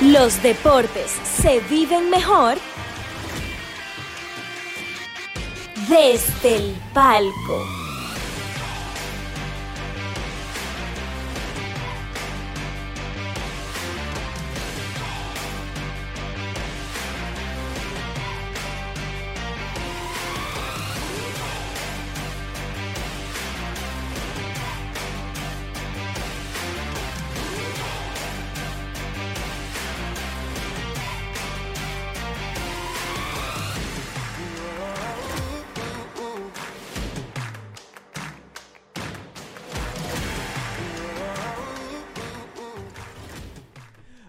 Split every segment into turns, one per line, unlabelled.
Los deportes se viven mejor desde el palco.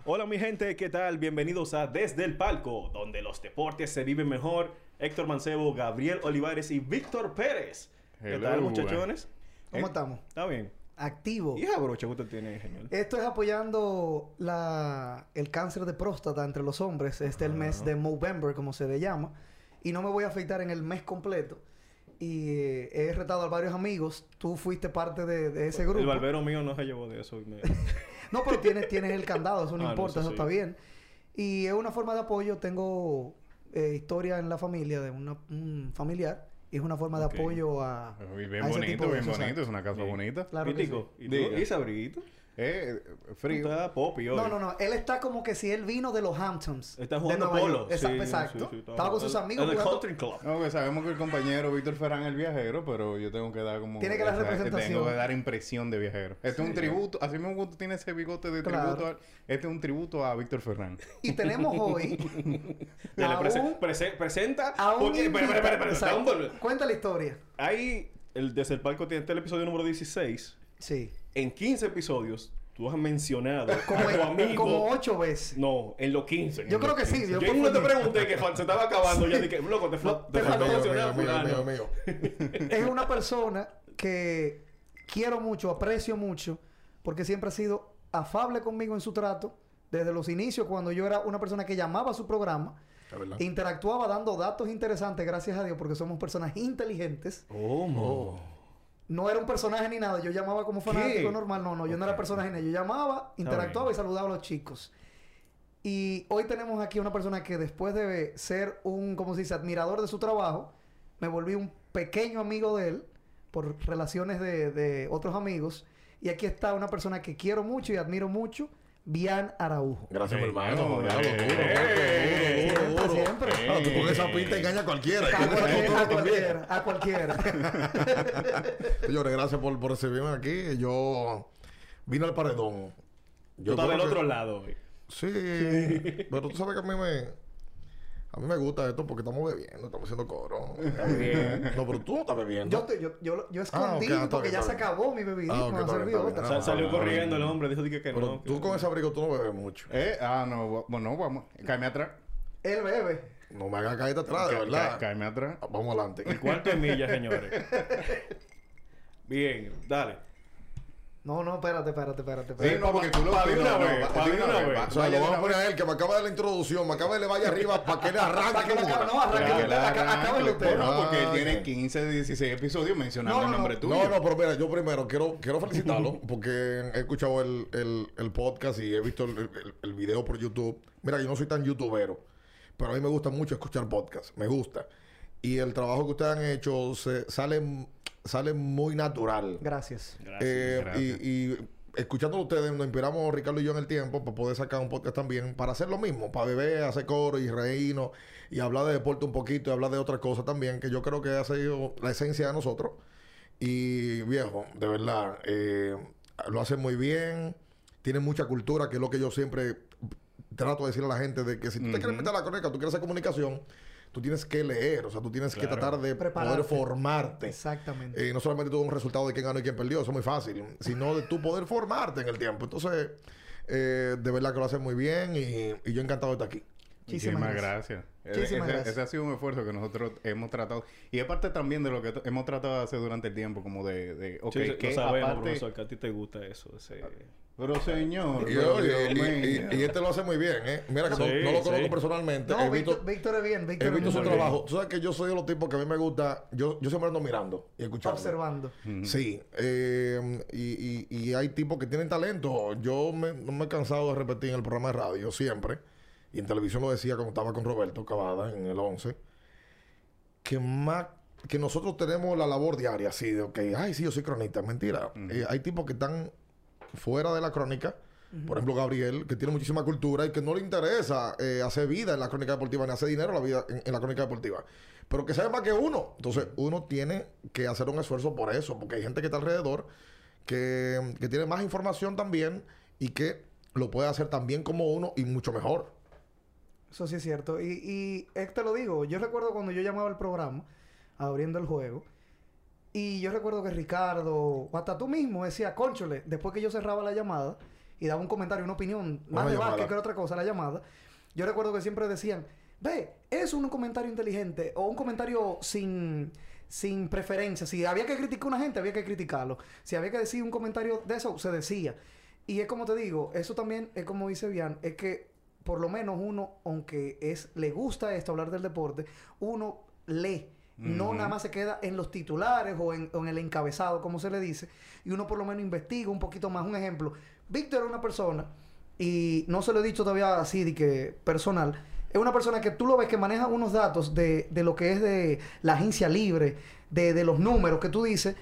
Hola mi gente, ¿qué tal? Bienvenidos a Desde el Palco, donde los deportes se viven mejor. Héctor Mancebo, Gabriel Olivares y Víctor Pérez. ¿Qué
Hello,
tal muchachones?
¿Cómo
¿Eh?
estamos? Oh. Este
¿Está bien?
Activo.
¿Y esa brocha que usted tiene, señor?
Esto es apoyando la, el cáncer de próstata entre los hombres. Este es el mes de Movember, como se le llama. Y no me voy a afeitar en el mes completo. Y eh, he retado a varios amigos. Tú fuiste parte de, de ese grupo.
El barbero mío no se llevó de eso. y me-
No, pero tienes, tienes el candado, eso no
Ah, no,
importa,
eso
eso
sí.
está bien. Y es una forma de apoyo. Tengo eh, historia en la familia de una, un familiar. Y es una forma de
Ok.
apoyo a.
Uy, Bien
a ese
bonito,
tipo de
bien
cosas.
bonito. Es una casa
Sí.
bonita.
Claro que
Mítico, ¿Y tú?
Diga.
¿Y Sabriguito?
Eh, eh, frío.
Está popi hoy.
No, no, no. Él está como que si él vino de los Hamptons.
Está
de
jugando
Nueva
polo.
York. Esa-
Sí,
exacto.
sí, sí, está
Estaba con
jugando.
sus amigos
En el
jugando.
Country Club.
No, que sabemos que el compañero Víctor Ferran es el viajero, pero yo tengo que dar como...
Tiene que dar
o sea,
representación.
Tengo que dar impresión de viajero. Este es un tributo. Así mismo como tú tienes ese bigote de
Claro.
tributo, al- este es un tributo a Víctor Ferran.
Y tenemos hoy
Dale,
a
prese-
un-
prese- presenta.
a un
porque- espera, espera, espera, espera,
invitado.
da un
Exacto.
golpe.
Cuenta la historia.
Ahí, el, desde el palco, tiene este es el episodio número 16.
Sí.
En 15 episodios, tú has mencionado
Como,
a tu amigo.
como ocho veces.
No, en los 15.
Yo creo que sí.
Yo
Yo
no te pregunté que fan- se estaba acabando ya. Dije, loco, te, fal-
No,
te
te
faltó
faltó.
mencionar a
Amigo, amigo,
fulano.
amigo, amigo.
es una persona que quiero mucho, aprecio mucho, porque siempre ha sido afable conmigo en su trato, desde los inicios, cuando yo era una persona que llamaba a su programa,
La verdad.
interactuaba dando datos interesantes, gracias a Dios, porque somos personas inteligentes. No era un personaje ni nada, yo llamaba como fanático normal, no, no, yo no era personaje ni nada, yo llamaba, interactuaba y saludaba a los chicos. Y hoy tenemos aquí una persona que después de ser un, como se dice, admirador de su trabajo, me volví un pequeño amigo de él por relaciones de, de otros amigos. Y aquí está una persona que quiero mucho y admiro mucho, Bian Araujo.
Gracias, mi
Ey,
hermano.
no,
diablo,
ey,
duro,
ey,
duro,
ey,
duro,
Siempre,
duro.
siempre.
Ah, tú con esa pinta engaña a cualquiera. y
A
con ese
cualquiera,
futuro
a
también.
cualquiera, a cualquiera.
Señores, gracias por, por recibirme aquí. Yo vine al paredón.
Tú
Yo
estás del
creo que-
otro lado. güey.
Sí, pero tú sabes que a mí me... A mí me gusta esto porque estamos bebiendo, estamos haciendo coro. No, pero tú no estás bebiendo.
Yo, te- yo, yo, yo escondí
ok, ah, está
porque
bien,
ya
está
se
bien.
acabó mi bebida.
Ah, ok,
me
está
serví
bien, está bien.
otra.
Sa-
Ah,
Salió
ah,
corriendo el hombre, dijo dije, que
Pero
no.
tú
que-
con ese abrigo tú no bebes mucho.
Eh, ah, no. bu- Bueno, vamos. Cáeme atrás.
ah.
Él bebe.
No me hagas caer atrás, de
Cá- cá-
verdad.
Cáeme atrás.
Vamos adelante.
Cuarto de milla, señores. Bien, dale.
No, no, espérate, espérate, espérate.
Sí,
espérate.
no, porque tú lo...
pa' de
tú
una
no,
vez,
va-
pa'
tú
de
no,
una
va-
vez.
va-
O sea, lo
de
vamos
una
a poner a él que me acaba de la introducción, me acaba de le vaya arriba para que le
Para
arranque.
que lo acabe- no, arranque,
Claro,
usted, aca-
arranca,
acábelo usted.
porra, porque
Ah,
tiene
ok.
15 de 16 episodios mencionando
No,
el
no,
nombre
no.
tuyo.
No, no, pero mira, yo primero quiero, quiero felicitarlo porque he escuchado el, el- el podcast y he visto el, el- el video por YouTube. Mira, yo no soy tan youtubero, pero a mí me gusta mucho escuchar podcast, me gusta. Y el trabajo que ustedes han hecho se- sale, sale muy natural.
Gracias.
Eh,
gracias.
Y, y escuchándolo ustedes, nos inspiramos Ricardo y yo en el tiempo para poder sacar un podcast también, para hacer lo mismo, para beber, hacer coro y reírnos y hablar de deporte un poquito y hablar de otras cosas también, que yo creo que ha sido la esencia de nosotros. Y viejo, de verdad, eh, lo hacen muy bien, tienen mucha cultura, que es lo que yo siempre trato de decir a la gente, de que si tú te quieres meter a la conecta, tú quieres hacer comunicación, tú tienes que leer, o sea, tú tienes que tratar de
Prepararte.
poder formarte.
Exactamente.
Eh, no solamente tuvo un resultado de quién ganó y quién perdió, eso es muy fácil, sino de tú poder formarte en el tiempo. Entonces, eh, de verdad que lo hacen muy bien y, y yo encantado de estar aquí.
Muchísimas
Muchísimas
gracias.
gracias. Ese-
Muchísimas
ese,
gracias.
ese ha sido un esfuerzo que nosotros hemos tratado. Y es parte también de lo que t- hemos tratado de hacer durante el tiempo, como de... de ok,
Sí, sí,
que
lo sabemos,
aparte-
profesor, que a ti te gusta eso. ese-
Pero señor...
Y,
pero
y-
Dios
y-
mío.
y- y este lo hace muy bien, ¿eh? Mira, que no-
Sí,
no, lo conozco
sí.
personalmente.
No,
he
Víctor,
visto,
Víctor es bien. Víctor
he
es
visto su
bien.
trabajo. Tú sabes que yo soy de los tipos que a mí me gusta. Yo, yo siempre ando mirando y escuchando.
Observando.
Sí, eh, y, y- y hay tipos que tienen talento. Yo me, no me he cansado de repetir en el programa de radio siempre, y en televisión lo decía cuando estaba con Roberto Cavada en el 11, que más que nosotros tenemos la labor diaria, así de, ok, ay, sí, yo soy cronista. Mentira. Eh, hay tipos que están fuera de la crónica. Por ejemplo, Gabriel, que tiene muchísima cultura y que no le interesa eh, hacer vida en la crónica deportiva, ni hacer dinero en la, vida, en, en la crónica deportiva, pero que sabe más que uno. Entonces, uno tiene que hacer un esfuerzo por eso, porque hay gente que está alrededor que, que tiene más información también y que lo puede hacer tan bien como uno y mucho mejor.
Eso sí es cierto. Y, y eh, te lo digo, yo recuerdo cuando yo llamaba al programa, abriendo el juego, y yo recuerdo que Ricardo, o hasta tú mismo, decía, conchole, después que yo cerraba la llamada y daba un comentario, una opinión,
Una
más de
llamada.
básquet que otra cosa, la llamada, yo recuerdo que siempre decían, ve, es un comentario inteligente o un comentario sin... Sin preferencia, si había que criticar a una gente, había que criticarlo. Si había que decir un comentario de eso, se decía. Y es como te digo, eso también es como dice Bian, es que por lo menos uno, aunque es le gusta esto, hablar del deporte, uno lee. No
Ujú.
nada más se queda en los titulares o en, o en el encabezado, como se le dice, y uno por lo menos investiga un poquito más. Un ejemplo, Víctor es una persona, y no se lo he dicho todavía así, de que personal, es una persona que tú lo ves que maneja unos datos de, de lo que es de la agencia libre, de, de los números que tú dices,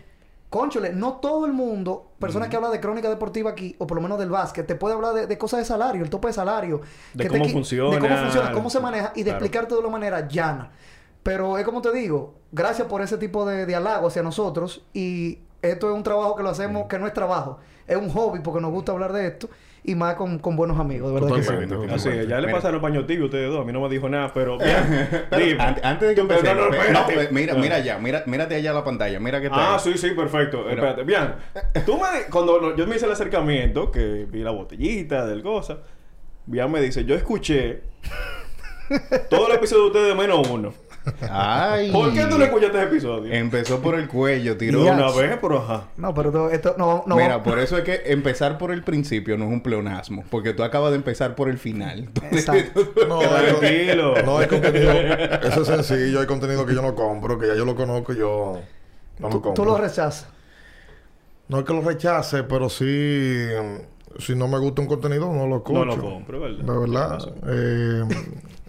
Conchole, no todo el mundo, personas que hablan de crónica deportiva aquí, o por lo menos del básquet, te puede hablar de, de cosas de salario, el tope de salario.
De
que te
cómo
qui-
funciona.
De cómo funciona, cómo se maneja y de
Claro.
explicarte de una manera llana. Pero es como te digo, gracias por ese tipo de, de halago hacia nosotros. Y esto es un trabajo que lo hacemos, que no es trabajo, es un hobby porque nos gusta hablar de esto y más con, con buenos amigos, de verdad. que sí.
Totalmente.
Ah, sí, ya le
Mira.
pasaron paño tibio a ustedes dos. A mí no me dijo nada, pero... Bien,
Pero
dime.
an- antes de que
Pero
empecemos,
no, no,
pe-
espérate.
no, pe- mira, mira allá, mira, mírate allá la pantalla, mira que está.
Ah, sí, sí, perfecto.
Pero-
Espérate, bien. Tú me di- cuando lo- yo me hice el acercamiento, que vi la botellita del cosa, bien me dice, yo escuché todo el episodio de ustedes menos uno.
Ay.
¿Por qué tú no escuchaste ese episodio?
Empezó por el cuello, tiró.
Una vez, pero ajá.
No, pero esto, esto- no, no.
Mira, por eso es que empezar por el principio no es un pleonasmo, porque tú acabas de empezar por el final.
Exacto.
No,
Tranquilo.
eso- no hay contenido. Eso es sencillo. Hay contenido que yo no compro, que ya yo lo conozco, y yo no lo
Tú,
compro.
tú lo rechazas.
No es que lo rechace, pero sí. mm, Si no me gusta un contenido, no lo escucho.
No lo compro, ¿verdad? Ah,
De verdad. Eh,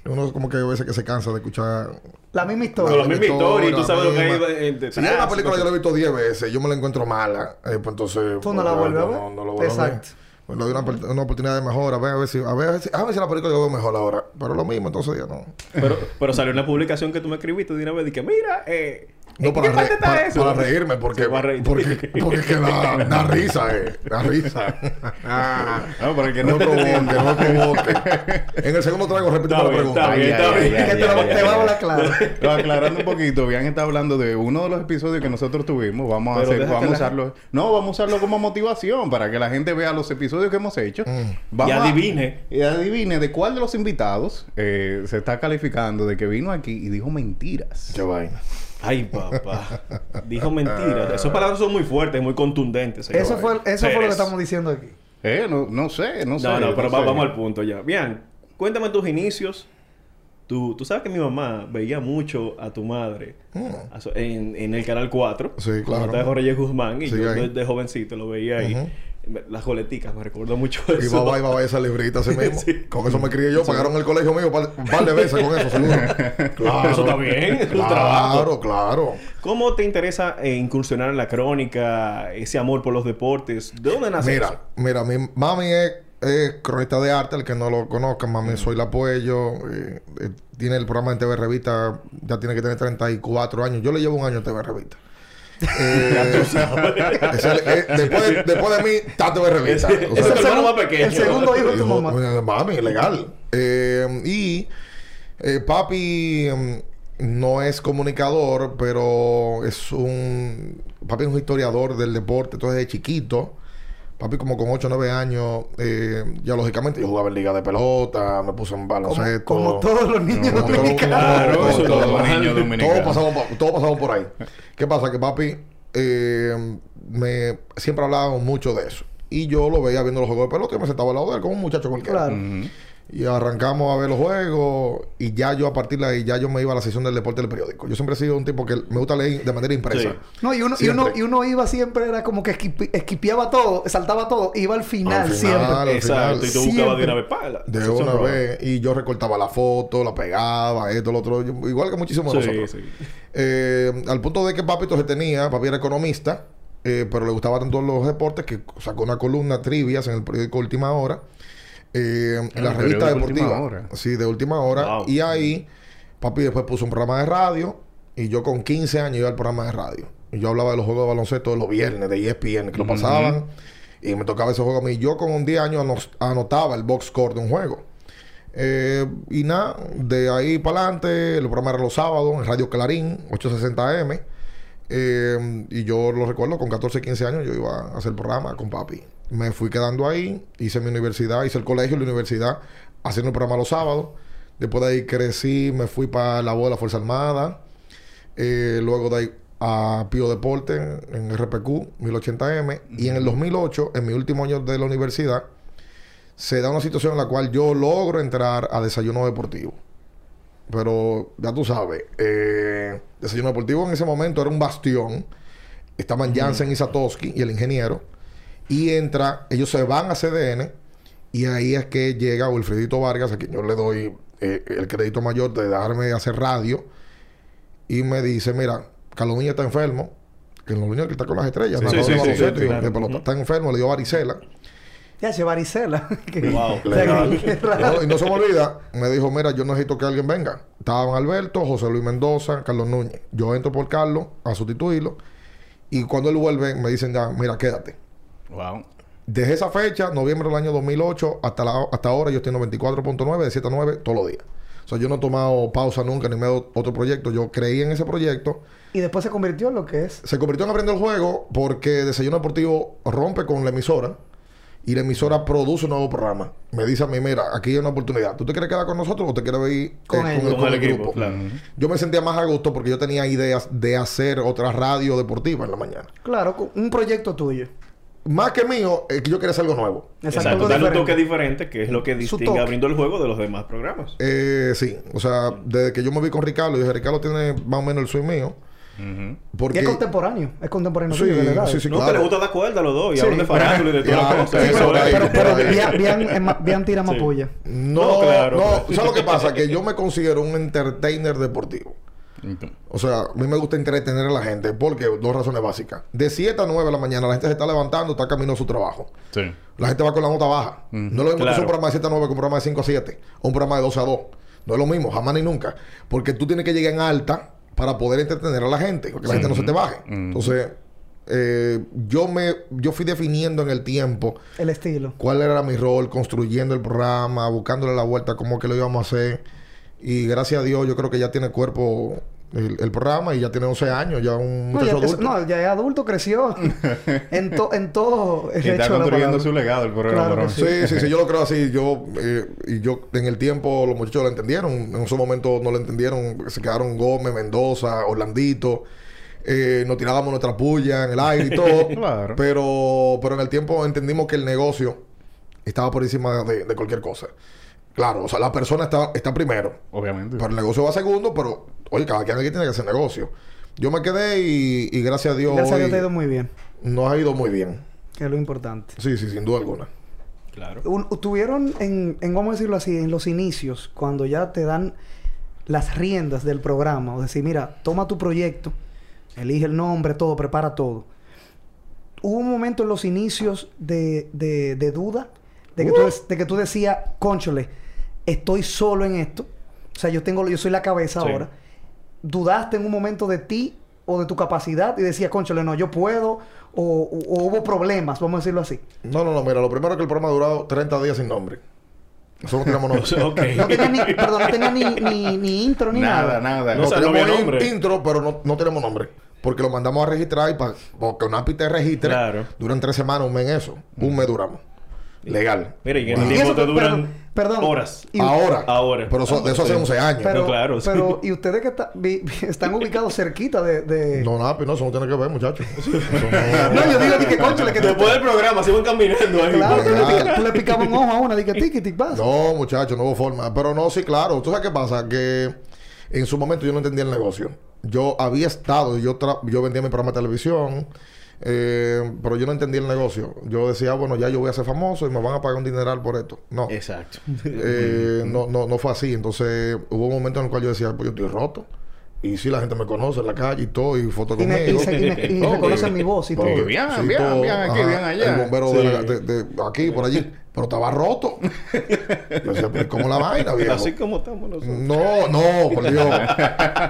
uno como que a veces que se cansa de escuchar.
La misma historia.
Con la misma historia y tú sabes lo que
misma.
hay en detrás.
Si yo una película yo la he visto 10 veces, yo me la encuentro mala, eh, pues entonces.
Tú no la
pues,
vuelves a ver.
No, no la vuelvo a ver.
Exacto.
Pues le doy una, opor- una oportunidad de mejor, a ver, a ver si, a ver, si, a ver si la película yo veo mejor ahora. Pero lo mismo, entonces ya no.
Pero, pero salió una publicación que tú me escribiste de una vez y que mira, eh,
No
¿en
para,
qué
re-
parte está
para-
eso?
para reírme, porque,
Sí, para reír.
porque, porque es que da, da risa, eh. Da risa.
No, porque
no provoque, no provoque. En el segundo trago repito
Está
la
bien,
pregunta.
está bien,
Ay,
está
ay,
bien.
ay,
que
ay,
te,
ay,
lo-
ay,
te va a
ay.
volar claro.
No, aclarando un poquito, Bian está hablando de uno de los episodios que nosotros tuvimos. Vamos a
Pero
hacer,
deja que
vamos a
la
usarlo. No, vamos a usarlo como motivación para que la gente vea los episodios que hemos hecho.
Mm.
Vamos
Y
a-
adivine.
y adivine de cuál de los invitados eh, se está calificando de que vino aquí y dijo mentiras.
Qué vaina.
Ay, papá. Dijo mentiras. Esas palabras son muy fuertes, muy contundentes. señor.
Eso fue, eso fue lo que
Eres.
estamos diciendo aquí.
Eh, no, no sé, no sé.
No, no, pero va-
sé.
vamos al punto ya. Bien, cuéntame tus inicios. Tú, tú sabes que mi mamá veía mucho a tu madre a su- en, en el Canal 4.
Mm. Sí,
cuando
claro.
estaba Jorge Guzmán y
Sí,
yo
ahí.
de, de jovencito lo veía ahí. Me- Las coleticas, me recuerdo mucho
Y
eso.
va, va, y va, va esa librita así mismo.
Sí.
Con eso me crié yo. Pagaron el colegio mío pa- un par de veces con eso, seguro. Claro.
Eso está bien, es un trabajo.
Claro, claro.
¿Cómo te interesa eh, incursionar en la crónica, ese amor por los deportes? ¿De dónde nace eso?
Mira, mira, mi mami es, es cronista de arte, el que no lo conozca,
Mm.
mami soy la apoyo, eh, tiene el programa en TV Revista, ya tiene que tener 34 años, yo le llevo un año en TV Revista. Eh, o sea, eh, después, de, después de mí está TV Revista. O
Ese
sea,
es el hermano más pequeño.
el segundo hijo de tu
Hijo,
mamá.
eh, Mami, legal. Eh, y eh, papi mm, no es comunicador, pero es un... Papi es un historiador del deporte, entonces de chiquito. Papi, como con 8 o 9 años, eh, ya lógicamente yo jugaba en liga de pelota, me puse en baloncesto.
Como todos los niños
Como todo-
dominicanos.
como
eso es
todo-
normal.
niño dominicano.
Todos pasamos, pa- todos pasamos por ahí. ¿Qué pasa? Que papi eh, me, siempre hablábamos mucho de eso. Y yo lo veía viendo los juegos de pelota y me sentaba al lado de él como un muchacho cualquiera.
Claro.
Ujú.
Y arrancamos a ver los juegos y ya yo a partir de ahí ya yo me iba a la sesión del deporte del periódico. Yo siempre he sido un tipo que me gusta leer de manera impresa.
Sí.
No, y uno, y, uno,
Siempre.
y uno iba siempre, era como que esquipi- esquipeaba todo, saltaba todo, iba al final,
Al final,
siempre.
al final.
Exacto, y tú buscabas de
Siempre.
una vez pala.
De una vez, y yo recortaba la foto, la pegaba, esto, lo otro, yo- igual que muchísimos de
Sí,
nosotros.
sí.
Eh, al punto de que papi se tenía, papi era economista, eh, pero le gustaba tanto los deportes que sacó una columna trivias en el periódico Última Hora, eh, en la
el
revista
periódico Última
deportiva.
Hora.
Sí, de Última Hora.
Wow.
Y ahí, papi después puso un programa de radio, y yo con 15 años iba al programa de radio. Y yo hablaba de los juegos de baloncesto de los viernes, de E ESPN, que lo pasaban. Y me tocaba esos juegos a mí. Yo con 10 años ano- anotaba el box score de un juego. Eh, y nada, de ahí para adelante, el programa era los sábados en Radio Clarín, 860M. Eh, y yo lo recuerdo, con 14, 15 años yo iba a hacer programa con papi. Me fui quedando ahí, hice mi universidad, hice el colegio y la universidad, haciendo el programa los sábados. Después de ahí crecí, me fui para la voz de la Fuerza Armada. Eh, luego de ahí a Pío Deporte en RPQ 1080M. Y en el 2008, en mi último año de la universidad, se da una situación en la cual yo logro entrar a desayuno deportivo. Pero ya tú sabes, eh, desayuno deportivo en ese momento era un bastión. Estaban Jansen y Satoshi y el ingeniero. Y entra, ellos se van a CDN. Y ahí es que llega Wilfredito Vargas, a quien yo le doy eh, el crédito mayor de dejarme hacer radio. Y me dice, mira, Carlos Núñez está enfermo. Que los niños que está con las estrellas.
Sí,
narrador
sí,
de
sí, sí,
baloncesto y
claro.
de pelota. Está enfermo, le dio varicela.
Ya, che, varicela. Que-
Wow.
o sea, que- qué raro.
No, y no se me olvida, me dijo, mira, yo necesito que alguien venga. Estaban Alberto, José Luis Mendoza, Carlos Núñez. Yo entro por Carlos a sustituirlo. Y cuando él vuelve, me dicen ya, mira, quédate.
Wow.
Desde esa fecha, noviembre del año 2008, hasta, la- hasta ahora yo estoy en 94.9, de 7 a 9, todos los días. O sea, yo no he tomado pausa nunca, ni me he dado otro proyecto. Yo creí en ese proyecto.
Y después se convirtió en lo que es.
Se convirtió en Aprender el Juego porque Desayuno Deportivo rompe con la emisora y la emisora produce un nuevo programa. Me dice a mí, mira, aquí hay una oportunidad. ¿Tú te quieres quedar con nosotros o te quieres ir eh,
Con ellos.
Con el equipo, claro.
Yo me sentía más a gusto porque yo tenía ideas de hacer otra radio deportiva en la mañana.
Claro, cu- un proyecto tuyo.
Más que mío, es que yo quería hacer algo nuevo.
Exacto,
algo
darle un toque
diferente.
diferente, que es lo que distingue
toque.
abriendo el juego de los demás programas.
Eh, sí, o sea, desde que yo me vi con Ricardo, yo dije, Ricardo tiene más o menos el swing mío.
Ujú.
Porque...
Y es contemporáneo. Es contemporáneo.
Sí,
tuyo, de la edad.
sí, sí,
no, que
claro.
le gusta dar cuerda a los dos, y
Sí.
hablan de farándula y de todas las
Claro,
cosas.
eso
Pero,
por ahí,
pero, pero
por ahí.
bien, bien, es más- bien tira más
Sí.
puya.
No,
No, claro.
no. O sea, lo que pasa que yo me considero un entertainer deportivo.
Ento-
O sea, a mí me gusta entretener a la gente porque dos razones básicas. De 7 a 9 de la mañana la gente se está levantando, está camino a su trabajo.
Sí.
La gente va con la nota baja. No es lo mismo que
Mm, Claro.
sea un programa de 7 a 9 que un programa de 5 a 7 o un programa de 12 a 2. No es lo mismo, jamás ni nunca. Porque tú tienes que llegar en alta para poder entretener a la gente, porque la gente no se
Mm,
te baje. Entonces, eh, yo, me, yo fui definiendo en el tiempo
El estilo.
cuál era mi rol, construyendo el programa, buscándole la vuelta, cómo que lo íbamos a hacer. Y gracias a Dios, yo creo que ya tiene cuerpo el, el programa y ya tiene 11 años, ya un
No ya,
muchacho
es-
adulto.
no, ya es adulto, creció. en, to- en todo. el
Y está
hecho de la
construyendo
palabra.
su legado el programa.
Claro que
Ron.
sí.
Sí, sí, sí, yo lo creo así. Yo, eh, y yo, en el tiempo, los muchachos lo entendieron. En su momento no lo entendieron. Se quedaron Gómez, Mendoza, Orlandito. Eh, nos tirábamos nuestra puya en el aire y todo.
Claro.
pero, pero en el tiempo entendimos que el negocio estaba por encima de, de cualquier cosa. Claro, o sea, la persona está, está primero.
Obviamente.
Pero el negocio va segundo, pero, oye, cada quien aquí tiene que hacer negocio. Yo me quedé y, y gracias a Dios,
Gracias a Dios
hoy
te ha ido muy bien.
nos ha ido muy bien.
Que es lo importante.
Sí, sí, sin duda alguna.
Claro.
Un- tuvieron en, en, vamos a decirlo así, en los inicios, cuando ya te dan las riendas del programa, o decir, mira, toma tu proyecto, elige el nombre, todo, prepara todo. Hubo un momento en los inicios de, de- de duda, de que, tú, des- de que tú decías, conchole, estoy solo en esto, o sea, yo tengo, yo soy la cabeza
Sí.
ahora. ¿Dudaste en un momento de ti o de tu capacidad y decías, conchole, no, yo puedo? O, o- o hubo problemas, vamos a decirlo así.
No, no, no, mira, lo primero es que el programa ha durado 30 días sin nombre. Eso no tenemos
O sea,
nombre.
ok.
No tenía ni, perdón, no tenía ni, ni, ni intro ni
Nada,
nada.
nada.
No
o sea, no
tenemos
había
in-
nombre.
intro, pero no, no tenemos nombre. Porque lo mandamos a registrar y para que un API te registre,
Claro.
duran tres semanas, un mes en eso. Un mes duramos. Legal.
Mira, y que
Wow.
el tiempo te duran
perdón, perdón.
horas.
Y-
Ahora.
Ahora.
Pero eso- de eso hace
Sí.
11 años.
Pero,
No, claro, sí.
pero y ustedes que está- vi- están ubicados cerquita de... de-
No, nada, pues, no, eso no tiene que ver, muchachos.
No, yo digo, dije, conchale, que te...
Después del programa se van caminando ahí.
Claro, tú le,
Claro.
pica- tú le picabas un ojo a una, dije, tiki, tiki, vas.
No, muchachos, no hubo forma. Pero no, sí, claro. ¿Tú sabes qué pasa? Que en su momento yo no entendía el negocio. Yo había estado, yo, tra- yo vendía mi programa de televisión, eh, pero yo no entendía el negocio. Yo decía, "Ah, bueno, ya yo voy a ser famoso y me van a pagar un dineral por esto. No,
Exacto.
eh, no, no, no fue así. Entonces hubo un momento en el cual yo decía, pues yo estoy roto. Y sí, la gente me conoce en la calle y todo, y foto
Y,
conmigo.
me, y, se- y me- y
Oh,
reconocen
eh,
mi voz y todo.
Porque-
Porque bien, bien,
todo,
bien aquí,
ajá,
bien allá.
El bombero
Sí.
de, la- de- de aquí, por allí. Pero estaba roto. Yo decía, pero ¿cómo la vaina, viejo?
Así como estamos nosotros.
No, no, por Dios.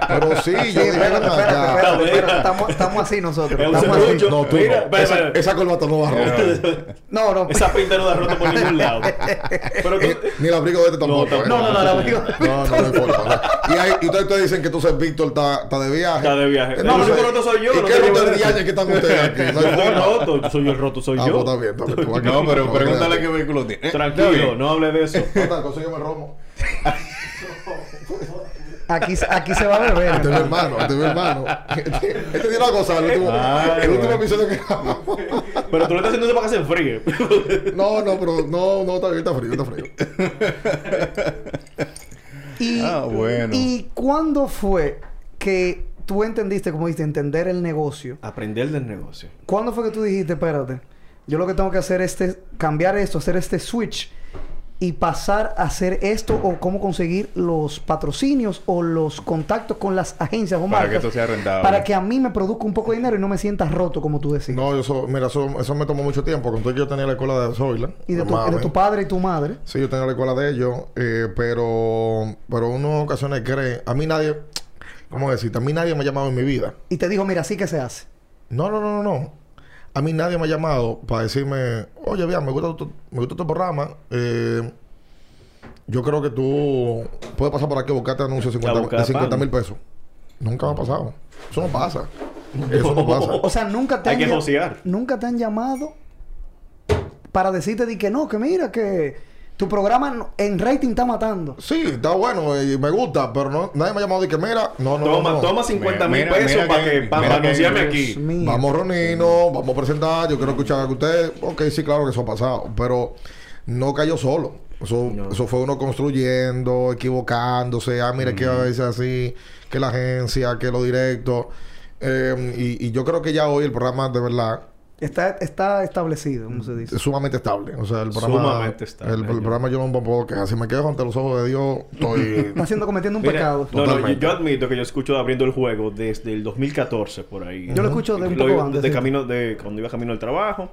Pero sí,
Sí,
yo dije,
espérate,
"Ven
espérate, espérate,
acá".
Está
espérate.
bien.
Estamos, estamos así nosotros.
Es un
Estamos así.
serrucho.
No, tú
Mira,
no.
espera,
Esa,
espera.
esa corbata no va rota.
No, no.
Esa pinta no da rota por ningún lado. Pero tú-
Eh, Ni el abrigo de este tampoco.
tampoco.
¿eh?
No, no, no, la abrigo.
No, no, no importa. ¿no? Y, ahí, y ustedes, ustedes dicen que entonces Víctor está, está de viaje.
Está de viaje. No,
Entonces,
lo único roto soy yo,
¿Y
no
qué
te
roto
llevo
de
eso.
viaje que están ustedes aquí?
Yo
hay
soy el
problema.
roto, soy yo el roto, soy
Ah,
yo.
pues está bien, está bien. Tú vas a
No,
quedar-
pero
tú vas a
pregúntale qué
quedar-
vehículo tiene.
Tranquilo, no hable de eso.
Total, consígueme el romo.
Aquí, se- aquí se va a beber.
Este es mi
hermano.
hermano, este es mi hermano. Este este dio la cosa, el último,
Ay,
el último
bueno.
episodio que grabamos.
Pero tú lo estás haciendo eso para que se enfríe.
No, no, pero no, no, está bien, está frío, está frío.
Y,
Ah, bueno.
¿Y cuándo fue que tú entendiste, como dijiste, entender el negocio?
Aprender del negocio.
¿Cuándo fue que tú dijiste, espérate, yo lo que tengo que hacer es este- cambiar esto, hacer este switch y pasar a hacer esto o cómo conseguir los patrocinios o los contactos con las agencias o
Para
marcas?
que esto sea rentable.
Para que a mí me produzca un poco de dinero y no me sientas roto, como tú decís.
No, eso, mira, eso, eso me tomó mucho tiempo. Con todo que yo tenía la escuela de Zoila.
y de tu, de tu padre y tu madre.
Sí, yo tenía la escuela de ellos, eh, pero, pero en unas ocasiones cree. A mí nadie, ¿cómo decirte? A mí nadie me ha llamado en mi vida.
Y te dijo, mira, así que se hace.
No, no, no, no, no. A mí nadie me ha llamado para decirme, oye, bien, me gusta tu, me gusta tu programa. eh, yo creo que tú puedes pasar por aquí a buscarte anuncios de
A
50
buscar
de 50
pan.
mil pesos. Nunca me ha pasado. Eso no pasa. Eso no pasa.
O sea, nunca te
Hay
han
que
llam-
josear.
Nunca te han llamado para decirte de que no, que mira, que tu programa no- en rating está matando.
Sí, está bueno y me gusta, pero no, nadie me ha llamado y que mira, no, no,
Toma,
no, no.
toma 50 mil
Mira, mira,
pesos
mira
para
que-
que, pa-
mira
pa'
que-
anunciarme
Dios
aquí.
Dios mío.
Vamos a reunirnos, vamos a presentar, yo quiero escuchar a usted. Ok, sí, claro que eso ha pasado, pero no cayó solo. Eso,
No.
eso fue uno construyendo, equivocándose. Ah, mira, que a veces así, que la agencia, que lo directo. Eh, y, y yo creo que ya hoy el programa de verdad
Está, está establecido, como se dice.
es sumamente estable. O sea, el programa.
Sumamente estable,
El, el
yo-
programa yo no me puedo quejar. Si me quedo ante los ojos de Dios, estoy.
Está haciendo, cometiendo un
Mira,
pecado.
no, no, yo,
Totalmente.
yo admito que yo escucho abriendo el juego desde el 2014 por ahí.
Yo lo escucho de un
Lo-
poco antes,
de
sí.
camino de cuando iba camino al trabajo.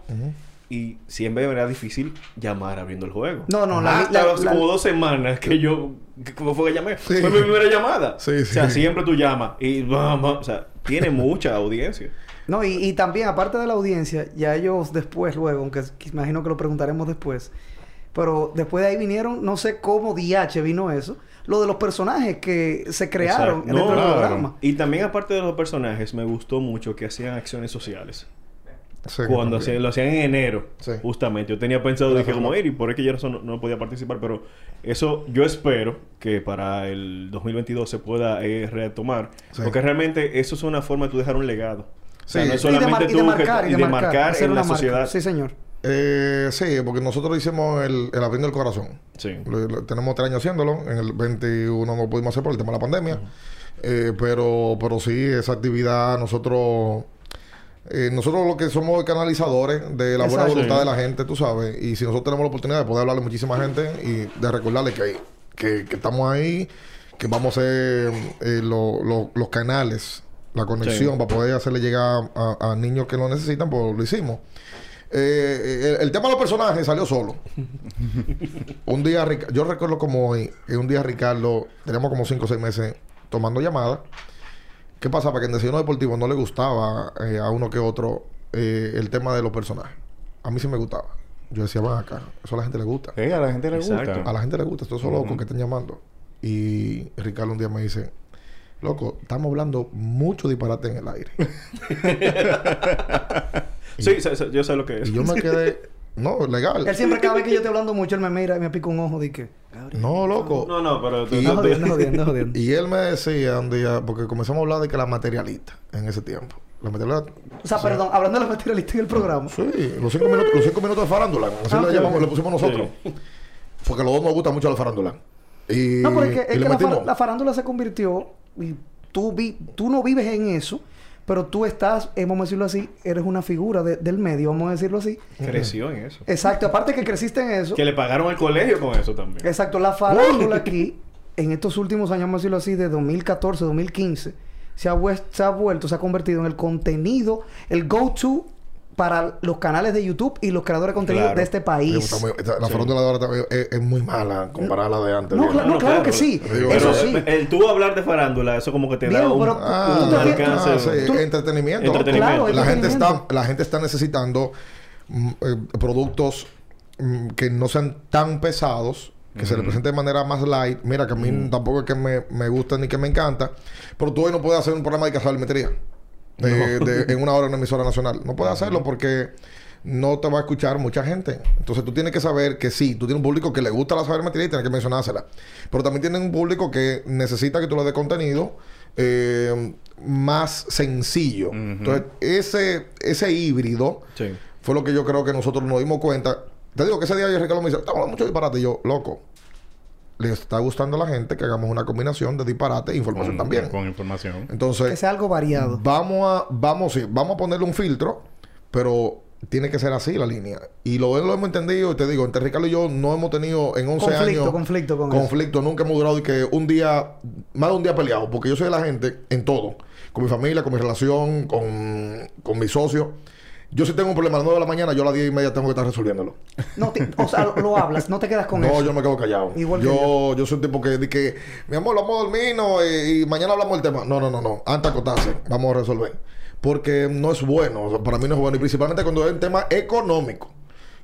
Y siempre era difícil llamar abriendo el juego.
No, no, la-
Hasta
la-
hace
la-
como dos semanas que yo. que- ¿Cómo fue que llamé?
Sí.
Fue mi primera llamada.
Sí,
O sea,
sí.
siempre tú llamas. Y vamos. O sea, tiene mucha audiencia.
No, y, y también, aparte de la audiencia, ya ellos después, luego, aunque s- que imagino que lo preguntaremos después, pero después de ahí vinieron, no sé cómo DH vino eso, lo de los personajes que se crearon
Exacto.
dentro
No,
del
claro.
programa.
Y también, aparte de los personajes, me gustó mucho que hacían acciones sociales.
Sí,
cuando
también.
hacían- lo hacían en enero,
Sí.
justamente. Yo tenía pensado, dije, como ir y por que ya eso no, no podía participar, pero eso yo espero que para el 2022 se pueda eh, retomar,
Sí.
porque realmente eso es una forma de tú dejar un legado. O sea,
Sí.
no es
Y
Y de,
solamente
mar-
tú
y de
que-
marcar,
y de marcar
hacer
en la
una marca.
sociedad.
Sí, señor.
Eh, sí, porque nosotros hicimos el, el abriendo el corazón.
Sí.
Lo- lo- tenemos tres años haciéndolo. En el 21 no lo pudimos hacer por el tema de la pandemia. Eh, pero, pero sí, esa actividad nosotros... eh, nosotros lo que somos canalizadores de la buena
Exacto.
voluntad de la gente, tú sabes. Y si nosotros tenemos la oportunidad de poder hablarle a muchísima gente y de recordarle que, que, que estamos ahí, que vamos a ser eh, lo- lo- los canales, la conexión para poder hacerle llegar a, a niños que lo necesitan, pues lo hicimos. Eh, el, el tema de los personajes salió solo. un día, Rica- yo recuerdo como hoy, que un día Ricardo, teníamos como 5 o 6 meses tomando llamadas. ¿Qué pasaba? Que en Desayuno Deportivo no le gustaba eh, a uno que otro eh, el tema de los personajes. A mí sí me gustaba. Yo decía, van acá, eso a la gente le gusta.
Sí, a la gente le gusta.
Exacto.
A la gente le gusta, estos son locos que están llamando. Y Ricardo un día me dice, Loco, estamos hablando mucho disparate en el aire.
Sí, sé- sé- yo sé lo que es.
Y yo me quedé. No, legal.
Él siempre, cada vez que yo estoy hablando mucho, él me mira y me pica un ojo. Dije, cabrón.
No, loco.
No, no, pero... tú-
Y-
No
tú-
jodiendo, no jodiendo, no jodiendo.
Y él me decía un día, porque comenzamos a hablar de que la materialista en ese tiempo. La materialista.
O sea, perdón, hablando de los materialistas en el programa.
Sí, los cinco minutos, los cinco minutos de farándula. Así
Ah,
le,
ok,
llamamos,
ok.
le pusimos nosotros. Porque a los dos nos gusta mucho la farándula. Y,
No, porque es
Eh, y
que
le
la,
metimos.
far- la farándula se convirtió y tú, vi- tú no vives en eso, pero tú estás, eh, vamos a decirlo así, eres una figura de- del medio, vamos a decirlo así.
Creció en eso.
Exacto, aparte que creciste en eso.
Que le pagaron al colegio con eso también.
Exacto, la farándula aquí, en estos últimos años, vamos a decirlo así, de 2014, 2015, se ha, vues- se ha vuelto, se ha convertido en el contenido, el go-to para los canales de YouTube y los creadores de contenido
Claro.
de este
Digo,
país.
está muy- está- la farándula de ahora también es, es muy mala comparada a la de antes.
No,
¿verdad?
cla- no, claro que sí.
Digo,
eso
Pero
sí.
el- el tú hablar de farándula, eso como que te da
Diego,
un...
pero-
Ah,
Un
ah,
alcance,
sí,
tú-
entretenimiento. loco.
Entretenimiento. Claro,
la, gente está,
entretenimiento.
la gente está necesitando mm, eh, productos mm, que no sean tan pesados, que se le presenten de manera más light. Mira, que a mí tampoco es que me, me gusta ni que me encanta, pero tú hoy no puedes hacer un programa de casualmetría de, de- en una hora en una emisora nacional. No puedes hacerlo porque no te va a escuchar mucha gente. Entonces tú tienes que saber que sí, tú tienes un público que le gusta la sabermetría y tienes que mencionársela. Pero también tienes un público que necesita que tú le des contenido eh, más sencillo. Entonces ese, ese híbrido
Sí.
fue lo que yo creo que nosotros nos dimos cuenta. Te digo que ese día yo Ricardo me dice, estamos hablando mucho disparate. Y yo, loco, le está gustando a la gente que hagamos una combinación de disparate e información
Con,
también.
con información.
Entonces,
Que sea algo variado.
Vamos a, vamos, sí, vamos a ponerle un filtro, pero tiene que ser así la línea. Y lo, lo hemos entendido, y te digo, entre Ricardo y yo no hemos tenido en 11
Conflicto,
años
conflicto con eso.
conflicto, nunca hemos durado y que un día, más de un día peleado, porque yo soy de la gente en todo, con mi familia, con mi relación, con, con mis socios. Yo si tengo un problema a las 9 de la mañana, yo a las 10 y media tengo que estar resolviéndolo.
No te- o sea, lo, lo hablas, no te quedas con
No,
eso.
yo no me quedo callado.
Igual que
yo, yo. soy un tipo que di que, mi amor, vamos a dormirnos eh, y mañana hablamos del tema. No, no, no, no. Antes de acotarse, vamos a resolver. Porque no es bueno. o sea, para mí no es bueno. Y principalmente cuando es un tema económico.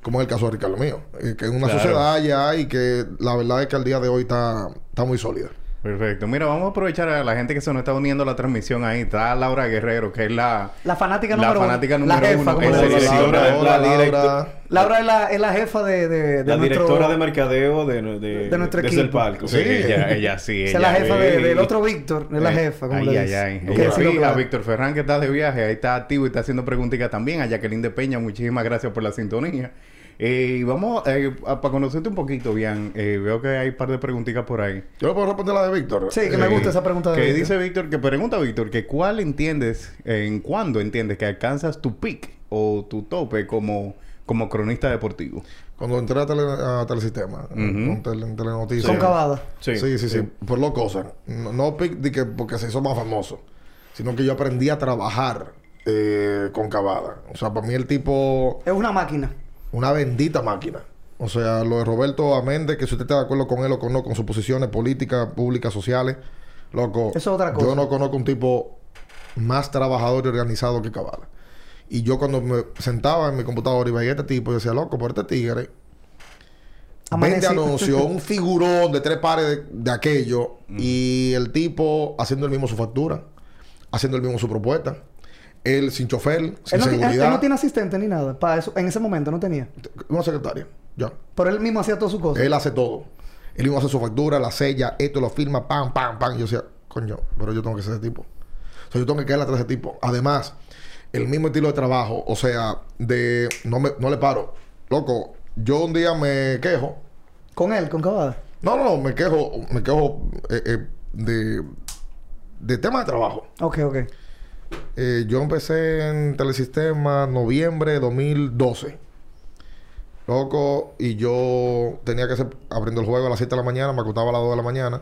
Como en el caso de Ricardo mío. eh, que es una
Claro.
sociedad ya y que la verdad es que al día de hoy está, está muy sólida.
Perfecto. Mira, vamos a aprovechar a la gente que se nos está uniendo a la transmisión ahí. Está Laura Guerrero, que es la...
La fanática
La
número uno.
fanática
la
número
jefa,
uno,
como
en
le
serio.
dicen.
directora,
Laura,
la
Laura,
directo-
Laura.
Laura es la, es la jefa de, de, de
La
nuestro-
directora de mercadeo de, de,
de nuestro
desde el
equipo.
palco.
Sí.
Ella, ella sí.
Esa
ella
es la jefa de-
sí.
del otro Víctor. Es la
Eh,
jefa, como
ay,
le
ay,
dicen.
ay.
Hay que
Ella
decirlo
sí, a
claro.
Víctor Ferrán que está de viaje, ahí está activo y está haciendo preguntitas también. A Jacqueline de Peña, muchísimas gracias por la sintonía. Eh, y vamos eh, a- para conocerte un poquito, bien. veo que hay un par de preguntitas por ahí.
Yo le puedo responder la de Víctor.
Sí, que me
Eh,
gusta esa pregunta de
Que
Víctor.
dice Víctor, que pregunta Víctor, que cuál entiendes, eh, en cuándo entiendes que alcanzas tu pick o tu tope como, como cronista deportivo.
Cuando entré a, tele, a Telesistema,
Ujú.
con tele- en Telenoticias.
Son cavadas.
Sí, sí, sí, Por dos cosas. No, no pic- de que porque se hizo más famoso, sino que yo aprendí a trabajar eh, con Cavada. O sea, para mí el tipo,
Es una máquina.
una bendita máquina. O sea, lo de Roberto Améndez, que si usted está de acuerdo con él o con no, con sus posiciones políticas, públicas, sociales, loco.
Eso es otra cosa.
Yo no conozco un tipo más trabajador y organizado que Cavada. Y yo cuando me sentaba en mi computadora y veía a este tipo, yo decía, loco, por este tigre, Vende
Amanecí-
anuncio, un figurón de tres pares de, de aquello y el tipo haciendo el mismo su factura, haciendo el mismo su propuesta, él sin chofer, sin
Él no, ti- él- él
seguridad,
no tiene asistente ni nada. Para eso, en ese momento no tenía.
una secretaria, ya.
Pero él mismo hacía todas sus cosas.
Él hace todo. Él mismo hace su factura, la sella, esto lo firma, pam, pam, pam. Yo decía, coño, pero yo tengo que ser ese tipo. O sea, yo tengo que quedar atrás de ese tipo. Además, el mismo estilo de trabajo, o sea, de no, me, no le paro. Loco, yo un día me quejo
Con él, con Cavada.
No, no, no, me quejo, me quejo eh, eh, de, de tema de trabajo.
Ok, ok.
Eh, yo empecé en Telesistema noviembre de 2012. Loco, y yo tenía que ser, abriendo el juego a las 7 de la mañana, me acostaba a las 2 de la mañana.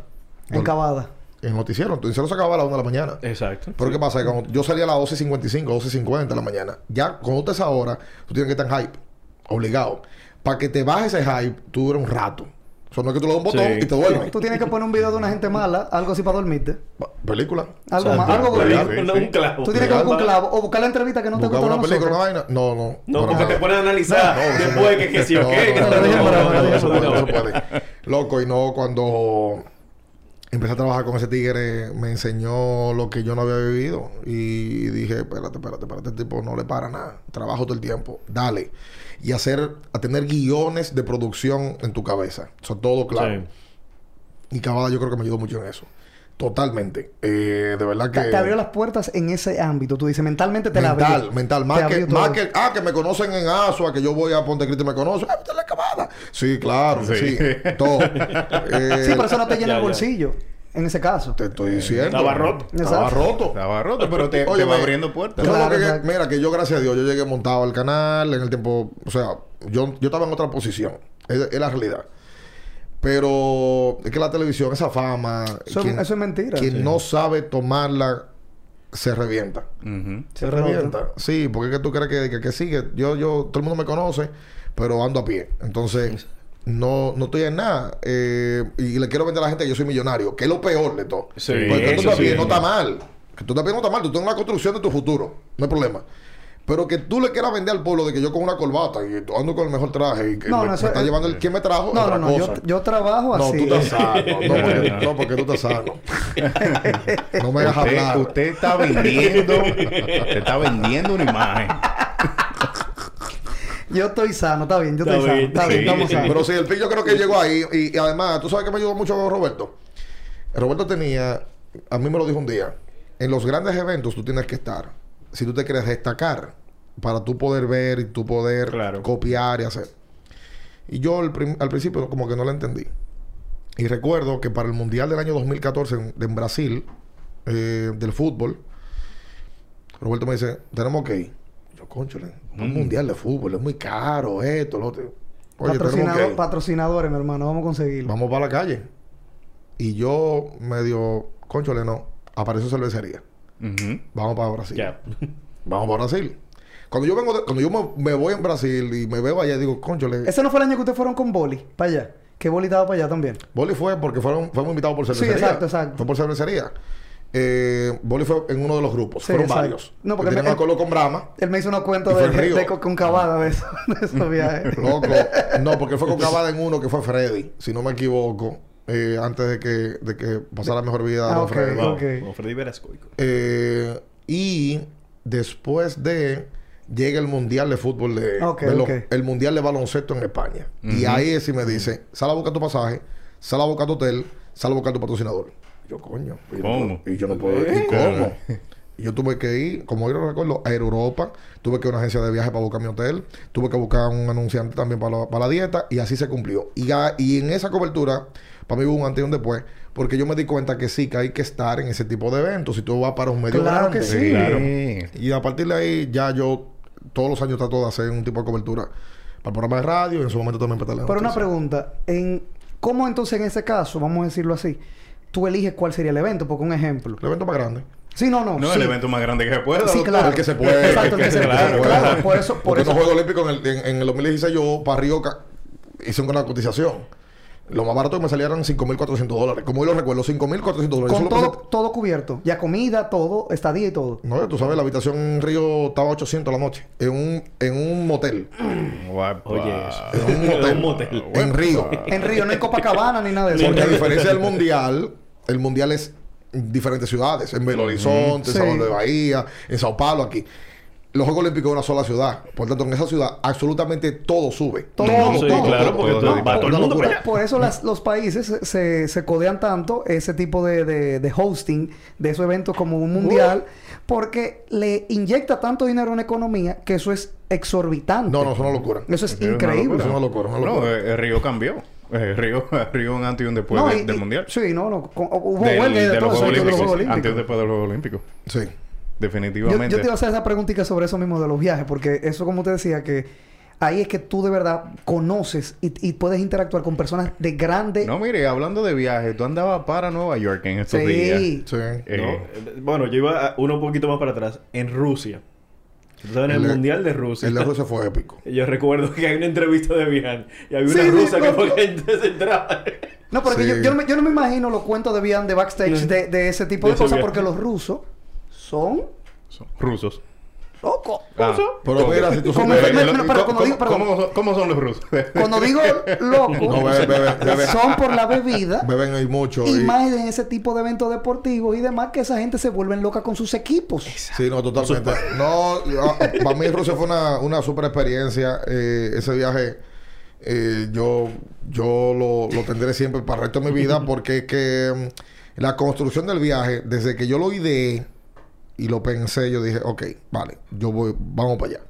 En Cavada.
En noticiero, entonces se acababa a las 1 de la mañana.
Exacto.
Pero ¿qué pasa? Que cuando yo salía a las 12.55, 12.50 de la mañana. Ya cuando tú estás ahora, tú tienes que estar en hype. Obligado. Para que te baje ese hype, tú duras un rato. O sea, no es que tú le das un botón
Sí.
y te duermes.
Tú tienes que poner un video de una gente mala, algo así para dormirte.
Pa- Película.
Algo
O sea,
más, algo
un-
bonito.
un-
Sí, sí.
un clavo.
Tú tienes que buscar
Legal,
un
Va-
clavo o buscar la entrevista que no te
Buscaba
gusta.
una película, una vaina. No, no.
No,
para
porque
nada.
te ponen a analizar
No, no,
después
no.
que, que sí o
No,
qué.
no,
que
no,
tal-
no, no,
no,
no,
no,
no se puede,
no,
no
no.
se puede. Loco, y no cuando empecé a trabajar con ese tigre, me enseñó lo que yo no había vivido y dije, espérate, espérate, espérate, este tipo no le para nada, trabajo todo el tiempo, dale. Y hacer, a tener guiones de producción en tu cabeza, eso todo claro.
Sí.
Y Cavada yo creo que me ayudó mucho en eso, totalmente. Eh, de verdad que...
Te, te abrió las puertas en ese ámbito. Tú dices, mentalmente te la
Mental,
abrió.
mental.
Te
Más que,
abrió todo.
más que, ah, que me conocen en Asua, que yo voy a Ponte Cristo y me conocen. ¡Ah, usted es la Cavada! Sí, claro, sí.
Sí.
todo. Eh,
Sí, pero eso no te llena
Ya, ya.
el bolsillo. En ese caso.
Te estoy diciendo.
Estaba roto.
Estaba
Exacto.
roto.
Eh, Estaba roto, pero te, te
Oye,
va
me-
abriendo puertas.
Yo
Claro,
creo que-
exacto.
mira, que yo, gracias a Dios, yo llegué montado al canal en el tiempo. O sea, yo, yo estaba en otra posición. Es, es la realidad. Pero es que la televisión, esa fama.
Eso,
quien,
eso es mentira.
quien no sabe tomarla, se revienta.
Ujú.
Se
Pero-
revienta. Sí, porque es que tú crees que, que, que sí, que yo, yo, todo el mundo me conoce, pero ando a pie. Entonces, no, no estoy en nada. Eh, y le quiero vender a la gente que yo soy millonario, que es lo peor de todo.
Sí,
porque que tú
eso
estás a pie
sí.
no está mal. Que tú estás a pie no está mal, tú estás en la construcción de tu futuro, no hay problema. Pero que tú le quieras vender al pueblo de que yo con una corbata y ando con el mejor traje y que
No,
me,
no,
me
eso-
está
eh,
llevando el quien me trajo, es
No, no,
otra
no. Yo,
cosa.
yo trabajo
No,
así.
tú estás sano. No, porque, no, porque tú estás sano. No me hagas
Usted,
hablar.
usted está vendiendo, usted está vendiendo una imagen.
Yo estoy sano, está bien. Yo
Está
estoy sano.
bien,
Está bien,
sí.
estamos sanos.
Pero sí, el pick yo creo que llegó ahí. Y, y además, tú sabes que me ayudó mucho Roberto. Roberto tenía, a mí me lo dijo un día, en los grandes eventos tú tienes que estar. Si tú te quieres destacar, para tú poder ver y tú poder
Claro.
copiar y hacer. Y yo al, prim- al principio como que no lo entendí. Y recuerdo que para el Mundial del año 2014 en, en Brasil, eh, del fútbol, Roberto me dice, tenemos que ir. Yo, conchole, un mundial de fútbol, es muy caro esto, lo otro. Oye, tenemos que
Patrocinador-
ir.
Patrocinadores, mi hermano. Vamos a conseguirlo.
Vamos para la calle. Y yo medio, conchole, no, apareció cervecería.
Ujú.
Vamos para Brasil.
Ya.
Vamos para Brasil. Cuando yo vengo de- cuando yo me, me voy en Brasil y me veo allá, digo, conchole,
Ese no fue el año que ustedes fueron con Boli para allá. Que Boli estaba para allá también.
Boli fue porque fueron, fuimos invitados por cervecería.
exacto, exacto.
Fue por cervecería. Eh, Boli fue en uno de los grupos.
Sí,
fueron
exacto.
varios.
No, porque
No, porque
me-
tenían acuerdo con Brahma.
Él me hizo una cuenta
Y fue
de,
en Río.
de- con, con cavada de, eso, de esos viajes.
Loco. No, porque fue con Cavada en uno que fue Freddy, si no me equivoco. eh, antes de que, de que pasara mejor vida
Ah,
a
ok.
Freddy.
Wow.
Ok.
Con Freddy Verascoico.
Eh, y después de llega el mundial de fútbol de,
Ok,
de lo-
ok.
el mundial de baloncesto en España. Y ahí es si me dice, sal a buscar tu pasaje, sal a buscar tu hotel, sal a buscar tu patrocinador. Yo, coño, y yo no
¿Cómo?
puedo- y yo no puedo ¿y cómo? Y Yo tuve que ir, como yo recuerdo, a Air Europa, tuve que ir a una agencia de viaje para buscar mi hotel, tuve que buscar un anunciante también para la, para la dieta, y así se cumplió. Y, ya- y en esa cobertura, para mí hubo un antes y un después, porque yo me di cuenta que sí, que hay que estar en ese tipo de eventos, si tú vas para un medio
Claro
grande.
que Sí,
claro.
Y a partir de ahí, ya yo todos los años trato de hacer un tipo de cobertura para el programa de radio y en su momento también para la
Pero una pregunta, en ¿cómo entonces en ese caso, vamos a decirlo así, tú eliges cuál sería el evento? Porque un ejemplo.
El evento más grande.
Sí, no, no.
No,
sí.
el evento más grande que se pueda.
Sí,
doctor.
claro.
El que se puede.
Exacto, el que se
Claro,
puede. Claro, por eso, por
Porque en
eso.
los Juegos Olímpicos en el, en- en el 2016 yo para Río ca- hice una cotización. Lo más barato que me salieron 5.400 dólares. Como yo lo recuerdo, 5.400 dólares.
Con
Eso lo
todo,
presenté-
todo cubierto. Ya comida, todo, estadía y todo.
No, tú sabes, la habitación en Río estaba 800 la noche. En un, en un motel.
Ah.
Guapa.
Oye, eso.
En un motel.
Un motel.
En Río.
En Río no hay Copacabana ni nada de eso.
Porque a diferencia del mundial, el mundial es en diferentes ciudades, en Belo Horizonte,
Sí.
en Salvador de Bahía, en Sao Paulo, aquí. Los Juegos Olímpicos es una sola ciudad. Por tanto, en esa ciudad absolutamente todo sube.
Todo,
No, sí,
todo,
claro,
todo,
porque
todo,
tú-
todo,
va todo el
todo,
mundo
todo.
para
Por,
allá.
por eso las- los países se- se, se codean tanto ese tipo de, de- de hosting de esos eventos como un mundial, porque le inyecta tanto dinero a una economía que eso es exorbitante.
No, no, es una locura.
Eso es
Es una
increíble.
Es una locura, una
No,
locura.
eh, el Río cambió. El Río, el Río un antes y un después
No,
de-
y-
del
y-
Mundial.
Sí, no, no. con- hubo
Del-
huelga y de,
de
todo
los Juegos
eso, de los
Olímpicos.
Juegos
Antes y
Olímpicos.
después de los Juegos Olímpicos.
Sí.
Yo,
Definitivamente.
yo te iba a hacer esa preguntita sobre eso mismo de los viajes, porque eso como te decía que ahí es que tú de verdad conoces y, y puedes interactuar con personas de grande...
No, mire, hablando de viajes, tú andabas para Nueva York en estos días.
sí.
Sí.
Eh,
No, eh, Bueno, yo iba a- uno un poquito más para atrás. En Rusia. Entonces, en el,
El-
Mundial de Rusia.
El de Rusia fue épico.
Yo recuerdo que hay una entrevista de Vian y había una
Sí,
rusa
no,
que
no.
fue que entonces entraba.
No, porque
Sí.
yo, yo no me, yo no me imagino los cuentos de Vian de backstage
Sí.
de, de ese tipo
De
de,
ese
cosas,
viaje.
porque los rusos son
son rusos.
Loco.
Ah,
Pero mira, si tú
¿Cómo
supieras-
me- me- me- pero como
¿Cómo-
digo, perdón.
cómo son- ¿Cómo son los rusos?
Cuando digo loco,
No, bebe, bebe, bebe.
son por la bebida.
Beben ahí mucho.
Y
Y
más en ese tipo de eventos deportivos y demás que esa gente se vuelven loca con sus equipos.
Sí, no, totalmente. No, yo- ah, para mí Rusia fue una, una super experiencia. eh, ese viaje eh, yo, yo lo, lo tendré siempre para el resto de mi vida porque es que mm, la construcción del viaje, desde que yo lo ideé y lo pensé, yo dije, ok, vale, yo voy, vamos para allá.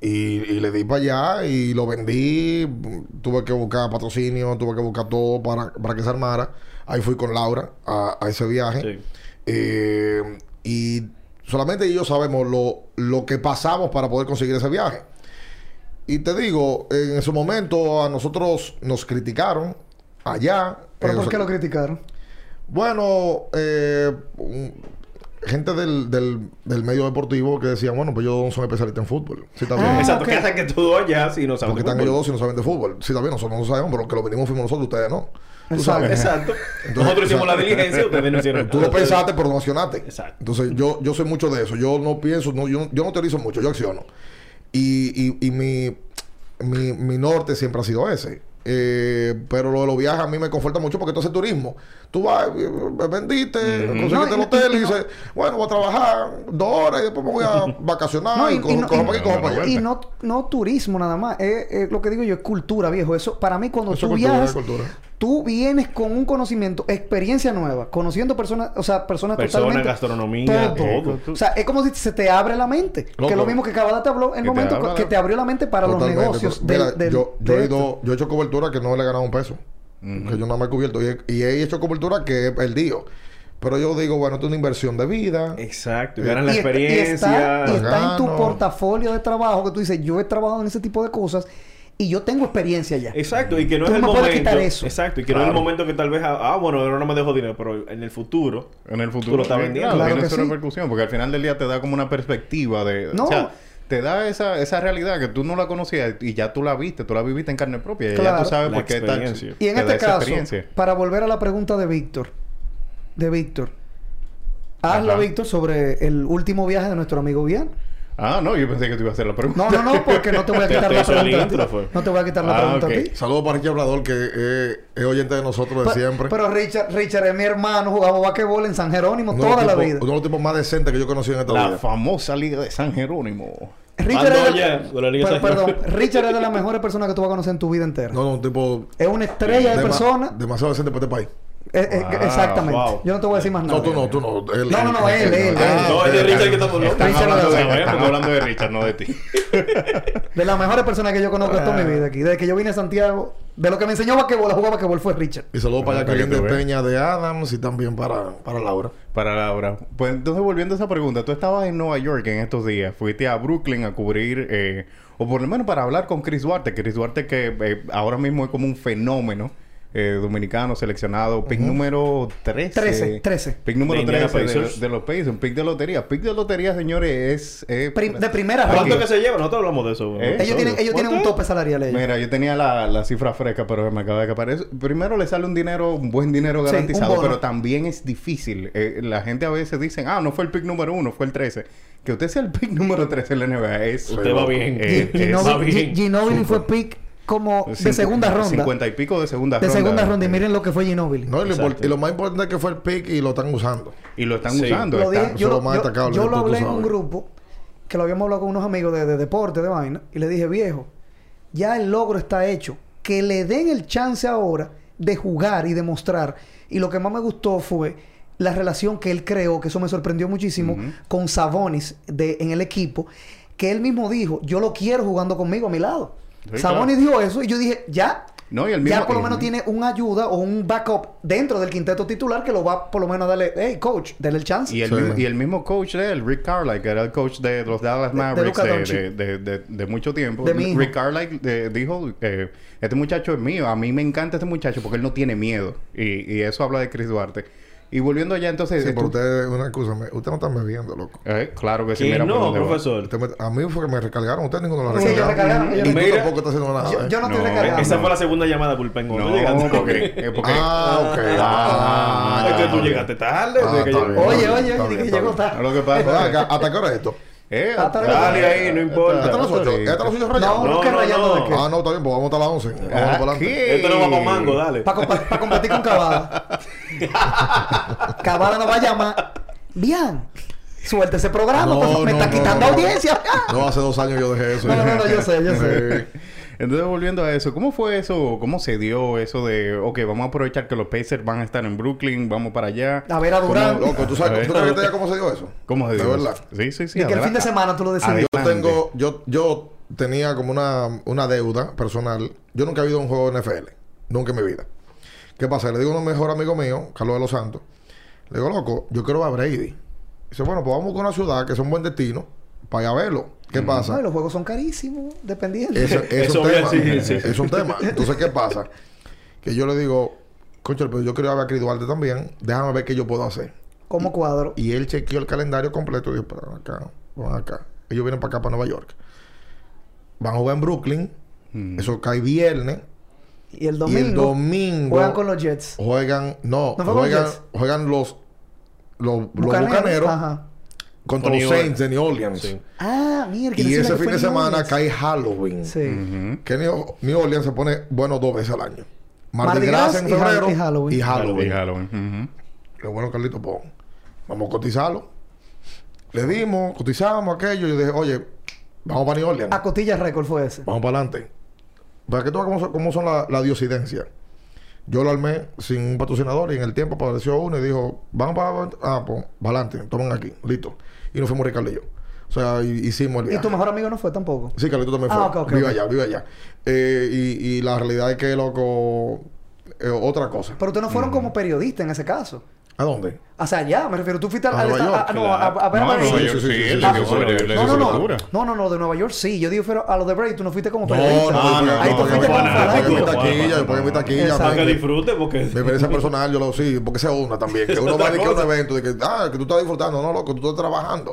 Y, y le di para allá y lo vendí. mm, Tuve que buscar patrocinio, tuve que buscar todo para, para que se armara. Ahí fui con Laura a, a ese viaje.
Sí.
Eh, y solamente ellos sabemos lo, lo que pasamos para poder conseguir ese viaje. Y te digo, en su momento a nosotros nos criticaron allá.
¿Pero
eh,
por
o
qué
sea,
lo criticaron?
Bueno, eh, un- gente del, del, del medio deportivo que decían, bueno, pues yo no soy especialista en fútbol. Sí, también.
Ah,
Exacto,
ok.
que hasta que tú oyes si no sabes.
Porque
de
están
fútbol.
ellos dos y no saben de fútbol. Sí, también nosotros no sabemos, pero que lo venimos fuimos nosotros, ustedes no. Tú
Exacto.
sabes.
Exacto. Nosotros hicimos la diligencia, ustedes no hicieron.
Tú lo pensaste, pero no accionaste.
Exacto.
Entonces, yo, yo soy mucho de eso. Yo no pienso, no, yo, no- yo no teorizo mucho, yo acciono. Y, y- y mi, mi, mi norte siempre ha sido ese. Eh, pero lo de los viajes a mí me conforta mucho porque entonces turismo. Tú vas, eh, vendiste, conseguiste
No, y-
el hotel y,
y no-
dices, bueno, voy a trabajar dos horas y después me voy a vacacionar
No,
y,
y- y
cojo,
no-
cojo
y-
para aquí, cojo para allá.
Y no, no turismo nada más. Es, es lo que digo yo, es cultura, viejo. Eso, para mí, cuando
Eso
tú
es cultura,
viajas,
es cultura.
tú vienes con un conocimiento, experiencia nueva, conociendo personas, o sea, personas,
Personas,
totalmente...
gastronomía,
todo.
todo.
O sea, es como si se te abre la mente. Que es lo
Loco.
mismo que Cabada te habló en el
te
momento
abra la-
que te abrió la mente para
Totalmente,
los negocios
pero- mira,
del- del-
yo, yo
de
he
esto.
ido- yo he hecho cobertura que no le he ganado un peso. Que yo nada más he cubierto. Y he, y he hecho cobertura que he perdido. Pero yo digo, bueno, esto es una inversión de vida.
Exacto, y
Eh,
ganan la
y está- y
experiencia.
Está, y está en tu
Gano.
portafolio de trabajo que tú dices, yo he trabajado en ese tipo de cosas y yo tengo experiencia ya.
Exacto, y que no
Tú
es el
no me puedes
momento.
quitar eso.
Exacto, y que no es el
Claro.
momento que tal vez, ah, ah, bueno, ahora no me dejo dinero, pero en el futuro.
En el futuro.
Tú lo estás
sí,
vendiendo.
Claro,
Claro
tiene
que
su
sí.
repercusión, porque al final del día te da como una perspectiva de...
No.
O sea, te da esa, esa realidad que tú no la conocías y ya tú la viste, tú la viviste en carne propia. Y ya
Claro.
tú sabes
La
por qué tal.
experiencia.
Y en
te da
este
esa
caso,
experiencia.
para volver a la pregunta de Víctor, de Víctor, hazla,
Ajá.
Víctor, sobre el último viaje de nuestro amigo Bian.
Ah, no, yo pensé que te iba a hacer la pregunta.
No, no, no, porque no te voy a
Te-
quitar
te
la
hizo el
pregunta. a ti.
intro, fue.
No te voy a quitar la
Ah,
pregunta a
ok.
ti.
Saludos para Ricky Hablador, que eh, es oyente de nosotros de
Pero-
siempre.
Pero Richard, Richard es mi hermano, jugamos basquetbol en San Jerónimo
uno de los
toda la
tipos-
vida.
Uno de los tipos más decentes que yo he conocido en esta
La
vida.
famosa liga de San Jerónimo.
Richard,
Ando
es de,
Ah, ya, con la Liga
per-
San
perdón,
Jerónimo.
Richard es de las mejores personas que tú vas a conocer en tu vida entera.
No, no, un tipo.
Es una estrella de
dema-
persona.
Demasiado decente para este país.
Eh, eh,
Ah, Wow,
exactamente.
wow.
Yo no te voy a decir más nada.
No, tú no, tú no. Él,
No, no, no, él, él,
Ah,
él.
no, es de
ok,
Richard
ok.
que estamos
Están
hablando.
Richard
hablando, de,
lo sabemos.
están hablando de Richard, no de ti.
De las mejores personas que yo conozco en toda mi vida aquí. Desde que yo vine a Santiago, de lo que me enseñó basquetbol, a jugar basquetbol fue Richard.
Y saludos para
Para que
Jacqueline
te
de
vea.
Peña de Adams y también para, para Laura.
Para Laura. Pues entonces, volviendo a esa pregunta, tú estabas en Nueva York en estos días, fuiste a Brooklyn a cubrir, eh, o por lo menos para hablar con Chris Duarte, Chris Duarte que eh, ahora mismo es como un fenómeno eh, dominicano seleccionado, pick número 13.
13, 13.
Pick número
De Indiana
13 de,
Pacers.
de los Pacers, pick de lotería. Pick de lotería, señores, es... eh,
Pri- de primera
¿Cuánto
ronda.
que se lleva? Nosotros hablamos de eso.
Eh,
Ellos tienen, ellos tienen un
¿Cuánto?
tope salarial ellos.
Mira, yo tenía la, la cifra fresca, pero me acaba de escapar. Es- primero le sale un dinero, un buen dinero
Sí,
garantizado,
un bono.
pero también es difícil. Eh, la gente a veces dicen, ah, no fue el pick número uno, fue el 13. Que usted sea el pick número 13 en la NBA es...
Usted va bien.
Eh,
Gi- Ginobi-
es-
va bien.
Gi- Ginobili fue pick como de
cincu-
segunda ronda.
50 y pico de segunda
de
ronda.
segunda ronda. Y miren lo que fue Ginobili.
No, y, lo
Exacto.
import- y lo más importante es que fue el pick y lo están usando.
Y lo están
Sí.
usando.
Lo
está-
dije- yo
eso
lo,
es lo más
yo-
destacable
yo
que
lo
tú- tú
hablé en un
sabes.
grupo que lo habíamos hablado con unos amigos de, de deporte, de vaina, y le dije, viejo, ya el logro está hecho. Que le den el chance ahora de jugar y demostrar. Y lo que más me gustó fue la relación que él creó, que eso me sorprendió muchísimo, con Sabonis de, en el equipo, que él mismo dijo, yo lo quiero jugando conmigo a mi lado.
Sí,
Sabonis dijo eso y yo dije, ya.
No, y el mismo-
ya por lo menos
Ujú.
tiene una ayuda o un backup dentro del quinteto titular que lo va por lo menos a darle, hey coach, dale el chance.
Y el,
Sí.
mi- y el mismo coach de él, Rick Carlisle, que era el coach de los Dallas
de
Mavericks
Luka
de,
Doncic.
de- de- de- de mucho tiempo.
De mi hijo.
Rick Carlisle eh, dijo, eh, este muchacho es mío, a mí me encanta este muchacho porque él no tiene miedo. Y, y eso habla de Chris Duarte. Y volviendo allá entonces...
Sí,
eh,
pero
tú-
usted, una excusa, me- usted no está bebiendo, loco.
eh, claro que sí,
Que
mira por
no,
dónde va.
profesor.
Usted me- a mí fue que me recargaron, usted ninguno lo
Sí,
recargaron.
yo recargaron, yo
Y tú
recargaron.
tampoco estás haciendo nada. ¿eh?
Yo, yo no,
No,
estoy recargando.
Esa fue la segunda llamada, Pulpen. cuando llegaste.
No, porque... eh, porque-
Ah, ok.
Ah,
Ah,
Es que tú
ya.
llegaste tarde.
Ah,
desde que
está
yo-
bien.
Oye, oye,
Está
oye,
bien,
que
está
llegó
bien.
tarde.
Lo que
Pero
pasa
acá, ¿Hasta qué hora es esto?
Eh,
Hasta
dale
luego.
ahí, no importa.
Hasta las 8.
Ahorita.
Hasta las 8
No,
rayado.
no,
No,
que
no,
rayando
no.
de qué.
Ah, no, está bien, pues vamos hasta las 11. Vamos para adelante.
Aquí.
Esto no va con mango, dale.
Para competir con Cavada. Cavada no va a llamar. Bien. Suelta ese programa,
No,
por favor, Ah, me
no,
está
no,
quitando
no.
audiencia. Ah,
No, hace dos años yo dejé eso.
No, no, no, yo sé, yo sé.
Sí.
Entonces, volviendo a eso, ¿cómo fue eso? ¿Cómo se dio eso de, ok, vamos a aprovechar que los Pacers van a estar en Brooklyn, vamos para allá?
A ver a Durán.
¿Cómo-
Pues Loco, ¿tú
A ver.
sabes, ¿tú sabes que te diga cómo se dio eso?
¿Cómo se dio?
De verdad.
Sí, sí, sí.
Y que el
adelante.
fin de semana tú lo decidiste.
Yo
Grande.
tengo, yo, yo tenía como una, una deuda personal. Yo nunca he habido un juego de NFL. Nunca en mi vida. ¿Qué pasa? Le digo a un mejor amigo mío, Carlos de los Santos. Le digo, loco, yo quiero ver a Brady. Dice, bueno, pues vamos con una ciudad que es un buen destino para ir a verlo. ¿Qué pasa?
Ay, los juegos son carísimos, dependiendo.
Eso, es
Eso
un
voy a
tema.
decir, sí.
Es un tema. Entonces, ¿qué pasa? Que yo le digo, concho, pero yo quiero ir a ver a Chris Duarte también. Déjame ver qué yo puedo hacer.
Como cuadro.
Y él chequeó el calendario completo y dijo, pero ven acá, van acá. Ellos vienen para acá, para Nueva York. Van a jugar en Brooklyn.
Mm.
Eso cae viernes.
Y el
Y el
domingo
domingo
juegan con los Jets.
juegan- no,
¿No fue con
juegan,
los Jets?
juegan los, los, los bucaneros
Ajá.
contra
Con New
los Saints de New Orleans.
Sí.
Ah, mira, que
Y
decirle
ese
que
fin
fue
de
en
semana
lunes.
cae Halloween.
Sí.
Ujú.
Que New, New Orleans se pone bueno dos veces al año. Mardi,
Mardi
Gras,
Gras
en
y Hall-
febrero
y Halloween.
y Halloween.
Y Halloween. ujú.
Lo bueno, Carlito, pues, vamos a cotizarlo. Le dimos, cotizamos aquello. Yo dije, oye, vamos para New Orleans.
A Cotilla Record fue ese.
Vamos para adelante. Para que tú veas cómo son, cómo son la- las diosidencias. Yo lo armé sin un patrocinador y en el tiempo apareció uno y dijo, vamos para ah, pues, para adelante, tomen aquí, listo. Y nos fuimos Ricardo y yo. O sea, hi- hicimos el
Y
viaje.
tu mejor amigo no fue tampoco.
Sí, Carlito también fue.
Ah, ok, ok,
vive
ok.
allá, vive allá. Eh, y, y la realidad es que, loco, eh, otra cosa.
Pero ustedes no
Mm.
fueron como periodistas en ese caso.
¿A dónde?
O sea, ya, me refiero, tú fuiste al...
A
al
Nueva
esta-
York,
a- no, a, a ver a
No,
Brady.
Nueva
sí,
York, sí,
sí, sí,
él
sí,
le
sí,
dio
sí,
su-
sí,
le
sí,
dio
sí,
su
No, no, no.
locura.
No, no, no, de Nueva York sí. Yo digo, pero a lo de Brady tú no fuiste como
No,
periodista.
no, no.
Ahí tú
no,
fuiste
yo
como
pagué- yo pagué mi
fanático.
taquilla, yo pagué mi taquilla.
Exacto.
Para
pagué
que
mi-
disfrute porque...
Mi experiencia personal, yo lo sí, porque se una también. Que
Es
uno va
otra
de que a un
cosa.
evento, de que, ah, que tú estás disfrutando, no, loco, tú estás trabajando.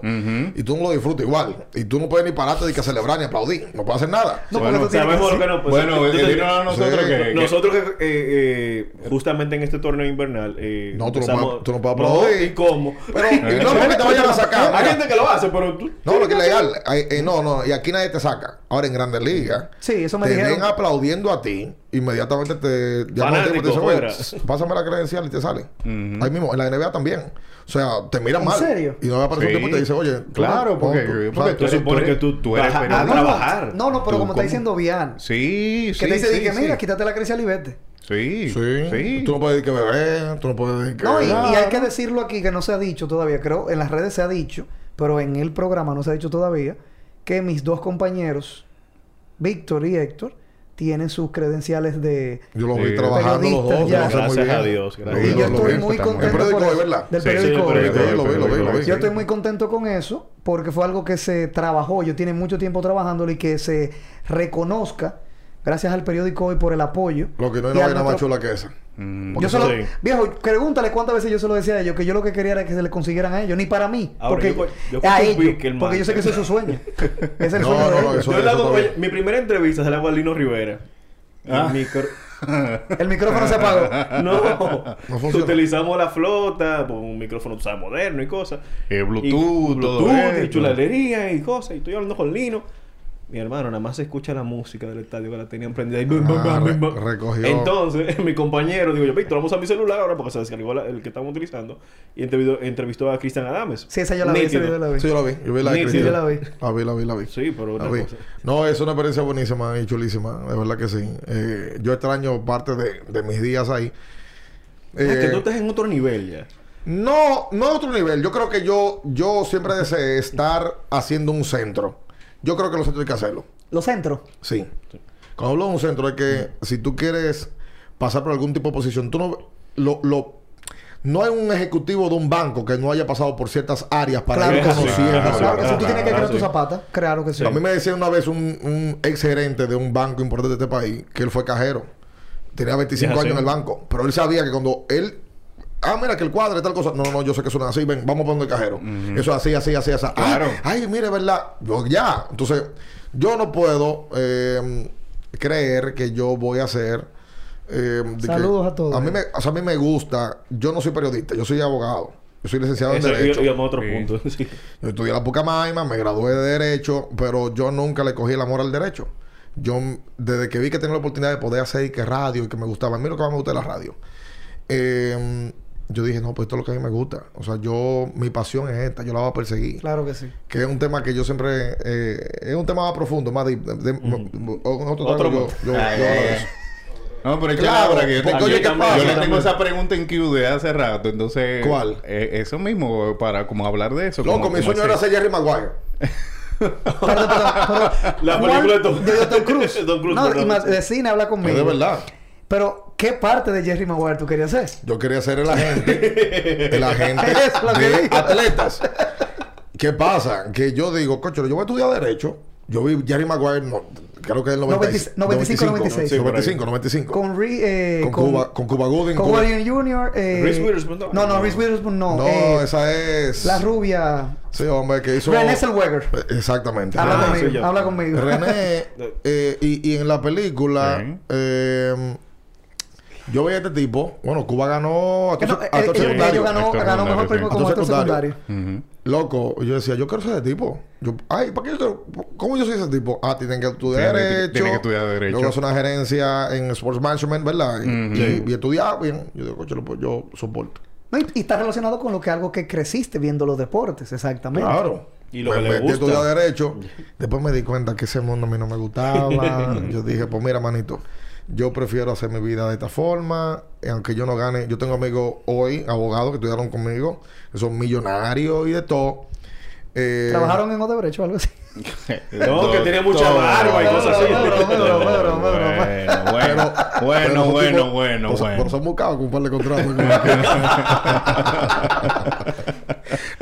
Y tú no lo disfrutas igual. Y tú no puedes ni pararte de que celebrar ni aplaudir. No puedes hacer nada.
No,
Bueno,
porque tú tienes
Sabemos
que
lo que no... pues,
Bueno,
tú-
eh,
tú-
dinos a nosotros
Sí.
que... que-
Nosotros que eh, eh, justamente en este torneo invernal eh,
No, tú no
empezamos-
puedes- tú no puedes
No,
aplaudir.
¿Y cómo?
Pero, y no porque te vayan a sacar.
Hay
mira.
gente que lo hace, pero tú...
No, lo que es legal. Ay, eh, no, no, y aquí nadie te saca. Ahora en Grandes Ligas.
Sí, eso me
te
dijeron.
ven aplaudiendo a ti, inmediatamente te llaman
Fanático,
te dicen, "Oye,
fuera".
s- pásame la credencial y te sale. Ahí mismo, en la NBA también. O sea, te miran
¿En
mal.
serio?
Y no va a aparecer
Sí.
un tipo y te dice, oye, tú
Claro,
no-
porque-
tú-
porque
¿sabes?
tú
Se
eres-
supone
tú
que
eres-
tú,
tú eres
vas a-
periodista.
a trabajar.
Ah, No, no, pero
Tú,
como está
¿cómo?
diciendo Bian,
Sí, sí,
que te dice,
sí,
di que
sí.
mira, quítate la credencial y vete.
Sí,
Sí.
sí.
Tú no puedes decir que bebé, tú no puedes decir que.
No, y, y
Claro.
hay que decirlo aquí, que no se ha dicho todavía, creo, en las redes se ha dicho, pero en el programa no se ha dicho todavía, que mis dos compañeros, Víctor y Héctor, tienen sus credenciales de...
Yo los
Sí.
vi trabajando los
Periodistas,
dos,
ya.
lo hacen muy
Gracias
bien.
a Dios, gracias.
Lo vi,
Y yo
lo
estoy muy
vi.
está muy
El
contento
periódico,
por
de
eso.
¿verdad?
Del
Sí, sí,
periódico.
del
Oro.
periódico.
Lo vi, lo vi, lo vi.
Yo estoy muy contento con eso porque fue algo que se trabajó, yo tiene mucho tiempo trabajándolo y que se reconozca gracias al periódico hoy por el apoyo.
Lo que no hay
Y
una
a
vaina más
nuestro-
chula que esa.
Mm,
Yo
Sí.
solo, viejo, pregúntale cuántas veces yo se lo decía a ellos que yo lo que quería era que se le consiguieran a ellos, ni para mí,
Ahora,
porque
yo co- yo
a
cojo un
ellos,
pique, el
porque yo sé que ese es su sueño. es el
No,
sueño de
no,
ellos.
eso-
Yo le hago-
también.
oye, mi primera entrevista se la hago a Lino Rivera.
Ah.
El micro-
El micrófono se apagó.
No,
No funciona.
utilizamos la flota, pues, un micrófono tú sabes, moderno y cosas.
Eh, Bluetooth,
Y
todo
Bluetooth y
eso.
chuladería y cosas. Y estoy hablando con Lino. Mi hermano, nada más se escucha la música del estadio que la tenían prendida. Y bum, bum,
Ah,
bum, bum,
re-
bum.
recogió.
Entonces, mi compañero, digo yo, Víctor, vamos a mi celular ahora porque se descargó la- el que estamos utilizando. Y entrevistó, entrevistó a Cristian Adames.
Sí, esa yo la vi, esa
Nítido.
yo la vi.
Sí, yo la vi. Yo vi la de
Sí,
Cristina.
yo la vi.
La vi, la vi, la vi.
Sí, pero
La
otra
vi.
cosa.
No, es una experiencia buenísima y chulísima. De verdad que sí. Eh, yo extraño parte de, de mis días ahí.
Ah, que
Eh,
tú estás en otro nivel ya.
No, no a otro nivel. Yo creo que yo, yo siempre deseé estar haciendo un centro. Yo creo que los centros hay que hacerlo.
Los centros.
Sí. Cuando hablo de un centro es que si tú quieres pasar por algún tipo de posición, tú no lo, lo- no hay un ejecutivo de un banco que no haya pasado por ciertas áreas para
Claro
ir
que sí.
conociendo.
Ah,
Claro que sí,
ah,
tú tienes que
ah,
crear tu
sí.
zapata, claro que sí.
A mí me decía una vez un, un ex gerente de un banco importante de este país que él fue cajero. Tenía 25
Ya,
años
sí.
en el banco. Pero él sabía que cuando él. Ah, mira que el cuadro y tal cosa. No, no, yo sé que suena así. Ven, vamos a poner el cajero. Eso es así, así, así, así. Ah,
Claro.
ay, mire, ¿verdad? Yo, ya. Entonces, yo no puedo eh, creer que yo voy a ser. eh, de que-
Saludos a todos.
A mí, me, o sea, a mí me gusta. Yo no soy periodista, yo soy abogado. Yo soy licenciado
Eso
en Derecho.
yo, yo me otro
Sí.
punto. sí.
Yo estudié la Pucamaima, me gradué de Derecho, pero yo nunca le cogí el amor al Derecho. Yo, m- desde que vi que tenía la oportunidad de poder hacer y que radio y que me gustaba, a mí lo que más me gusta es la radio. Eh, yo dije, no, pues esto es lo que a mí me gusta. O sea, yo, mi pasión es esta, yo la voy a perseguir.
Claro que sí.
Que es un tema que yo siempre. eh, es un tema más profundo, más deep. de- de- o- en otro
Otro
tango
mo-
yo, yo- yo hablo de eso.
No, pero es que
Claro,
la hora que yo,
porque
tengo-
oye, ¿qué
yo
pasa?
le tengo
También.
esa pregunta en queue de hace rato, entonces...
¿Cuál?
eh, eso mismo, para como hablar de eso.
Loco,
como-
mi
como
sueño era
ese-
ser Jerry Maguire.
La
¿Cuál?
película de Tom,
De Tom Cruise.
Tom Cruise,
no,
perdón.
y más de cine habla
Es
conmigo.
de verdad.
Pero, ¿qué parte de Jerry Maguire tú querías ser?
Yo quería ser el agente. el agente
Es lo que
de
digo.
atletas. ¿Qué pasa? Que yo digo, cocho, yo voy a estudiar Derecho. Yo vi Jerry Maguire, no, creo que es el 96,
95, 96.
95, 95, 95.
Con, Re- eh,
Con Cuba- con Cuba Gooding,
Con
Cuba-
Warren Jr. Eh,
Reese Witherspoon,
No,
no.
no, Reese Witherspoon no.
No,
eh,
esa es...
La rubia.
Sí, hombre, que hizo...
Renée Zellweger.
Eh, Exactamente.
Habla
Ah,
conmigo.
soy yo.
Habla conmigo.
René, eh, y, y en la película,
Sí.
eh, yo veía a este tipo. Bueno, Cuba ganó a
Que
tu,
no,
a
eh,
tu
eh,
secundario.
ellos ganó,
Actor
ganó
secundario,
mejor premio
sí.
como
Actor
actor secundario.
secundario.
Ujú.
Loco, yo decía, yo quiero ser ese tipo. Yo, ay, ¿para qué yo quiero? ¿Cómo yo soy ese tipo? Ah, tienen que estudiar
Tienen que-
derecho.
tienen que estudiar derecho.
Luego hacer una gerencia en sports management, ¿verdad? Y- y, y estudiar bien. Yo digo, coche, pues yo soporto.
No, y, y está relacionado con lo que algo que creciste viendo los deportes, exactamente.
Claro.
Y lo
Me-
que le
me- yo
gusta.
estudié derecho. Después me di cuenta que ese mundo a mí no me gustaba. yo dije, pues mira, manito, yo prefiero hacer mi vida de esta forma. Y aunque yo no gane, yo tengo amigos hoy, abogados que estudiaron conmigo, que son millonarios y de todo. Eh,
Trabajaron en Odebrecht o algo así.
No, que tenía mucha
Doctor.
barba y cosas así.
Bueno, bueno,
Bueno, bueno,
pero
bueno, bueno, bueno,
son tipos- pero son-
bueno.
Pero son buscados con un par de contratos.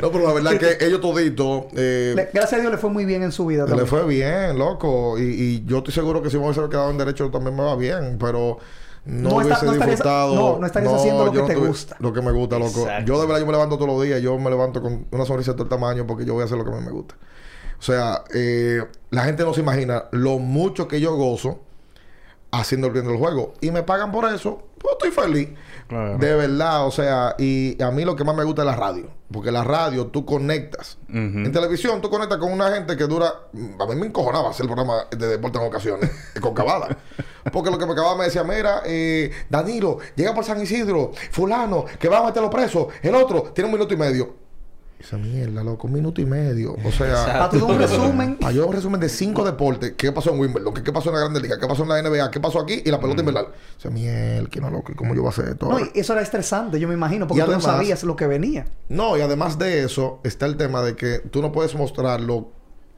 no, pero la verdad que ellos toditos. eh,
Le- gracias a Dios le fue muy bien en su vida
Le
también.
fue bien, loco. Y, y yo estoy seguro que si me hubiese quedado en derecho también me va bien, pero no,
No está-
hubiese
no estarías-
disfrutado.
no, no estarías haciendo lo
yo
que te
tuve-
gusta.
Lo que me gusta, loco.
Exacto.
Yo de verdad yo me levanto todos los días, yo me levanto con una sonrisa de todo el tamaño porque yo voy a hacer lo que a mí me gusta. O sea, eh, la gente no se imagina lo mucho que yo gozo haciendo el bien del juego. Y me pagan por eso, pues estoy feliz.
Claro.
De verdad, o sea, y a mí lo que más me gusta es la radio. Porque la radio tú conectas.
Ujú.
En televisión tú conectas con una gente que dura. A mí me encojonaba hacer el programa de deporte en ocasiones, eh, con Cavada. Porque lo que me acababa me decía, mira, eh, Danilo, llega por San Isidro, Fulano, que va a meterlo preso. El otro tiene un minuto y medio. Esa mierda, loco, un minuto y medio. O sea,
Para tú dar un resumen.
Ah, yo hago un resumen de cinco deportes. ¿Qué pasó en Wimbledon? ¿Qué, qué pasó en la Grande Liga? ¿Qué pasó en la NBA? ¿Qué pasó aquí? Y la pelota invernal. O sea, miel, que no loco. ¿y ¿Cómo yo voy a hacer esto?
Mm. No,
ahora?
y eso era estresante, yo me imagino, porque
Y
tú no
además-
sabías lo que venía.
No, y además de eso, está el tema de que tú no puedes mostrar lo,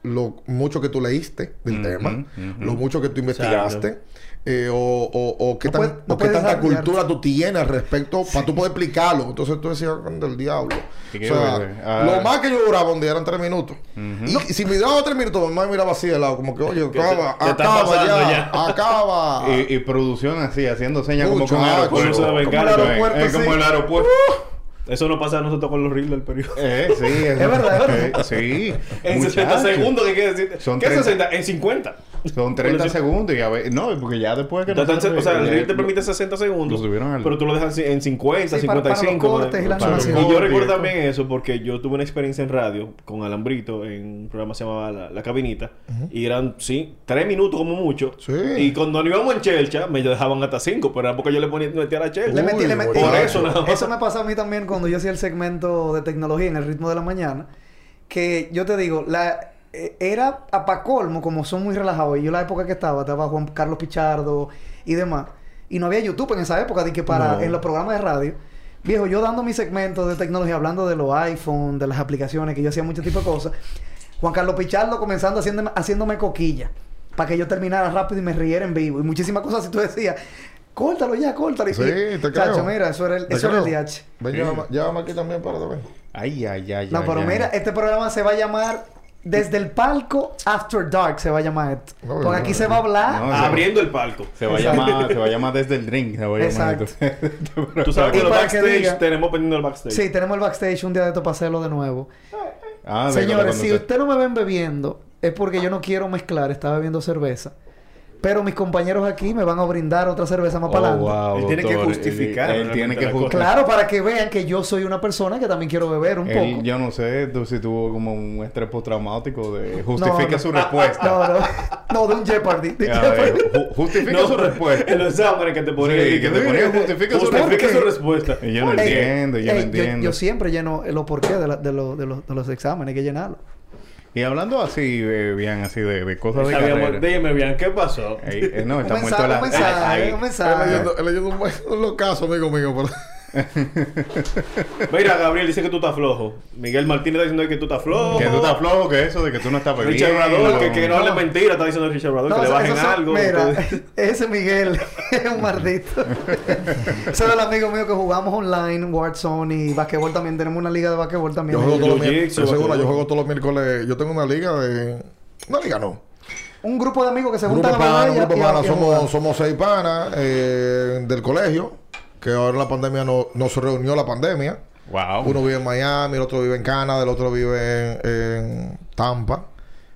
lo mucho que tú leíste del tema, lo mucho que tú investigaste, eh, o, o, o qué,
No
tan-
puedes- no
o qué
puedes
tanta
desarrollar.
cultura tú tienes al respecto para tú poder explicarlo. Entonces tú decías, "Anda, el diablo.
¿Y
O
qué
sea,
huele? Ah.
lo más que yo duraba un día eran tres minutos. Y si me daba tres minutos, mi mamá me miraba así de lado, como que, oye,
te-
acaba,
te está
acaba
pasando
ya,
ya".
acaba.
Y, y producción así, haciendo señas como
Mucho,
con
ah,
aeropuerto.
como se la venganza.
Como el
aeropuerto,
Eh, como
sí.
el aeropuerto.
Uh. Eso no pasa a nosotros con los reels del periodo.
Eh, sí, es,
verdad, es verdad.
eh, sí.
En 60
Muchacho.
segundos que quiere decir.
Son
¿Qué
30?
60? En 50.
Son 30
Bueno, sí.
segundos y a ver, no, porque ya después que
Ya están-
nosotros-
o sea, el
eh,
reel te
lo-
permite 60 segundos.
lo subieron al-
Pero tú lo dejas en 50,
Sí, para- para los
55.
cortes
¿no?
y la
Claro.
animación.
Y yo recuerdo
Cortes.
también eso porque yo tuve una experiencia en radio con Alambrito en un programa que se llamaba La, La Cabinita. Y eran, sí, 3 minutos como mucho.
Sí.
Y cuando nos íbamos en chelcha, me dejaban hasta 5. Pero era porque yo le ponía, metía la chelcha.
Le
Uy,
metí, le metí.
por eso nada más.
Eso me pasó a mí también cuando yo hacía el segmento de tecnología en el ritmo de la mañana. Que yo te digo, la, eh, era a pa' colmo, como son muy relajados. Y yo la época que estaba, estaba Juan Carlos Pichardo y demás. Y no había YouTube en esa época, de que para
No.
en los programas de radio. Viejo, yo dando mi segmento de tecnología, hablando de los iPhone, de las aplicaciones, que yo hacía mucho tipo de cosas. Juan Carlos Pichardo comenzando haciéndome, haciéndome coquilla para que yo terminara rápido y me riera en vivo. Y muchísimas cosas. Y tú decías, córtalo ya, córtalo. Y-
Sí,
y-
te creo.
Chacho, mira, eso era el,
Te
eso era el
creo.
DH.
Ven,
Sí.
llévame, llévame aquí también, espérate, ven.
Ay, ay, ay.
No,
ay,
pero
ay.
mira, este programa se va a llamar Desde el Palco After Dark, se va a llamar esto.
No,
Porque
no,
aquí
no.
se va a hablar.
No,
Abriendo el palco.
Se va, a
Exacto.
llamar, se va a llamar desde el drink. Se va a llamar
Exacto.
entonces.
Tú sabes que
Y
los
para que
backstage
diga-
tenemos pendiente el backstage.
Sí, tenemos el backstage un día de esto para hacerlo de nuevo.
Ah, de cuando-
Señores,
cuando
si
se-
usted no me ven bebiendo, es porque yo no quiero mezclar, estaba bebiendo cerveza. Pero mis compañeros aquí me van a brindar otra cerveza más
Oh,
para adelante.
wow,
Él tiene que
doctor. Él-
justificar
Él,
realmente
tiene que
la cosa.
justificar.
Claro, para que vean que yo soy una persona que también quiero beber un
Él,
poco.
yo no sé tú, si tuvo como un estrés postraumático de justifique su respuesta.
No, no. No, de un Jeopardy. De
A ver,
Jeopardy.
ju- justifique su respuesta.
En los exámenes que te ponían.
Sí,
y
que te ponían, justifica su
Justifica
respuesta.
su respuesta.
Y Yo no
Ey,
entiendo, yo no
ey,
entiendo.
Yo, siempre lleno los porqué de, la- de lo- de los, de los exámenes, hay que llenarlo.
Y hablando así, eh, bien, así de, de cosas de
Sabíamos-
carrera.
Dígame bien, ¿qué pasó?
Ey, eh, no,
Un
está muerto
mensaje,
la...
un mensaje,
Ay,
un
ay.
Él
mensaje.
leyendo- él leyendo un- los casos, amigo mío. pero-
Mira, Gabriel dice que tú estás flojo. Miguel Martínez está diciendo que tú estás flojo.
eh, Que tú estás flojo, que eso, de que tú no estás bebiendo.
Richard Obrador, que, que no hable
No.
mentira, está diciendo Richard Obrador, que le
eso-
bajen
eso son-
algo.
Mira,
que-
ese Miguel es un maldito. ese es el amigo mío que jugamos online, Warzone y basquetbol también. Tenemos una liga de basquetbol también.
Yo juego todos los miércoles.
Jiu-jitsu,
Seguro, yo
basquetbol.
juego todos los miércoles. Yo tengo una liga de. Una liga no.
Un grupo de amigos que se
Grupo
juntan a
pana,
beber y a-
grupo
y a-
pana.
y a jugar.
Somos, somos seis panas eh, del colegio. Que ahora la pandemia no, no se reunió la pandemia.
Ah,
Wow.
Uno vive en Miami, el otro vive en Canadá, el otro vive en, en Tampa.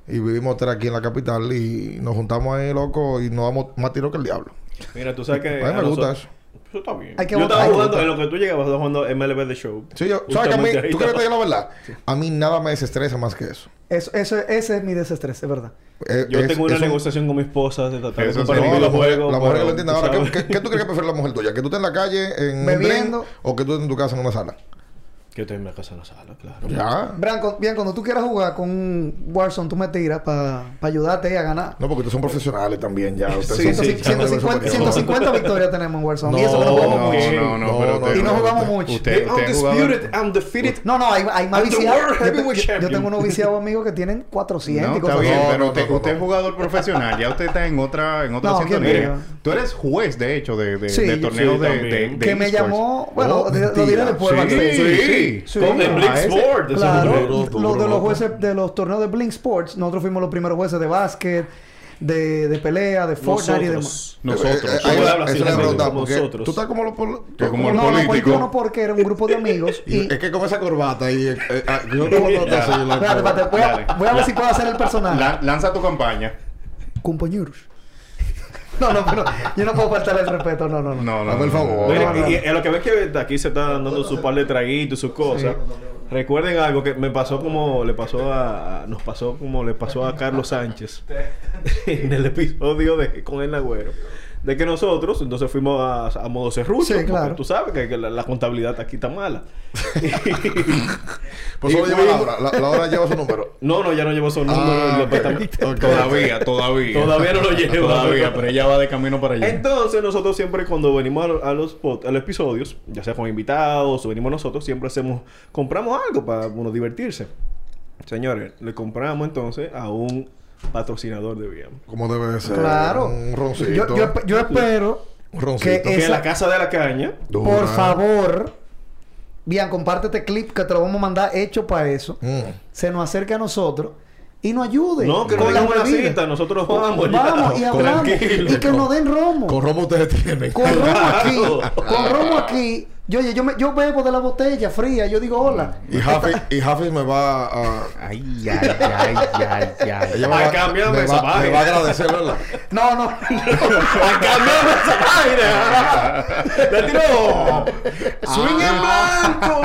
Y vivimos tres aquí en la capital y nos juntamos ahí, loco, y nos damos más tiro que el diablo.
Mira, tú sabes que.
a mí me gusta
nosotros-
eso.
Eso está bien.
Hay que
yo
votar.
estaba
Hay que
jugando,
votar.
en lo que tú llegabas, estaba jugando MLB The Show.
Sí, yo, ¿sabes que a mí,
Justamente ahí
tú crees que te
estaba.
digo la verdad? A mí nada me desestresa más que eso.
Eso, eso, ese es mi desestrés, es verdad.
Eh,
Yo
es-
tengo una
es un-
negociación con mi esposa de tratar de
Eso sí.
comprar
No,
No,
un
la mujer,
videojuego.
la mujer que
pero
lo entiende
tú
ahora. ¿Qué,
sabes
qué- qué tú crees que prefiere la mujer tuya? ¿Que tú estés en la calle en
Bebiendo.
un drink, o que tú estés en tu casa en una sala? Pues
Que estoy en la casa en la sala, claro.
Ya.
Bran, cu- bien, cuando tú quieras jugar con un Warzone, tú me tiras para ayudarte ahí a ganar.
No, porque ustedes son profesionales también ya. Ustedes
Sí,
son-
sí,
ya,
150,
no,
150 victorias tenemos en Warzone. y eso que no
No,
Oh,
jugamos
No,
mucho.
no, no,
No,
pero
no,
te-
y no jugamos mucho.
Usted,
You're
usted jugaba-
undisputed, undefeated.
No, no, hay, hay más
I'm the
viciados.
world
Yo, te-
heavyweight
yo- yo
champion.
tengo unos viciados amigos que tienen 400
No,
y
está
cosas
bien,
así.
No,
pero
no,
usted,
no,
usted
no.
es jugador profesional, ya usted está en otra, en otra
No, ¿quién
sintonía.
diga?
Tú eres juez, de hecho, de, de,
Sí,
de
sí,
torneos de,
también.
de- de
Que me
esports.
llamó, bueno,
Oh,
de- lo diré
mentira.
después.
Sí,
Marcel.
sí, sí.
Sí.
Con el Blink
Ah, ese-
Sport. eso es
Claro,
un-
duro, duro,
lo de los
loco.
jueces de los torneos de Blink Sports, nosotros fuimos los primeros jueces de básquet, de, de pelea, de Fortnite y demás.
Nosotros.
Eh, eh,
Nosotros.
ahí
Yo
va,
hablo así,
eso le
la
preguntaba,
verdad,
porque
nosotros.
Tú estás como los pol-
Que como
como
el
No,
los-
no,
político.
político no, porque era un grupo de amigos y...
Es que con esa corbata y... eh, eh, ah, yo como no te
Ya.
soy loco.
Espérate, espérate, voy a,
Dale.
voy a ver si puedo hacer el personaje.
Lan- Oh, lanza tu campaña.
Compañeros. No, no, pero yo no puedo faltar el respeto, no, no, no.
No, no.
Hazme el
no, no,
favor.
no,
Mira,
no.
y, y a lo que ves que de aquí se está dando su par de traguitos y sus cosas. Recuerden algo que me pasó como le pasó a nos pasó como le pasó a Carlos Sánchez en el episodio de con el Agüero. De que nosotros entonces fuimos a, a modo serrucho,
Sí, claro.
porque tú sabes que, que la, la contabilidad aquí está mala.
Por eso lo lleva Laura. La- Laura lleva su número.
no, no, ya no pues, llevo su número
Ah,
del
ok.
departamento.
Ok.
Pues, Todavía, todavía.
Todavía no lo lleva.
Todavía, pero ella va de camino para allá.
Entonces, nosotros siempre cuando venimos a lo- a los, pod- a los episodios, ya sea con invitados o venimos nosotros, siempre hacemos, compramos algo para uno divertirse. Señores, le compramos entonces a un patrocinador de Biam.
Como debe de ser.
Claro.
Un
Yo,
roncito.
yo esp- yo espero
un roncito.
que
Que es
Esa-
la casa de la caña.
Dura.
Por favor, bien, compártete clip que te lo vamos a mandar hecho para eso.
Mm.
Se nos acerque a nosotros y nos ayude.
No, que nos
con las
den una
bebidas.
cita, nosotros vamos, ya.
Vamos y hablamos.
Tranquilo.
Y que nos den romo.
Con Romo ustedes tienen.
Con romo aquí.
Claro.
Con romo aquí. Yo, oye, yo, me- yo bebo de la botella fría. Yo digo, hola.
Y Hafiz, y Hafiz me va a...
Ay, ay, ay, ay, ay.
ella
Ay,
me, va,
cámbiame
me,
esa
va, me
vaina.
va a agradecer, ¿verdad?
No, no.
¡La tiró! ¡Swing en
Ah,
blanco!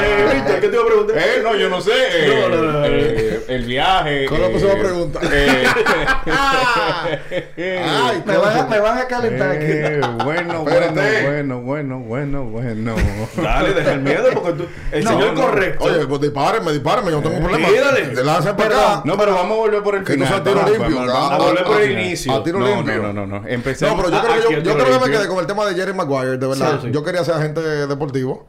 Eh, Víctor, ¿qué te iba a preguntar?
Eh, no, yo no sé. eh,
No, no, no, no.
eh, el viaje.
¿Cuál
eh,
es la próxima pregunta?
eh,
Ay,
Me van, a, me van a calentar aquí.
eh, bueno,
Espérate.
bueno, bueno, bueno, bueno, bueno.
Dale, deja el miedo porque tú... El
No,
señor
no.
correcto.
Oye, pues dispárenme, dispárenme, yo no tengo
Eh,
problema.
tírale.
Te lanzan para acá.
No, pero vamos a volver por el
Que no
final.
sea tiro
vamos,
limpio,
vamos,
ah,
vamos,
ah,
volver por
al
el
final.
inicio.
A tiro
no,
limpio.
No, no, no, no.
No,
Empecemos.
pero yo
Ah,
creo que,
aquí
yo,
el
yo
tiro
creo que me
limpio.
quedé con el tema de Jerry Maguire, de verdad.
Sí, sí.
Yo quería ser agente deportivo.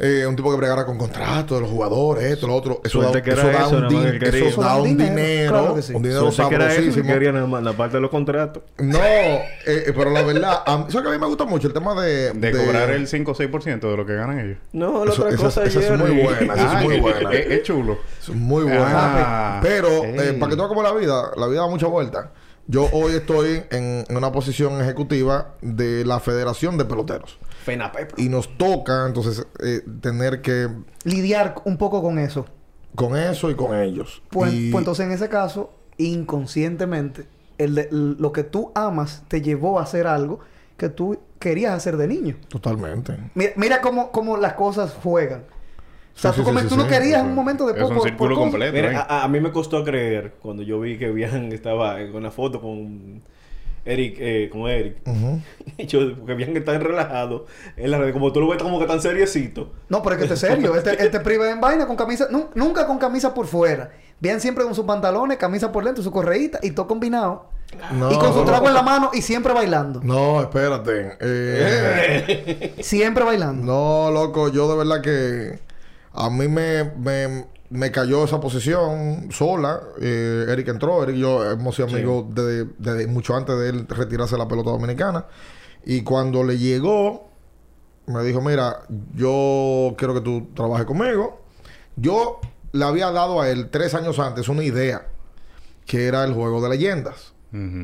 Eh, un tipo que bregara con contratos de los jugadores, esto, lo otro. Eso da,
Suerte que era
eso da
eso,
un,
nada más que
din-
él quería.
eso da un dinero.
claro que sí.
Un dinero
Suerte que era eso, que
sabrosísimo.
quería nada más la parte de los contratos.
No, eh, eh, pero la verdad, a mí- eso que a mí me gusta mucho, el tema de...
De cobrar el 5 o 6% de lo que ganan ellos.
No, la
Eso-
otra
esa-
cosa
esa es
Jerry.
muy buena, esa es
Ah,
muy
eh,
buena.
eh, Es chulo.
Es muy bueno.
Ah,
Pero,
ey.
eh, para que tú veas como la vida, la vida da mucha vuelta. Yo hoy estoy en, en una posición ejecutiva de la Federación de Peloteros. Y nos toca, entonces, eh, tener que...
Lidiar un poco con eso.
Con eso y con ellos.
Pues,
Y-
pues entonces en ese caso, inconscientemente, el de- lo que tú amas te llevó a hacer algo que tú querías hacer de niño.
Totalmente.
Mira, mira cómo, cómo las cosas juegan. O sea,
Sí,
tú,
sí,
come-
sí,
tú
sí,
lo
sí.
querías en un momento de
Es un círculo
cosas.
completo.
Mira,
Right.
a, a- a mí me costó creer cuando yo vi que Bian estaba en una foto con Eric, eh, con Eric.
Ujú.
Y yo, porque Bian está relajado en la red, como tú lo ves como que tan seriecito.
No, pero es que este es serio. Este, este prive en vaina con camisa. nun- nunca con camisa por fuera. Bien siempre con sus pantalones, camisa por dentro, su correíta y todo combinado.
No.
Y con su trago en la mano y siempre bailando.
No, espérate. Eh,
Siempre bailando.
no, loco, yo de verdad que a mí me, me, me cayó esa posición sola. Eh, Eric entró, Eric y yo hemos sido amigos desde, desde mucho antes de él retirarse de la pelota dominicana. Y cuando le llegó, me dijo, mira, yo quiero que tú trabajes conmigo. Yo le había dado a él tres años antes una idea, que era el juego de leyendas.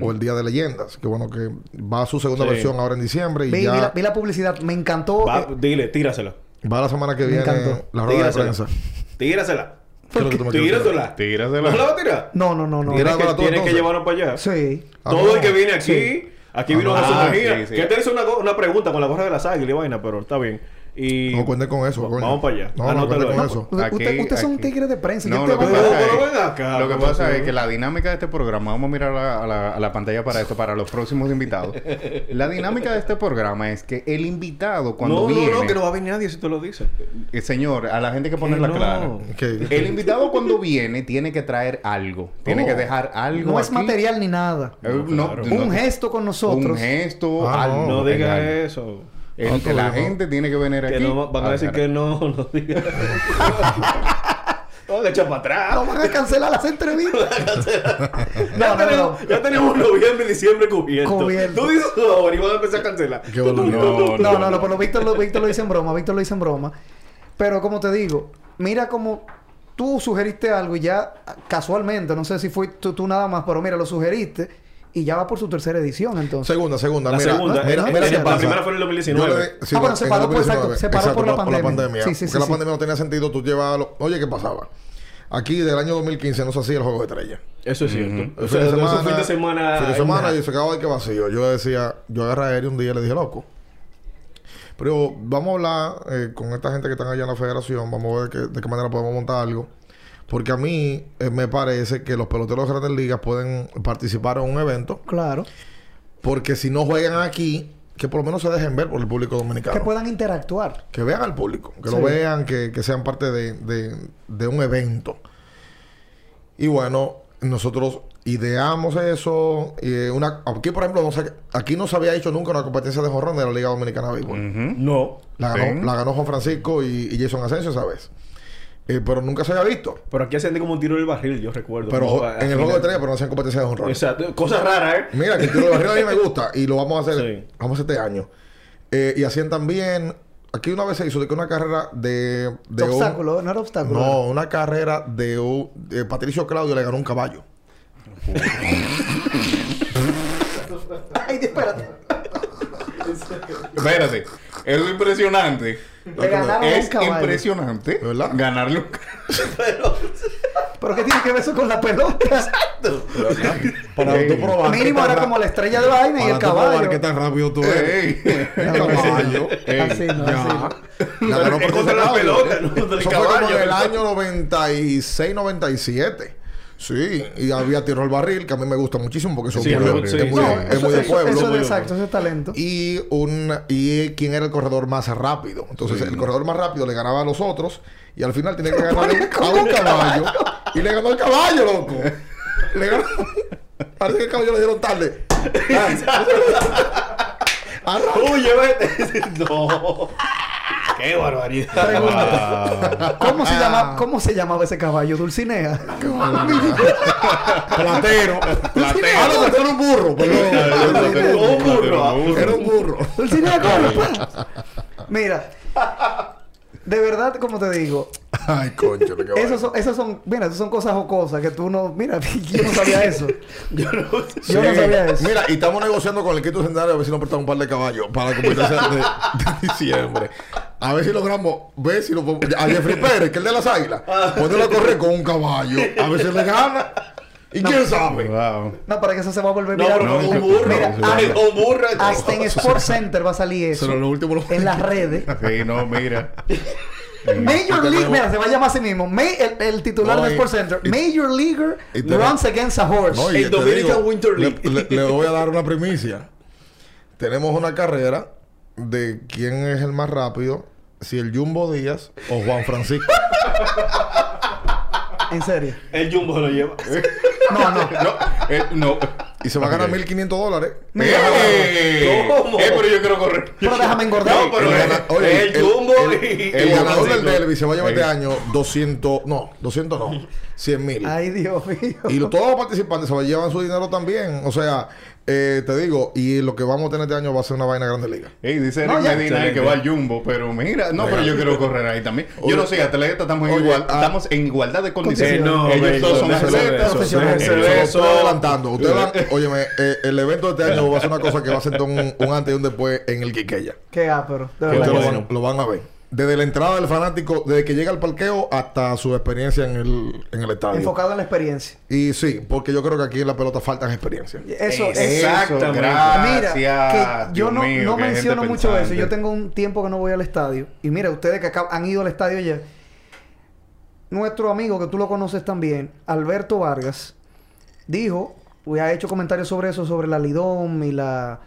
O el Día de Leyendas, que bueno, que va a su segunda
Sí.
versión ahora en diciembre y
Vi, vi
ya
la, vi la publicidad, me encantó.
Va,
eh,
dile, tírasela.
va la semana que viene
encantó.
la rueda de
Tírasela.
prensa.
Tírasela.
Creo que tú me quieres
Tírasela.
tirar.
Tírasela.
¿No la va a tirar?
No, no, no, no.
Tienes
Mira,
que,
Tíramela tú,
tienes que
entonces.
llevarnos para allá.
Sí.
Todo el que
Ah,
viene aquí,
sí.
aquí vino a
Ah,
su magia.
sí, sí.
Que te hizo una, co- una pregunta con la gorra de las águilas y vaina, pero está bien. Y...
No cuentes con eso,
Va-
coño.
Vamos para allá. Ah,
No, no
Anótalo
cuentes con
ahí.
eso.
Usted- usted- usted es un tigre de prensa,
No,
yo te
lo que
voy a-
pasa,
Pero,
es,
pero ven acá,
lo que
vamos a
pasa
ver.
es que la dinámica de este programa, vamos a mirar a la, a la- a la pantalla para esto, para los próximos invitados. La dinámica de este programa es que el invitado, cuando
no,
viene,
no, no, que no va a venir nadie si te lo dice.
Eh, señor, a la gente que pone
Que
la
no.
clara.
Que-
El invitado cuando viene tiene que traer algo, tiene
Oh.
que dejar algo.
No es
aquí.
material ni nada.
Eh, no,
Claro.
no-
Un gesto con
Un
nosotros.
gesto,
Ah,
algo.
No digas
algo.
eso.
El-
No, tú
la
dijo.
gente tiene que venir
Que
aquí.
no, van a decir que no, no digas No, le echa para
No
atrás.
van a cancelar las entrevistas. no,
ya,
no,
tenemos,
no.
ya tenemos noviembre y diciembre cubierto.
Cubierto.
Tú dices ahora y van a empezar a cancelar.
Qué boludo.
No,
No, no, no, pero Víctor lo, Víctor lo dice en broma, Víctor lo dice en broma. Pero como te digo, mira como tú sugeriste algo y ya casualmente, no sé si fue tú, tú nada más, pero mira, lo sugeriste y ya va por su tercera edición entonces.
Segunda, segunda.
La
mira,
segunda.
mira,
Eh,
mira
eh,
qué
la
pasa.
primera fue en el 2019.
Yo le-
Ah, bueno,
en
se paró por- exacto,
2019.
se paró por la pandemia.
Sí,
Sí,
sí,
sí,
porque
sí,
la
sí.
pandemia no tenía sentido. Tú llevabas... lo- Oye, ¿qué pasaba? Aquí, del año 2015, no se hacía el Juego de Estrellas.
Eso es cierto.
El
O sea, eso fue un fin de semana.
Fin de semana
en-
y se acababa de que vacío. Yo decía, yo agarré a Eri un día y le dije, loco. Pero vamos a hablar eh, con esta gente que están allá en la federación, vamos a ver que- de qué manera podemos montar algo. Porque a mí eh, me parece que los peloteros de grandes ligas pueden participar en un evento,
Claro.
porque si no juegan aquí, que por lo menos se dejen ver por el público dominicano.
Que puedan interactuar.
Que vean al público, que
Sí.
lo vean, que, que sean parte de, de- de un evento. Y bueno, nosotros ideamos eso. y, eh, una, aquí, por ejemplo, no se- aquí no se había hecho nunca una competencia de jorrón de la Liga Dominicana de Béisbol.
Ujú.
No.
La, ganó,
Sí.
la ganó Juan Francisco y, y Jason Asensio esa vez. Eh, pero nunca se había visto.
Pero aquí hacen como un tiro del barril, yo recuerdo. Como
Pero
para-
en el juego de
al
estrellas,
final.
pero no hacían competencia de jonrón.
Exacto. Cosa rara, ¿eh?
Mira, que el tiro de barril a mí me gusta y lo vamos a hacer.
Sí.
Vamos a hacer este año. Eh, y hacían también. Aquí una vez se hizo de que una carrera de. de un-
obstáculo, no era obstáculo.
No, una carrera de, un- de Patricio Claudio le ganó un caballo.
Ay, espérate.
Espérate, eso es impresionante.
Le ganaron a un
Es
caballo.
impresionante
¿Verdad?
ganarle un caballo.
Pero ¿qué tiene que ver eso con la pelota?
Para
Ey.
tú probar. qué
Mínimo
tan
era
ra-
como la estrella de vaina y
para
el
tú probar
caballo.
qué tan rápido tú eres.
Ey.
eh, caballo.
Ey,
Así no,
ya.
así no.
Pero
La ganó
es contra
Patricio
la
Claudio.
pelota, no contra el
eh, Eso fue como
caballo.
en el año 96, 97. Sí, y había tiro al barril, que a mí me gusta muchísimo porque eso
Sí,
es muy,
sí,
es muy-
sí.
es muy de
eso,
pueblo.
Eso
muy
es
de
exacto, eso es talento.
y un y quién era el corredor más rápido. Entonces, el corredor más rápido le ganaba a los otros y al final tenía que ganar a un caballo y le ganó el caballo, loco. Le ganó. Parece que el caballo le dieron tarde. Arranca.
Oye, vete. no. Qué barbaridad.
Ah.
¿Cómo, se llama, ¿Cómo se llamaba ese caballo? Dulcinea.
Platero.
Platero. Ah, no, pero era un burro, perdón.
Un burro.
Era un burro.
Dulcinea, ¿cómo? Mira. De verdad, como te digo,
Ay, concho, qué
esas son, esas son, mira, esas son cosas jocosas que tú no, mira, yo no sabía eso.
Yo no sé.
Yo no
Sí.
sabía eso.
Mira, y estamos negociando con el quinto centenario a ver si nos prestan un par de caballos para la competencia de, de diciembre. A ver si logramos, ver si lo podemos- A Jeffrey Pérez, que es el de las águilas, ponerlo a correr con un caballo. A ver si le gana. ¿Y quién sabe?
Wow.
No, para que eso se va a volver
No,
viral.
pero
no,
con un
no,
burro.
mira,
hasta-
Con burro. y todo.
Hasta en Sports Center va a salir eso.
Pero lo último lo-
En las redes.
Sí, no, mira.
Major League, mira, se va a llamar así mismo. Ma- el, el titular
No,
de
y-
Sports Center.
y-
Major Leaguer
y te-
runs against a horse.
No, y este
El
te
Dominican Winter League.
Le, le- le voy a dar una primicia. Tenemos una carrera de quién es el más rápido, si el Jumbo Díaz o Juan Francisco.
En serio.
El Jumbo lo lleva.
No, no.
No, eh, no.
y se va a ganar
Ok.
1.500 dólares.
¡Eh!
¿Cómo?
Eh, pero yo quiero correr.
Pero déjame engordar.
No, pero
El
es
gana- oye,
el Jumbo y-
el,
y
el
Juan
ganador del
Francisco.
derby se va a llevar
Eh.
este año 200, no, 200 no, 100 mil.
Ay, Dios mío.
pues- Y lo- todos los participantes se llevan su dinero también. O sea, eh, te digo, y lo que vamos a tener este año va a ser una vaina grande liga.
Ey, dice
No,
Eric Medina
ya.
que
Excelente.
va al Jumbo, pero mira, no, pero yo quiero correr ahí también.
Oye,
Yo no soy atleta, estamos en,
oye,
igual,
ah,
estamos en igualdad de condiciones.
Eh, no,
Ellos
Beto,
todos son
déjalo de
atletas
eso,
profesionales.
déjalo
Ellos
de
son
eso.
Estoy adelantando. Ustedes van- óyeme, eh, el evento de este año va a ser una cosa que va a ser un, un antes y un después en el Quiqueya.
Qué ápero. De
Porque
verdad.
lo,
bueno.
van, lo van a ver. Desde la entrada del fanático, desde que llega al parqueo hasta su experiencia en el, en el estadio.
Enfocado en la experiencia.
Y sí, porque yo creo que aquí en la pelota faltan experiencias.
Eso es.
Exactamente.
Ah, Mira,
Gracias.
que yo
ah, Dios
no,
mío,
no
qué gente
menciono mucho eso.
pensante.
Yo tengo un tiempo que no voy al estadio. Y mira, ustedes que acá- han ido al estadio ya. Nuestro amigo, que tú lo conoces también, Alberto Vargas, dijo, y ha hecho comentarios sobre eso, sobre la Lidón y la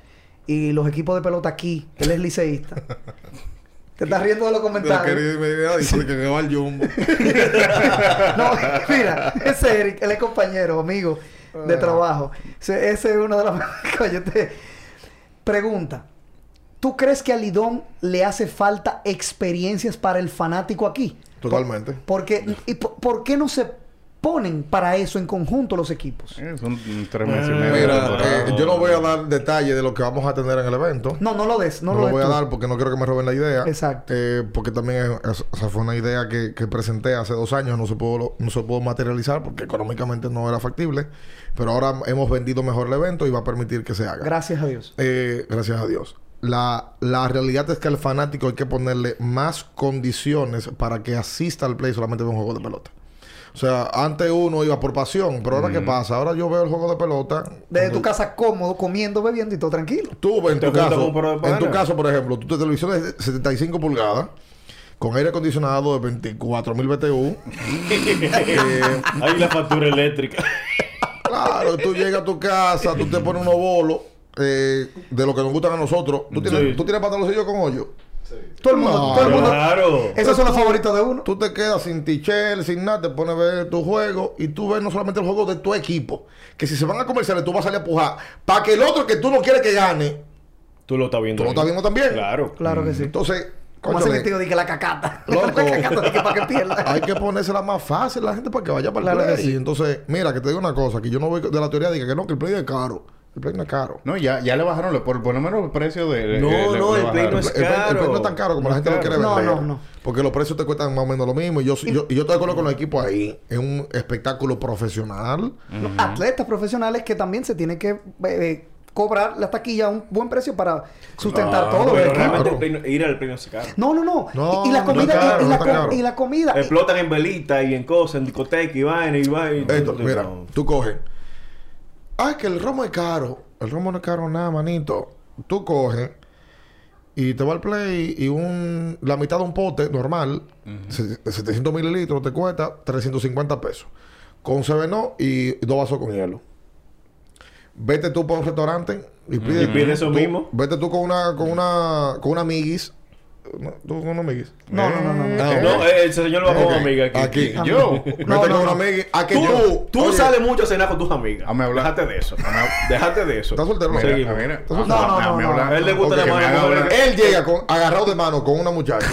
y los equipos de pelota aquí. Él es liceísta. Te estás riendo de los comentarios.
que va al Jumbo.
No, mira, ese Eric, él es compañero, amigo de trabajo. Ese, ese es uno de los... Coño, te- Pregunta. ¿Tú crees que a Lidón le hace falta experiencias para el fanático aquí?
Totalmente.
Porque, y po- ¿Por qué no se ponen para eso en conjunto los equipos?
Eh, Son tres
Ah,
meses y medio.
Mira, eh,
Dorado.
yo no voy a dar detalles de lo que vamos a tener en el evento.
No, no lo des, no,
No,
lo
lo
des
voy a
tú.
dar porque no quiero que me roben la idea.
Exacto.
Eh, porque también es- es- o sea, fue una idea que, que presenté hace dos años. No se, pudo, no se pudo materializar porque económicamente no era factible. Pero ahora hemos vendido mejor el evento y va a permitir que se haga.
Gracias a Dios.
Eh, gracias a Dios. La, la realidad es que al fanático hay que ponerle más condiciones para que asista al play solamente de un juego de pelota. O sea, antes uno iba por pasión, pero
Mm.
ahora ¿qué pasa? Ahora yo veo el juego de pelota.
Desde
cuando-
tu casa cómodo, comiendo, bebiendo y todo tranquilo.
Tú, en
Te
tu
juntas
caso,
con un par de
en tu
panas.
caso, por ejemplo, tu televisión es de 75 pulgadas, con aire acondicionado de 24.000 BTU. Eh,
Hay la factura eléctrica.
claro, tú llegas a tu casa, tú te pones unos bolos eh, de lo que nos gustan a nosotros. ¿Tú tienes,
Sí.
¿tú tienes pantaloncillos con hoyo?
Todo el mundo,
No,
todo el mundo.
claro.
Eh,
Esos son los favoritos de uno.
Tú te quedas sin tichel, sin nada, te pones a ver tu juego y tú ves no solamente el juego de tu equipo, que si se van a comerciales tú vas a salir a pujar para que el otro que tú no quieres que gane,
Tú lo estás viendo.
tú lo estás
ahí.
viendo también.
Claro.
Claro que sí.
Entonces,
Como hace
cónchale,
el tío de que la cacata.
Loco.
la cacata de que para que pierda.
Hay que ponérsela más fácil a la gente para que vaya para el
Claro que
play.
sí.
Entonces, mira, que te digo una cosa, que yo no voy de la teoría de que no, que el play es caro. El play no es caro.
No, ya, ya le bajaron lo- por, por lo menos el precio de. de-
No,
de-
no,
le
el Play no
eh, bajaron.
es
El, play, el play no es
caro.
tan caro como
No
la gente lo
es
quiere
caro.
vender.
No, no, no.
Porque los precios te cuestan más o menos lo mismo. Y yo, yo, yo estoy de acuerdo con los equipos ahí. Es un espectáculo profesional.
No, Atletas profesionales que también se tienen que eh, eh, cobrar la taquilla a un buen precio para sustentar
Ah, Pero
todo. ¿verdad?
realmente
eh, Claro.
el Play no- ir al Play no es caro.
No, no, no.
No,
y, y la
no
comida,
está
y-
caro,
y,
no
la
está
com-
caro.
y la comida. y-
Explotan en velitas y en cosas, en discotecas y vaina y vaina.
Esto,
No,
mira,
no.
tú coges. Ay, que el romo es caro. El romo no es caro nada, manito. Tú coges y te va al play y un, la mitad de un pote normal, se- 700 mililitros, te cuesta 350 pesos. Con Sevenó y dos vasos con hielo. Vete tú para un restaurante y pide,
Y pide eso
tú-
mismo.
Vete tú con una, con una, con una amiguis. No, tú con una amiguis.
No, no, no, no. no.
Ah, ok.
No, eh, el señor lo va
Ok.
con amiga aquí.
No,
Yo. Vete
no,
con
no.
una amiguis. A que
Tú,
yo.
tú
Oye,
sales mucho a cenar con tus amigas.
Ah, me habla-
Déjate de eso.
Ah,
Déjate de eso.
¿Estás soltero?
Mira,
Seguimos.
Ah, mira.
No,
no,
Déjame
no,
hablar.
no. A él le gusta
Ok,
la
que me
mano,
haga
mujer.
hablar.
Él llega con, agarrado de mano con una muchacha.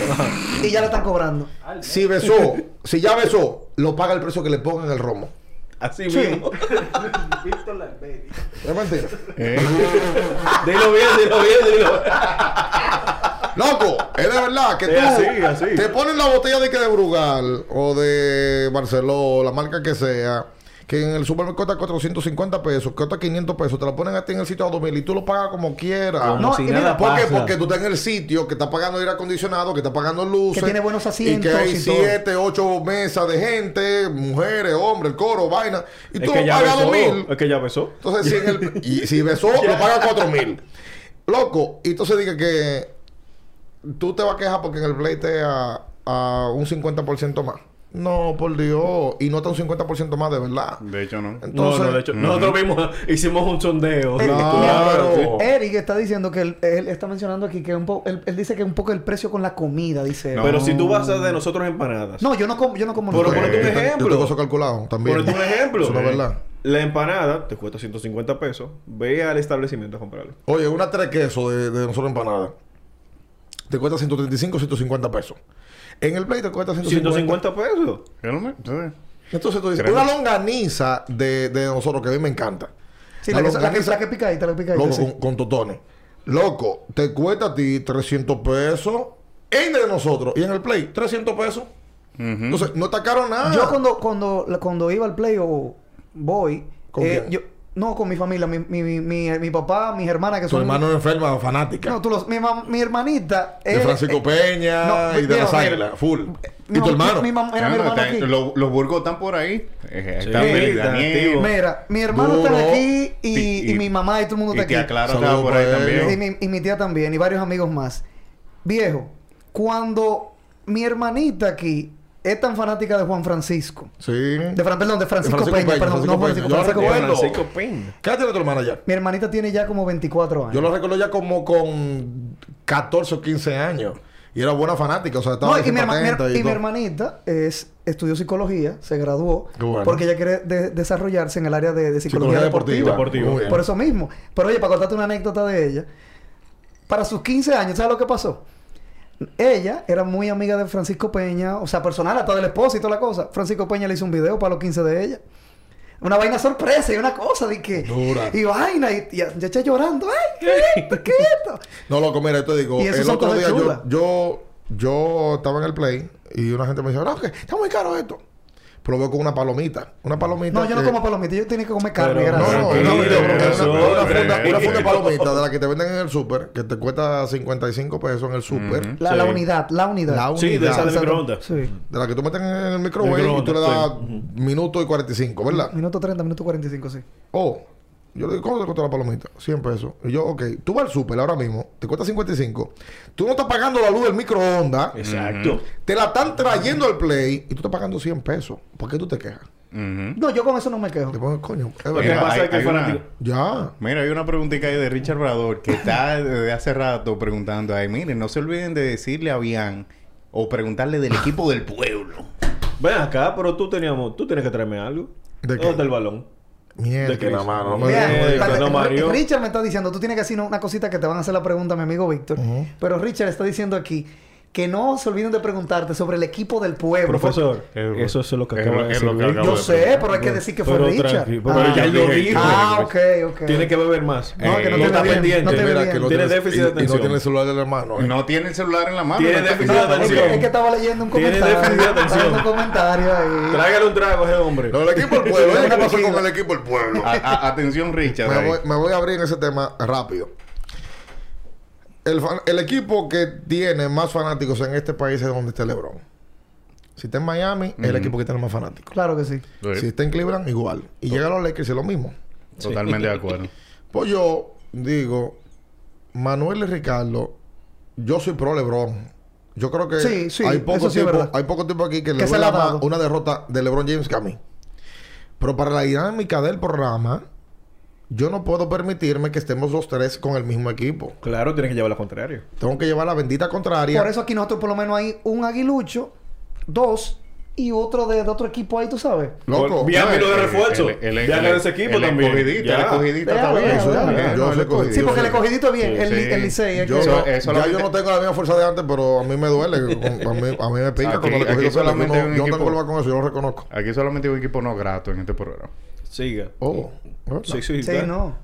Y ya la están cobrando.
si besó, si ya besó, lo paga el precio que le pongan el romo.
Así
Sí.
mismo.
¿Es mentira?
Eh,
dilo bien, dilo bien, dilo bien.
Loco, es de verdad que
Sí,
tú
así, así.
te ponen la botella de que de Brugal o de Barceló, la marca que sea, que en el supermercado está 450 pesos, que está 500 pesos, te lo ponen a ti en el sitio a 2000 y tú lo pagas como quieras.
Ah, Como
No,
si
y
nada
mira,
¿Por qué?
pasa.
Porque tú estás en el sitio que está pagando aire acondicionado, que está pagando luces.
Que tiene buenos asientos
Y que hay
y todo.
siete, ocho mesas de gente, mujeres, hombres, el coro, vaina. Y
Es
tú
que ya
pagas
besó.
2000.
Es que ya besó.
Entonces, si, en el, y si besó, lo paga 4 mil. Loco, y entonces diga que tú te vas a quejar porque en el Play te a, a un 50% más. No, por Dios. Y no está un 50% más de verdad.
De hecho, no.
Entonces,
no, no, de hecho, nosotros mismos hicimos un sondeo.
El-
Oh.
Claro.
Eric está diciendo que él, él está mencionando aquí que un poco él, él dice que un poco el precio con la comida, dice. él.
Pero si tú vas a de nosotros empanadas.
No, yo no como yo no como
Pero
nunca.
ponete un
yo te- Yo tengo
ejemplo.
eso calculado también.
Por un ejemplo.
Eso no es verdad.
La empanada te cuesta 150 pesos. Ve al establecimiento a comprarla.
Oye, una tres quesos de, de nosotros empanada. Te cuesta 135, 150 pesos. En el Play te cuesta 150
150 pesos.
Yo no me- sí.
Entonces tú dices,
Creo.
una longaniza de, de nosotros que a mí me encanta.
Sí, la,
Una
que, la, que,
longaniza-
la que picadita, la que picadita.
Loco,
sí.
con, con totones. Loco, te cuesta a ti 300 pesos en de nosotros y en el Play 300 pesos.
Ujú.
Entonces, no está caro nada.
Yo cuando, cuando, la- cuando iba al play o voy,
¿Con
eh,
quién?
yo, no con mi familia, mi, mi, mi, mi, mi papá, mis hermanas que
Tu
son.
hermano es enferma, fanática.
No, tú los, mi, mam- mi hermanita.
de
eh,
Francisco
eh,
Peña
no,
y de
mira,
las
mira.
águilas, full.
mi
y tu
mam-
hermano.
Mi, mi mam- era
Claro,
mi hermano
está-
aquí.
lo- los burgos están por ahí. Eh, está
Sí,
Meli
está
Daniel.
activo.
Mira, mi hermano
Duro.
está aquí y,
Y-
y, mi mamá y todo el mundo
Y
está
tía
aquí.
Clara
Saludos
estaba por ahí
para él.
Y
también.
mi, y mi tía también, y varios amigos más. Viejo, cuando mi hermanita aquí es tan fanática de Juan Francisco.
Sí.
De Fran, perdón, de Francisco,
Francisco
Peña,
Peña,
perdón,
Francisco
no Francisco,
Peña. Yo
Francisco
recuerdo.
Peña.
Francisco Pin.
¿Qué edad tiene tu hermana ya?
Mi hermanita tiene ya como 24 años.
Yo lo recuerdo ya como con 14 o 15 años. Y era buena fanática. O sea, estaba
No, y,
sin
mi, herma- mi her-
patente
y mi
todo.
hermanita es, estudió psicología, se graduó,
Qué bueno.
porque ella quiere de- desarrollarse en el área de, de psicología,
Psicología
deportiva.
deportiva.
Deportiva.
Muy bien.
Por eso mismo. Pero oye, para contarte una anécdota de ella, para sus 15 años, ¿sabes lo que pasó? Ella era muy amiga de Francisco Peña, o sea, personal, hasta del esposo y toda la cosa. Francisco Peña le hizo un video para los 15 de ella. Una vaina sorpresa y una cosa de que...
Dura.
Y vaina, y, y ya está llorando. ¡Ay, qué es esto, qué es esto!
No, loco, mira, yo te digo,
Y eso
el
son
otro
cosas
día yo,
chulas.
yo, yo estaba en el play y una gente me dice, no, que está muy caro esto. Probé con una palomita. Una palomita.
No, yo no
que-
como palomitas, yo tenía que comer carne,
Pero-
No,
gracias.
no, no,
Tranquilo,
no, Eh, pero una-
eso,
una, funda,
tranquilo.
una funda de palomita de la que te venden en el súper, que te cuesta 55 pesos en el súper.
Ujú.
La, la
Sí.
unidad, la unidad.
La
Sí, de
unidad,
esa de
o sea,
microondas.
Sí.
de la que tú metes en el microwave y tú
Microondas,
le das
sí.
minuto y 45, ¿verdad?
Minuto 30, minuto 45, sí.
Oh, yo le digo, ¿cuánto te costó la palomita? 100 pesos. Y yo, ok, tú vas al súper ahora mismo, te cuesta 55. Tú no estás pagando la luz del microondas.
Exacto.
Te la están trayendo al play y tú estás pagando 100 pesos. ¿Por qué tú te quejas?
Ujú.
No, yo con eso no me quejo.
Te pones, coño, es
Lo que
verdad.
Mira,
pasa
hay-
es que
hay
el
una-
fanático.
Ya.
Mira, hay una preguntita ahí de Richard Brador que está desde hace rato preguntando ahí. Miren, no se olviden de decirle a Bian o preguntarle del equipo del pueblo.
Ven acá, pero tú teníamos, tú tienes que traerme algo.
¿De qué?
¿Dónde está el balón?
Mierda.
De que la mano,
no me
Mira,
Oye,
digas,
oye,
espérate,
no, Mario.
Richard me está diciendo, tú tienes que decir una cosita que te van a hacer la pregunta, mi amigo Víctor.
Ujú.
Pero Richard está diciendo aquí que no se olviden de preguntarte sobre el equipo del pueblo.
Profesor,
Es-
eso es lo que
es
acaba
lo-
de
es lo
decir.
que
Víctor.
acabo
Eh, pues, Yo
de
sé, pero hay que decir que fue
Pero
Richard.
tranqui- pero
ah,
ya lo
dije.
dijo.
ah, ok, ok.
Tiene que beber más.
No, que no
Eh,
te
está
ve bien,
pendiente.
No te ve
Mira,
bien.
que no
Tiene
tiene-
déficit
y-
de
Y no
atención.
tiene el celular del hermano. ¿eh?
No tiene el celular en la mano.
Tiene
no está
déficit
No,
de
pensando.
es,
atención.
que, es que estaba leyendo un
Tiene
comentario.
déficit de
estaba leyendo
atención.
un comentario ahí.
Tráigale un trago a ese hombre.
Lo del equipo del pueblo. Oye, ¿Qué pasó con el equipo del pueblo?
A- a- atención, Richard.
Me
ahí.
voy, me voy a abrir en ese tema rápido. El, fan- el equipo que tiene más fanáticos en este país es donde está LeBron. Si está en Miami, es el equipo que tiene más fanáticos.
Claro que sí.
Sí,
Si está en Cleveland, igual. Y llega a los Lakers, es lo mismo.
Totalmente de acuerdo.
Pues yo digo, Manuel y Ricardo, yo soy pro LeBron. Yo creo que
Sí, sí,
hay,
eso
poco
sí es
tiempo,
verdad.
hay poco tiempo aquí que, le
Que se
duela
la ha
más
dado.
una derrota de LeBron James que a mí. Pero para la dinámica del programa, yo no puedo permitirme que estemos los tres con el mismo equipo.
Claro, tienes que llevar la contraria.
Tengo que llevar la bendita contraria.
Por eso aquí nosotros por lo menos hay un aguilucho, dos y otro de, de otro equipo ahí, tú sabes.
Loco,
Bien,
no,
amigo de
eh,
refuerzo.
El- el- el-
ya
el-
ganó ese equipo
el
también.
escogidito,
Ya.
el escogidito
Ya,
está bien,
ya,
eso está
ya,
bien.
ya.
No,
Yo
el
soy
Sí,
yo
porque
soy-
el escogidito bien, el,
Sí,
li-
sí.
el Licey. el
yo,
que-
Eso-
no-
eh,
ya yo
solamente-
no tengo la misma fuerza de antes, pero a mí me duele. con- a, mí, a mí me pica
Aquí-
cuando
aquí
le cogí los pelos.
solamente
Yo
hay
no,
un
yo no tengo
equipo.
problema con eso, yo lo reconozco.
Aquí solamente hay un equipo no grato en este programa.
Siga.
Oh, ¿verdad?
Sí, sí,
sí,
ya.
no.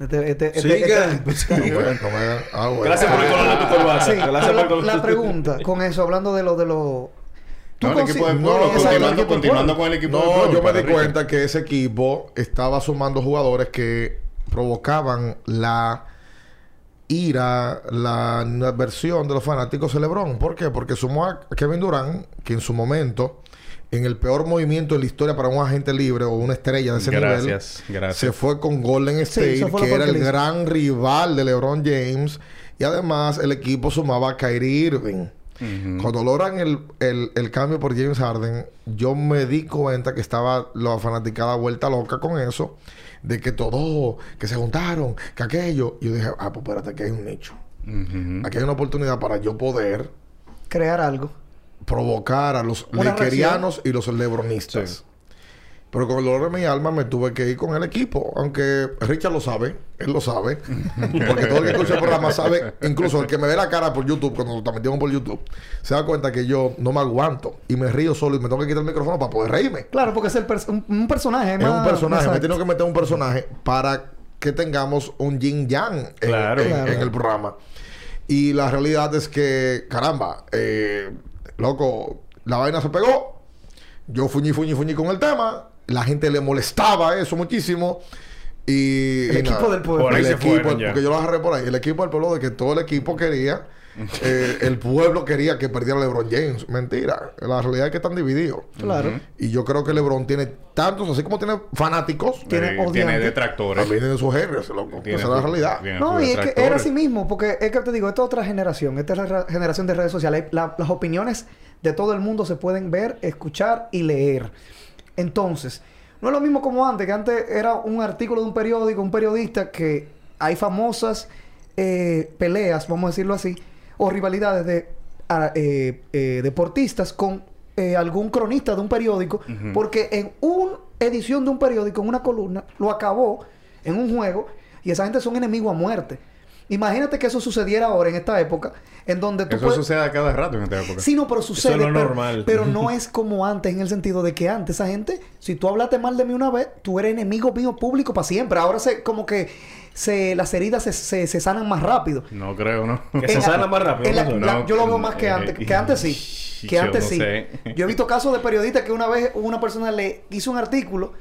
Este, este, este-
Siga.
este-
No me- no me- ah, bueno.
Gracias por el color de tu corbata.
Sí,
Gracias por el
pero
color
la,
de
la
tu-
pregunta con eso, hablando de lo de lo tú
No, el equipo de
consi-
pueblo,
Exacto,
continuando,
el equipo de
continuando
pueblo.
con el equipo de pueblo.
No, yo me di
Padre.
cuenta que ese equipo estaba sumando jugadores que provocaban la ira, la adversión de los fanáticos de LeBron. ¿Por qué? Porque sumó a Kevin Durant, que en su momento, en el peor movimiento en la historia para un agente libre o una estrella de ese
Gracias,
nivel,
gracias.
se fue con Golden
eso fue
State,
lo
que
peor
era
que
el
le hizo.
gran rival de LeBron James. Y además el equipo sumaba a Kyrie Irving.
Ujú.
Cuando logran el, el- el cambio por James Harden, yo me di cuenta que estaba la fanaticada vuelta loca con eso, de que todos, que se juntaron, que aquello. Yo dije, ah, pues espérate, aquí hay un nicho.
Ujú.
Aquí hay una oportunidad para yo poder
Crear algo.
provocar a los
Una
lequerianos y los lebronistas.
Sí.
Pero con el dolor de mi alma me tuve que ir con el equipo. Aunque Richard lo sabe, él lo sabe. Porque todo el que escucha el programa sabe, incluso el que me ve la cara por YouTube, cuando lo transmitimos por YouTube, se da cuenta que yo no me aguanto y me río solo y me tengo que quitar el micrófono para poder reírme.
Claro, porque es el pers- un, un personaje.
Es un
más-
personaje, me
exacto.
tengo que meter un personaje para que tengamos un yin yang en,
Claro.
en-
Claro.
en el programa. Y la realidad es que, caramba, eh, loco, la vaina se pegó. Yo fuñí, fuñí, fuñí con el tema. La gente le molestaba eso muchísimo. Y,
El
y
equipo del pueblo.
Por ahí
el
se
equipo,
fueron ya.
porque yo lo agarré por ahí. El equipo del pueblo de que todo el equipo quería, eh, el pueblo quería que perdiera LeBron James. Mentira. La realidad es que están divididos.
Claro.
Y yo creo que LeBron tiene tantos, así como tiene fanáticos,
Tiene
Eh, tiene
odiante.
detractores.
también tiene sus haters, loco.
Tiene
Esa es la
su-
realidad.
tiene
No,
sus
y es que
detractores.
era así mismo, porque es que te digo, esta es otra generación, esta es la ra- generación de redes sociales. La- las opiniones de todo el mundo se pueden ver, escuchar y leer. Entonces, no es lo mismo como antes, que antes era un artículo de un periódico, un periodista, que hay famosas eh, peleas, vamos a decirlo así, o rivalidades de a- eh, eh, deportistas con eh, algún cronista de un periódico,
Ujú.
porque en una edición de un periódico, en una columna, lo acabó en un juego y esa gente son enemigos a muerte. Imagínate que eso sucediera ahora en esta época, en donde tú
Eso
Pues-
puedes-
sucede a cada rato en esta época.
Sí, no, pero sucede.
Eso es lo
pero,
normal.
pero no es como antes, en el sentido de que antes esa gente, si tú hablaste mal de mí una vez, tú eres enemigo mío público para siempre. Ahora se, como que se, las heridas se, se, se sanan más rápido.
No creo, ¿no?
Que se
En-
sana más rápido.
en la-
¿no?
la-
No,
yo lo veo más que
eh,
antes. Que antes sí. Que
yo
antes
no
sí.
sé.
Yo he visto casos de periodistas que una vez una persona le hizo un artículo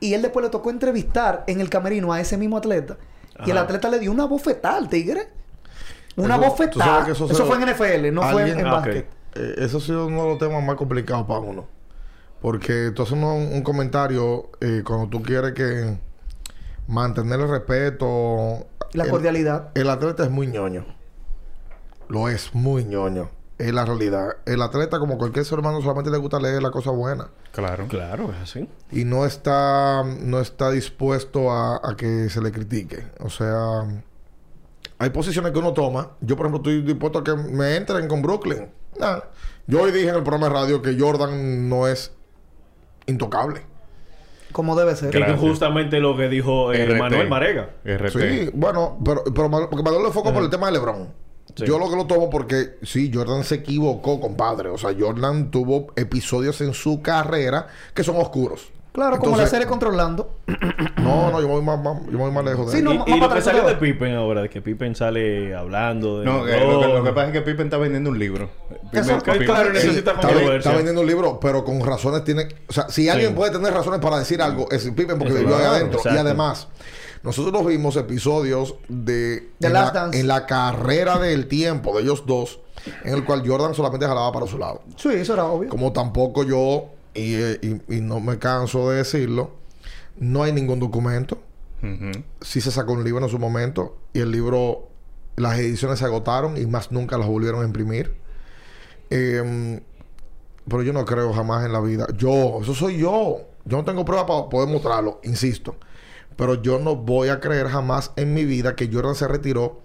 y él después le tocó entrevistar en el camerino a ese mismo atleta. Y el
Ajá.
atleta le dio una bofetada al tigre. Una
Eso- tú sabes
bofetada.
que
Eso,
eso se lo-
fue en NFL, no fue en,
Alguien-
en
Ah, ok.
básquet.
Eh, eso ha sido uno de los temas más complicados para uno. Porque tú haces uno- un, comentario eh, cuando tú quieres que mantener el respeto.
La
el-
cordialidad.
El atleta es muy ñoño. Lo es muy ñoño. Es la realidad. El atleta, como cualquier ser humano, solamente le gusta leer la cosa buena.
Claro.
Claro, es así.
y no está no está dispuesto a, a que se le critique. O sea, hay posiciones que uno toma. Yo, por ejemplo, estoy dispuesto a que me entren con Brooklyn. Nah. Yo hoy dije en el programa de radio que Jordan no es intocable.
Como debe ser.
Que
Claro.
es justamente lo que dijo eh,
RT.
Manuel Marega.
RT.
Sí, bueno, pero, pero Manu- porque Manuel le foco por el tema de LeBron.
Sí.
Yo lo que lo tomo porque sí, Jordan se equivocó, compadre. O sea, Jordan tuvo episodios en su carrera que son oscuros.
Claro, como la
Entonces-
serie controlando.
No, no, yo me voy más, más- yo me voy más lejos de
Sí,
ahí.
no,
Y-
más
y
para
lo que
atrás,
salió
¿no?
de Pippen ahora, de que Pippen sale hablando de.
No, eh, lo, que, lo que
Lebron.
pasa es que Pippen está vendiendo un libro.
Eso-
Pippen-
claro,
Sí,
necesita
está,
controversia.
ven- está vendiendo un libro, pero con razones tiene. O sea, si alguien puede tener razones para decir algo, es Pippen porque
Eso,
vivió ahí
claro,
adentro. Y
exacto.
además, nosotros vimos episodios de.
The
en,
Last
la,
Dance.
en la carrera del tiempo de ellos dos, en el cual Jordan solamente jalaba para su lado.
Sí, eso era obvio.
Como tampoco yo, y, eh, y- y no me canso de decirlo, no hay ningún documento.
Ujú.
Sí se sacó un libro en su momento, y el libro, las ediciones se agotaron y más nunca las volvieron a imprimir. Em, pero yo no creo jamás en la vida. Yo, eso soy yo. Yo no tengo prueba para poder mostrarlo, insisto. Pero yo no voy a creer jamás en mi vida que Jordan se retiró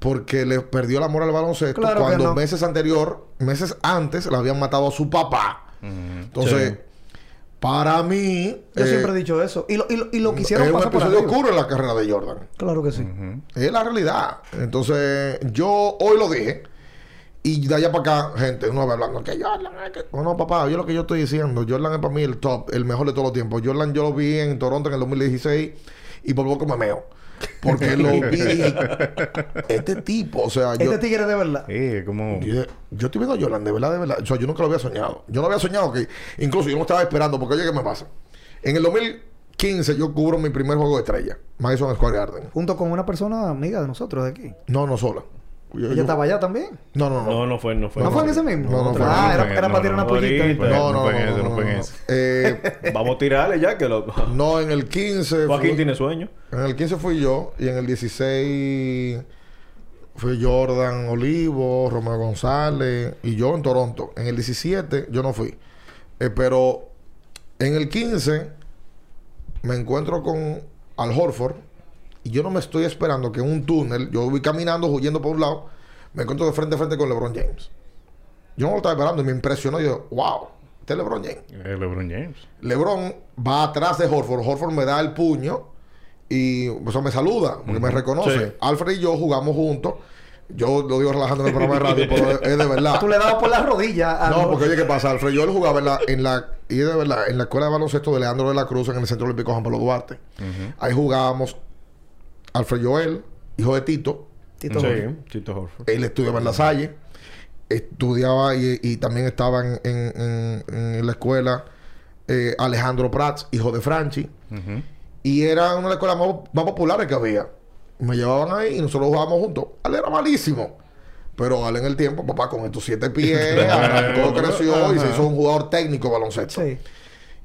porque le perdió el amor al baloncesto
Claro que
cuando
no.
meses anterior, meses antes, le habían matado a su papá. Entonces, para mí,
Yo
eh,
siempre he dicho eso. Y lo, y lo, y lo quisieron
es un
pasar por
episodio
arriba.
oscuro en la carrera de Jordan.
Claro que sí.
Es la realidad. Entonces, yo hoy lo dije. Y de allá para acá, gente, uno va hablando que Jordan es que-". No, no, papá, yo lo que yo estoy diciendo, Jordan es para mí el top, el mejor de todos los tiempos. Jordan yo lo vi en Toronto en el 2016 y por poco me meo. Porque lo vi. Este tipo, o sea, yo.
Este tigre de verdad.
Sí, como...
Yo, dije, yo estoy viendo a Yolanda, de verdad, de verdad. O sea, yo nunca lo había soñado. Yo no había soñado que, incluso yo no estaba esperando, porque oye, ¿qué me pasa? En el 2015 yo cubro mi primer juego de estrella, Madison Square Garden.
Junto con una persona amiga de nosotros de aquí.
No, no sola. Yo-
Ella
yo-
estaba allá también.
No, no,
No,
no.
no fue, Pues no fue.
¿No, fue en ese mismo?
No, no fue.
Ah,
No,
era, era
no,
para tirar una
no,
pollita.
ahorita.
No, no, no,
fue en
no,
eso,
no,
no fue en
no.
eso.
Eh,
Vamos a tirarle ya que lo...
no, en el 15.
Joaquín
fue-
tiene sueño.
En el 15 fui yo y en el 16 fue Jordan Olivo, Romeo González y yo en Toronto. En el 17 yo no fui. Eh, pero en el 15 me encuentro con Al Horford y yo no me estoy esperando que en un túnel, yo voy caminando, huyendo por un lado, me encuentro de frente a frente con LeBron James. Yo no lo estaba esperando y me impresionó. Yo, wow, este es LeBron James.
Eh, LeBron James.
LeBron va atrás de Horford. Horford me da el puño y o sea, me saluda, porque me reconoce.
Sí.
Alfred y yo jugamos juntos. Yo lo digo relajando en el programa de radio, pero es es de verdad.
Ah, Tú le dabas por las rodillas. a
No,
los-
porque oye, ¿qué pasa? Alfred, yo lo jugaba en la, en la, y es de verdad, en la escuela de baloncesto de Leandro de la Cruz en el Centro Olímpico Juan Pablo Duarte. Ahí jugábamos Alfred Joel, hijo de Tito,
Tito.
Sí, Tito Horford.
él estudiaba en La Salle, estudiaba y, y también estaba en, en- en- en la escuela eh, Alejandro Prats, hijo de Franchi,
Ujú.
y era una de las escuelas más, más populares que había. Me llevaban ahí y nosotros jugábamos juntos. Al era malísimo. Pero al en el tiempo, papá, con estos siete pies, arrancó, creció y se
Ajá.
hizo un jugador técnico de baloncesto.
Sí.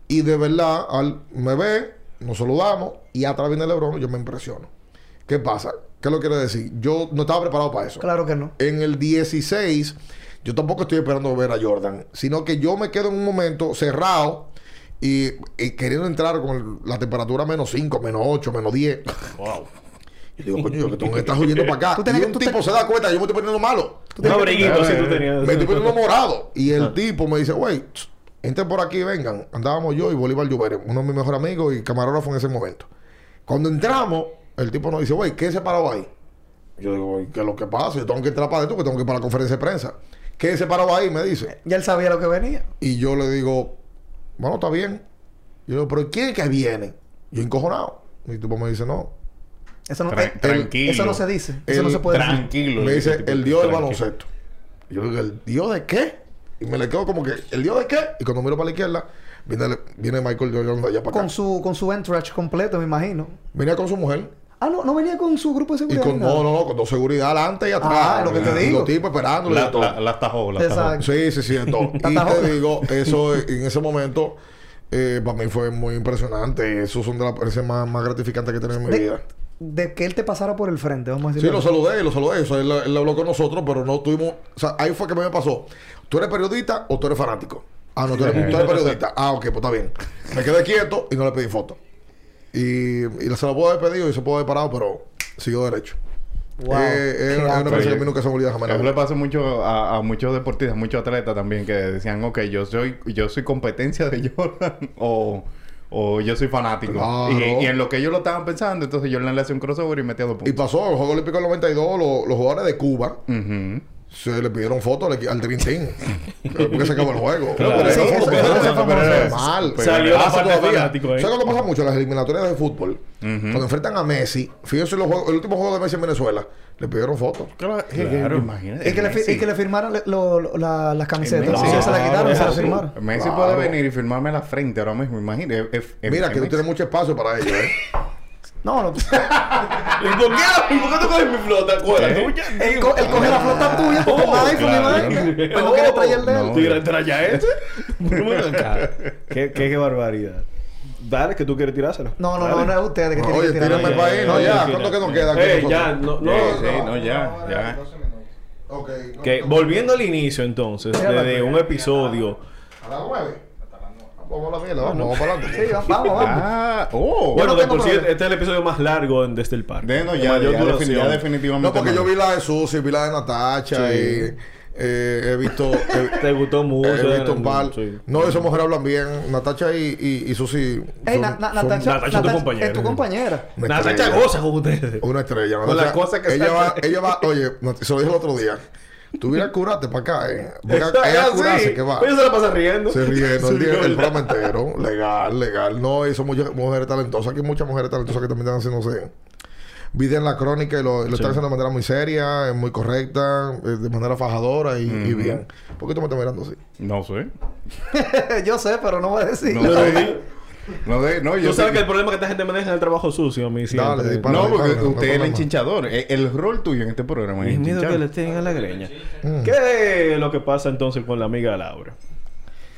Y de verdad, al, me ve, nos saludamos y atrás viene Lebron, yo me impresiono. ¿Qué pasa? ¿Qué lo quiero decir? Yo no estaba preparado para eso.
Claro que no.
En el 16, yo tampoco estoy esperando ver a Jordan, sino que yo me quedo en un momento cerrado y, y queriendo entrar con el- la temperatura menos 5, menos 8, menos 10.
Wow.
Yo digo, coño, yo que tú me estás huyendo para acá.
Tú tenías
y
que-
un
tú
tipo
te-
se da cuenta que yo me estoy poniendo malo.
Un abriguito si tú tenías.
Me estoy poniendo morado. Y el tipo me dice, güey, entren por aquí, vengan. Andábamos yo y Bolívar Lluvere, uno de mis mejores amigos y camarógrafo en ese momento. Cuando entramos, el tipo nos dice, güey, ¿qué se paró ahí? Yo digo, "Güey, ¿qué es lo que pasa? Yo tengo que entrar para adentro, que tengo que ir para la conferencia de prensa. ¿Qué se paró ahí? Me dice.
Ya él sabía lo que venía.
Y yo le digo, bueno, está bien. Yo le digo, pero ¿quién es que viene? Yo encojonado. Y el tipo me dice, no.
Eso no,
Tra-
eh,
tranquilo.
Eso no se dice. Eso
El
no se puede decir.
Tranquilo.
Me dice, el dios
Tranquilo.
del baloncesto. Y Yo digo, ¿el dios de qué? Y me le quedo como que, ¿el dios de qué? Y cuando miro para la izquierda, viene, viene Michael Jordan de allá para acá.
Con su, con su entourage completo, me imagino.
Venía con su mujer.
Ah, no, no venía con su grupo de
Y
seguridad.
con,
ni nada.
no, no, no, con dos seguridad adelante y atrás.
Ah, lo que te
Y
digo.
los tipos esperándole. y
La,
todo.
la, las tajó, las
Exacto.
tajó.
Sí, sí, sí, de todo. y
Tatajó.
te digo, eso eh, en ese momento, eh, para mí fue muy impresionante. Esos son de las experiencias más, más gratificantes que he tenido en mi vida.
de, de que él te pasara por el frente, vamos a
Sí,
decirlo.
lo saludé, lo saludé. O sea, él, él habló con nosotros, pero no tuvimos. O sea, ahí fue que me pasó. ¿Tú eres periodista o tú eres fanático? Ah, no, tú eres, tú eres periodista. Ah, ok, pues está bien. Me quedé quieto y no le pedí foto. Y, y se lo puedo haber pedido y se pudo haber parado, pero siguió derecho.
Wow.
Eh, es
Qué
una- es una
gato.
experiencia que a mí nunca se me olvida jamás.
Eso le pasa mucho a, a muchos deportistas, muchos atletas también que decían, ok, yo soy, yo soy competencia de Jordan o, o yo soy fanático.
Claro.
Y, y en lo que ellos lo estaban pensando, entonces Jordan le hace un crossover y metía dos
Y
puntos.
pasó, en el Juego Olímpico del 92, lo- los jugadores de Cuba
Ujú.
se le pidieron fotos al, equi- al Dream Team. Pero porque se acabó el juego.
Claro.
Pero
Sí,
esa foto
eso-
pero
eso
esa
es
foto
famoso.
es mal.
Pero Salió la
Pasa
parte de
todavía.
fanático ahí.
¿Sabes lo que pasa mucho? en Las eliminatorias de fútbol. Cuando enfrentan a Messi, fíjense los juegos- el último juego de Messi en Venezuela, le pidieron fotos.
Claro, imagínate.
Y que, le, fi- y que le firmaran le- lo- lo- la- las camisetas.
Messi.
Sí, se la quitaron, se la
Claro.
firmaron.
Messi
Claro.
puede venir y firmarme la frente ahora mismo, imagínate. Es- es-
Mira,
es
que tú
Messi.
tienes mucho espacio para ello, ¿eh?
No, no.
¿Y por qué? ¿Y por qué tú coges mi flota?
Él, co- él ¿Eh? coge la flota tuya con
Oh,
iPhone
claro.
y vaina. Pero no quiere traer el de él.
No.
Tira, tira ya ese. qué, qué, qué barbaridad. Dale, que tú quieres tirárselo.
No, no, no, no es ustedes que tienen
Oye,
que tirar.
tírenme
ya,
para
ya,
ahí. No,
ya,
ya.
ya.
¿Cuánto que nos queda? aquí
Eh,
nosotros?
ya, no, no.
Sí, sí,
no.
no, ya, ya.
Ok.
Que, volviendo al inicio, entonces,
Mira la
de, de un episodio.
A las nueve. Vamos a la mierda, vamos, vamos para adelante.
Sí, vamos, vamos.
Ah, oh.
Bueno,
no
de
tengo
por sí,
problema.
este es el episodio más largo en Desde el Parque.
De- no,
De
ya,
mayor
ya, defini-
duración.
ya definitivamente.
No, porque
no.
yo vi la de Susi, vi la de Natacha y eh, he visto. he-
Te gustó mucho.
he visto un par.
Sí.
No, esas mujeres hablan bien. Natacha y, y, y Susi.
Ey,
son-
Na- Na-
son
Natacha,
Natacha es tu
Natacha-
compañera. ¿eh?
Es tu compañera.
una
Nada, se echa
estrella.
goza con ustedes.
Una estrella.
Con
Natacha.
las cosas que
ella
saca.
va, ella va, oye, Nat- se lo dije el otro día. Tú vienes a curarte para acá, eh. Ven a-
Está
ella a
así. Pues
curarse, que va.
Ella se la pasa riendo.
Se rieron
Sí,
el, día- el
¿verdad?
programa entero. Legal, legal. No, y son muchas mujeres talentosas. Aquí hay muchas mujeres talentosas que también están haciéndose vida en la crónica y lo, y lo están haciendo de manera muy seria, eh, muy correcta, eh, de manera fajadora y, y bien. ¿Por qué tú me estás mirando así?
No sé.
yo sé, pero no voy a decir.
No sé. No sé. No, yo
Tú
sé
sabes
que-
que el problema que esta gente maneja es el trabajo sucio, mi siempre.
Dale, dispara.
No, porque
Dispara,
usted
no,
es el
problema.
enchinchador. E- El, rol tuyo en este programa es
Es miedo que
enchinchar.
le tengan la greña.
Mm.
¿Qué es lo que pasa entonces con la amiga Laura?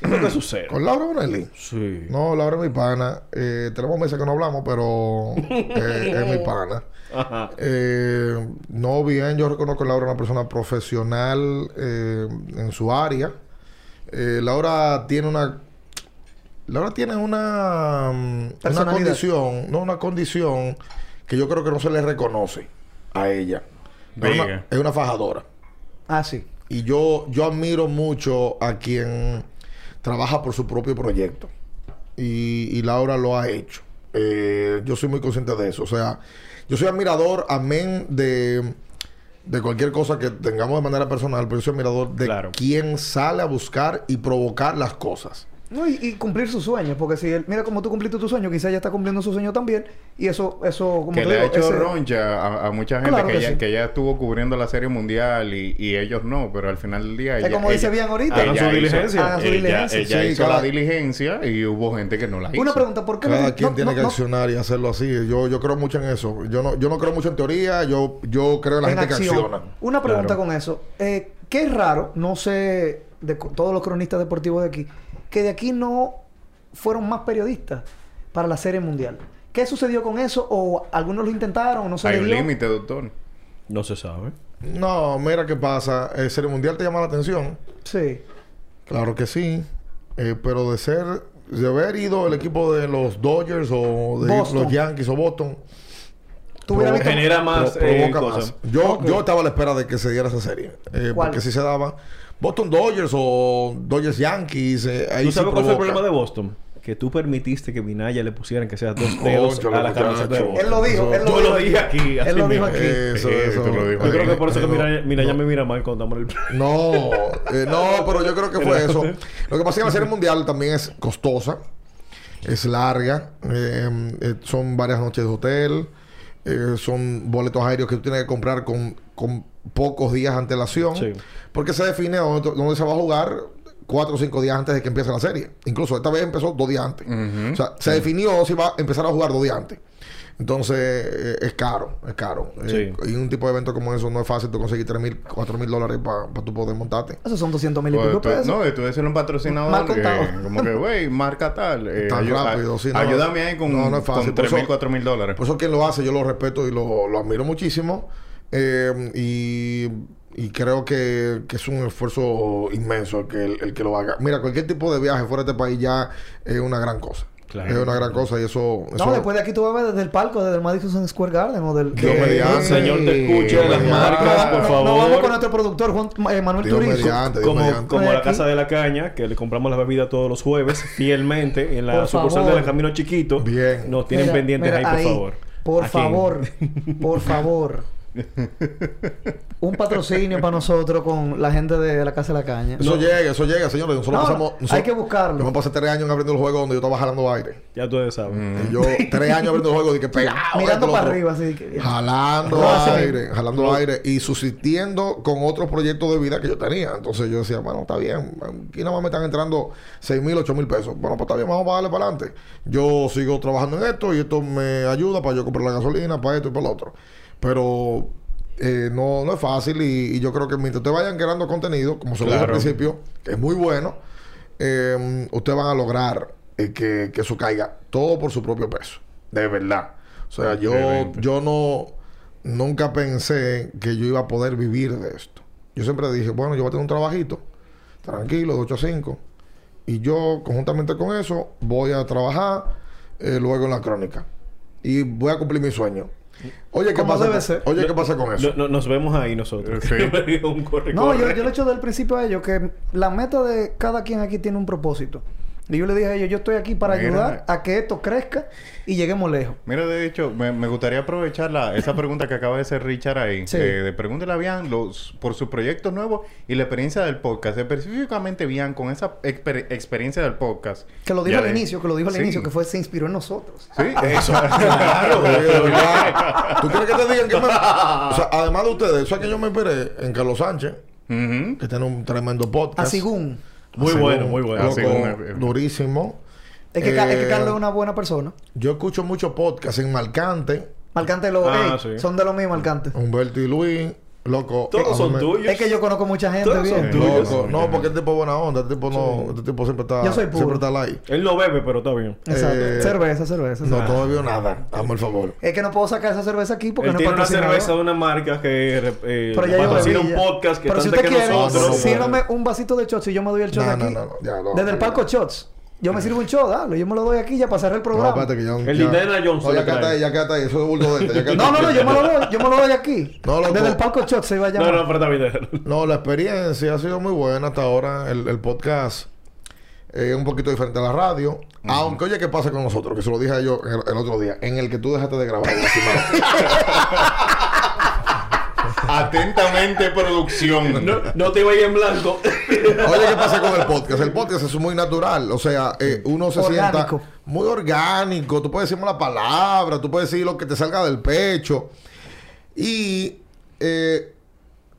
¿Qué es lo que sucede?
Mm. Con Laura Bonelli.
Sí.
No, Laura es mi pana. Eh, tenemos meses que no hablamos, pero eh, es mi pana.
Ajá.
Eh, no, bien, yo reconozco que Laura es una persona profesional eh, en su área. Eh, Laura tiene una. Laura tiene una. mm, Una
Personalidad.
condición, no, una condición que yo creo que no se le reconoce a ella. Es
Venga.
una, es una fajadora.
Ah, sí.
Y yo, yo admiro mucho a quien trabaja por su propio proyecto. Y, y Laura lo ha hecho. Eh, yo soy muy consciente de eso. O sea, yo soy admirador, amén, de, de cualquier cosa que tengamos de manera personal, pero yo soy admirador de
Claro.
quien sale a buscar y provocar las cosas.
No, y, y cumplir sus sueños, porque si él, mira como tú cumpliste tu sueño, quizás ella está cumpliendo su sueño también, y eso, eso, como
Que
te
le ha
digo,
hecho
ese-
roncha a, a mucha gente
Claro
que,
que
ella,
sí.
que ella estuvo cubriendo la serie mundial y, y ellos no, pero al final del día.
Es
Ella,
como dice
ella-
bien ahorita.
ella
Hagan su
hizo-
diligencia.
Hagan su
ella-
diligencia,
ella
sí,
hizo
cada-
la diligencia y hubo gente que no la hizo.
Una pregunta, ¿por qué
Cada
no-
quien
no-
tiene
no-
que
no-
accionar y hacerlo así. Yo, yo creo mucho en eso. Yo no, yo no creo mucho en teoría, yo, yo creo en la
en
gente
acción.
que acciona.
Una pregunta
Claro.
con eso. Eh, qué es raro, no sé, de co- todos los cronistas deportivos de aquí, que de aquí no fueron más periodistas para la Serie Mundial. ¿Qué sucedió con eso? ¿O algunos lo intentaron? ¿No se
Hay
le
un
dio?
límite, doctor.
No se sabe.
No, mira qué pasa. El Serie Mundial te llama la atención.
Sí.
Claro que sí. Eh, pero de ser, de haber ido el equipo de los Dodgers o de
Boston.
los Yankees o Boston,
¿Tú hubieras visto-
Genera más.
pro-
eh,
provoca
cosas.
más. Yo, yo estaba a la espera de que se diera esa serie. Eh,
¿Cuál?
porque si se daba. Boston Dodgers o Dodgers Yankees, eh, ahí
¿Tú
sí
sabes cuál fue el
provoca.
problema de Boston? Que tú permitiste que Minaya le pusieran que sea dos
Concho,
dedos a la
muchacho.
cabeza de Boston.
Él lo dijo, él lo
Yo lo
dijo
dije
aquí.
aquí.
Él
así
lo dijo
mismo.
aquí.
Eso,
Eh,
eso.
tú lo dijo.
Yo creo que por eso que
Eh, no,
Minaya, Minaya
no.
me mira mal cuando estamos en el...
No, eh, no, pero yo creo que fue eso. Lo que pasa es que la serie mundial también es costosa, es larga, eh, eh, son varias noches de hotel, eh, son boletos aéreos que tú tienes que comprar con, con pocos días de antelación,
Sí.
porque se define dónde, dónde se va a jugar cuatro o cinco días antes de que empiece la serie. Incluso esta vez empezó dos días antes. O sea, se definió si va a empezar a jugar dos días antes. Entonces, eh, es caro, es caro. Eh, y un tipo de evento como eso no es fácil, tú conseguir 3 mil, 4 mil dólares para tú poder montarte.
Eso son 200 mil y
Pues,
pico
tú-
pesos.
no, tú debes ser un
Mal
patrocinador.
contado.
eh, como que, güey, marca tal. eh,
Tan
ayu-
rápido, sí, no.
Ayúdame ahí con,
No, no es fácil.
con
Por
3 mil,
eso-
4 mil dólares.
Por eso quien lo hace, yo lo respeto y lo, lo admiro muchísimo. Eh, y, y creo que, que es un esfuerzo inmenso el que, el, que lo haga. Mira, cualquier tipo de viaje fuera de este país ya es una gran cosa.
Claro.
Es una gran cosa y eso...
No,
eso-
después de aquí tú vas a ver desde el palco, desde el Madison Square Garden o del...
Dios
del-
mediante.
Señor, te escucha
Dios
las
mediante.
marcas, por
no,
favor.
no vamos con nuestro productor Juan eh, Manuel
Dios
Turizo.
mediante, Dios
Como,
mediante.
como
Aquí.
la Casa de la Caña, que le compramos las bebidas todos los jueves, fielmente, en la
Por
sucursal
favor.
del Camino Chiquito.
Bien.
Nos tienen
Mira,
pendientes
mira,
ahí, por favor.
Por
¿A quién?
favor, por favor. Un patrocinio para nosotros con la gente de la Casa de la Caña.
Eso llega, eso llega, señores. Nosotros
No,
pasamos...
hay
nosotros-
que buscarlo.
Yo me pasé tres años abriendo el juego donde yo estaba jalando aire.
Ya ustedes saben.
Y yo tres años abriendo el juego de que pegado. esto,
Mirando
lo
para
otro.
arriba, así que...
Jalando
Rosa.
aire, jalando aire y subsistiendo con otros proyectos de vida que yo tenía. Entonces yo decía, bueno, está bien, aquí nada más me están entrando 6 mil, 8 mil pesos. Bueno, pues está bien, vamos a darle para adelante. Yo sigo trabajando en esto y esto me ayuda para yo comprar la gasolina, para esto y para lo otro. Pero eh, no, no es fácil y, y yo creo que mientras ustedes vayan creando contenido, como se lo dije al
Claro.
principio, que es muy bueno, eh, ustedes van a lograr eh, que, que eso caiga todo por su propio peso. De verdad. O sea, yo,
Excelente.
yo no nunca pensé que yo iba a poder vivir de esto. Yo siempre dije, bueno, yo voy a tener un trabajito, tranquilo, de 8 a 5. Y yo, conjuntamente con eso, voy a trabajar eh, luego en la crónica. Y voy a cumplir mi sueño. Oye, ¿qué
Como
pasa?
debe
con-
ser.
Oye, ¿qué pasa con eso?
No- no- nos vemos ahí nosotros.
Sí.
Yo le digo un corre,
No, yo,
corre.
yo le he hecho del principio a ellos que la meta de cada quien aquí tiene un propósito. Y yo le dije a ellos, yo estoy aquí para
Mira.
ayudar a que esto crezca y lleguemos lejos.
Mira, de hecho, me, me gustaría aprovechar la, esa pregunta que acaba de hacer Richard ahí.
Sí.
eh, de pregúntale a Bian los, por sus proyectos nuevos y la experiencia del podcast. Específicamente, Bian, con esa exper- experiencia del podcast.
Que lo dijo
Ya
al
de-
inicio, que lo dijo al
Sí.
inicio, que fue, se inspiró en nosotros.
Sí, eso.
Claro, güey, de verdad. ¿Tú crees que te digan que me... O sea, además de ustedes, eso es que yo me esperé en Carlos Sánchez,
Ujú.
que tiene un tremendo podcast.
A Sigún.
Muy
Así
bueno,
un-
muy bueno.
loco,
Así un-
durísimo.
Es que, Ca- es que
Eh,
Carlos es una buena persona.
Yo escucho muchos podcasts en Marcante,
Marcante lo
Ah,
ey,
sí.
son de lo mismo, Alcante.
Humberto y Luis, loco.
Todos son
hazme-
tuyos.
Es que yo conozco mucha gente
Todos son
bien.
tuyos.
Loco, no, porque este tipo es buena onda, este tipo no, este tipo siempre está,
Yo soy puro.
siempre está light.
Él no bebe, pero está bien.
Exacto.
Eh,
cerveza, cerveza.
No,
cerveza.
todavía nada. Hazme el favor.
Es que no puedo sacar esa cerveza aquí porque
Él
no
tiene una
patrocinador.
cerveza de una marca que eh,
Pero ya yo
patrocina
bebí
un
ya.
podcast que
Pero
está
si
antes
usted
que
quiere,
nosotros.
sírvame un vasito de shots y yo me doy el shot
No, no,
aquí.
no, no, ya, no,
Desde
no,
el
ya.
palco shots. Yo me sirvo un shot, dale. Yo me lo doy aquí ya para cerrar el
No,
programa.
espérate que ya.
El
ya-
Indiana Jones
No,
se
ya
lo
acá está
trae.
ahí, ya acá está ahí. Eso es bulto de este, ya acá está
No, no, no,
ahí.
yo me lo doy, yo me lo doy aquí.
No, loco.
Desde el palco shots se iba a
No,
llamar.
no, pero está bien. déjalo.
No, la experiencia ha sido muy buena hasta ahora. El, el podcast eh, es un poquito diferente a la radio. Aunque, oye, ¿qué pasa con nosotros? Que se lo dije yo el, el otro día. En el que tú dejaste de grabar. la semana.
Atentamente, producción.
No, no te iba a ir en blanco.
oye, ¿qué pasa con el podcast? El podcast es muy natural. O sea, eh, uno se
Orgánico.
sienta muy orgánico. Tú puedes decir la palabra. Tú puedes decir lo que te salga del pecho. Y eh,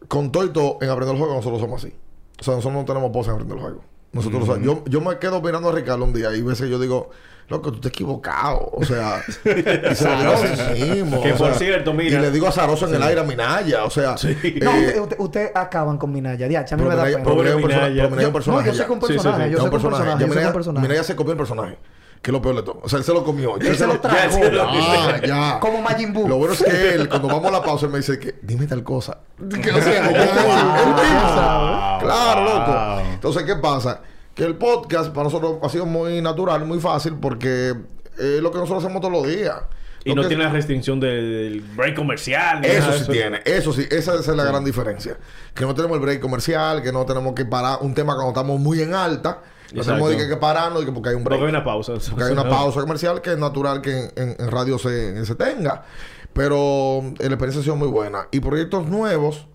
con todo y todo, en Aprender el Juego nosotros somos así. O sea, nosotros no tenemos pose en Aprender el Juego. Nosotros, o sea, yo, yo me quedo mirando a Ricardo un día y veces yo digo, loco, tú estás equivocado. O sea, y se lo digo así mismo.
Que
o
por
sea,
cierto, mira.
Y le digo a Zaroso en el aire a Minaya. O sea, eh,
No, usted- usted- ustedes acaban con Minaya. Diache, a mí
pero
me da
Minaya-
pena.
pero Minaya es un
Pobre
persona-
Minaya.
pero Minaya es
Yo-
un personaje.
No, yo sé
ya.
que un
Sí, sí, sí.
personaje. Yo sé
Es un
que un
personaje. Ya
personaje. Yo sé que
Minaya-
un personaje.
Minaya se copió el personaje. Que es lo peor de todo. O sea, él se lo comió.
Él se lo
Ya,
trajo.
se lo-
Ah, ya.
Como Majin Buu.
Lo bueno es que él, cuando vamos a la pausa, él me dice que dime tal cosa. Que no sea.
Wow.
él piensa.
Wow.
Claro, loco.
Wow.
Entonces, ¿qué pasa? Que el podcast para nosotros ha sido muy natural, muy fácil, porque es lo que nosotros hacemos todos los días.
Y
Lo
no
que-
tiene la restricción del break comercial. ni
Eso
nada de
sí tiene, eso sí, esa, esa es la gran diferencia. Que no tenemos el break comercial, que no tenemos que parar un tema cuando estamos muy en alta. No
Exacto.
tenemos de que, que pararnos de que porque hay un break.
Porque hay una pausa.
Porque hay una pausa comercial que es natural que en, en- en radio se, se tenga. Pero eh, la experiencia ha sido muy buena. Y proyectos nuevos,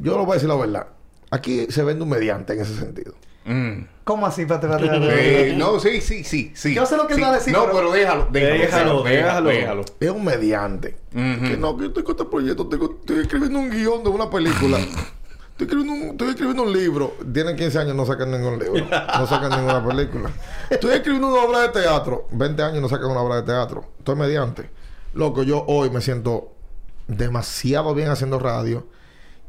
yo lo voy a decir la verdad. Aquí se vende un mediante en ese sentido.
Mm.
¿Cómo así? Espérate, espérate, espérate.
Eh, no, sí, sí, sí, sí.
Yo sé lo que él
Sí.
va a decir,
No,
pero-
pero déjalo.
Déjalo,
Déjalo, déjalo.
déjalo.
déjalo.
Es un mediante. Que no, que yo estoy con este proyecto, estoy, con- estoy escribiendo un guión de una película. Estoy escribiendo, un, estoy escribiendo un libro. Tienen 15 años, no sacan ningún libro. No sacan ninguna película. Estoy escribiendo una obra de teatro. 20 años no sacan una obra de teatro. Estoy mediante. Loco, yo hoy me siento demasiado bien haciendo radio.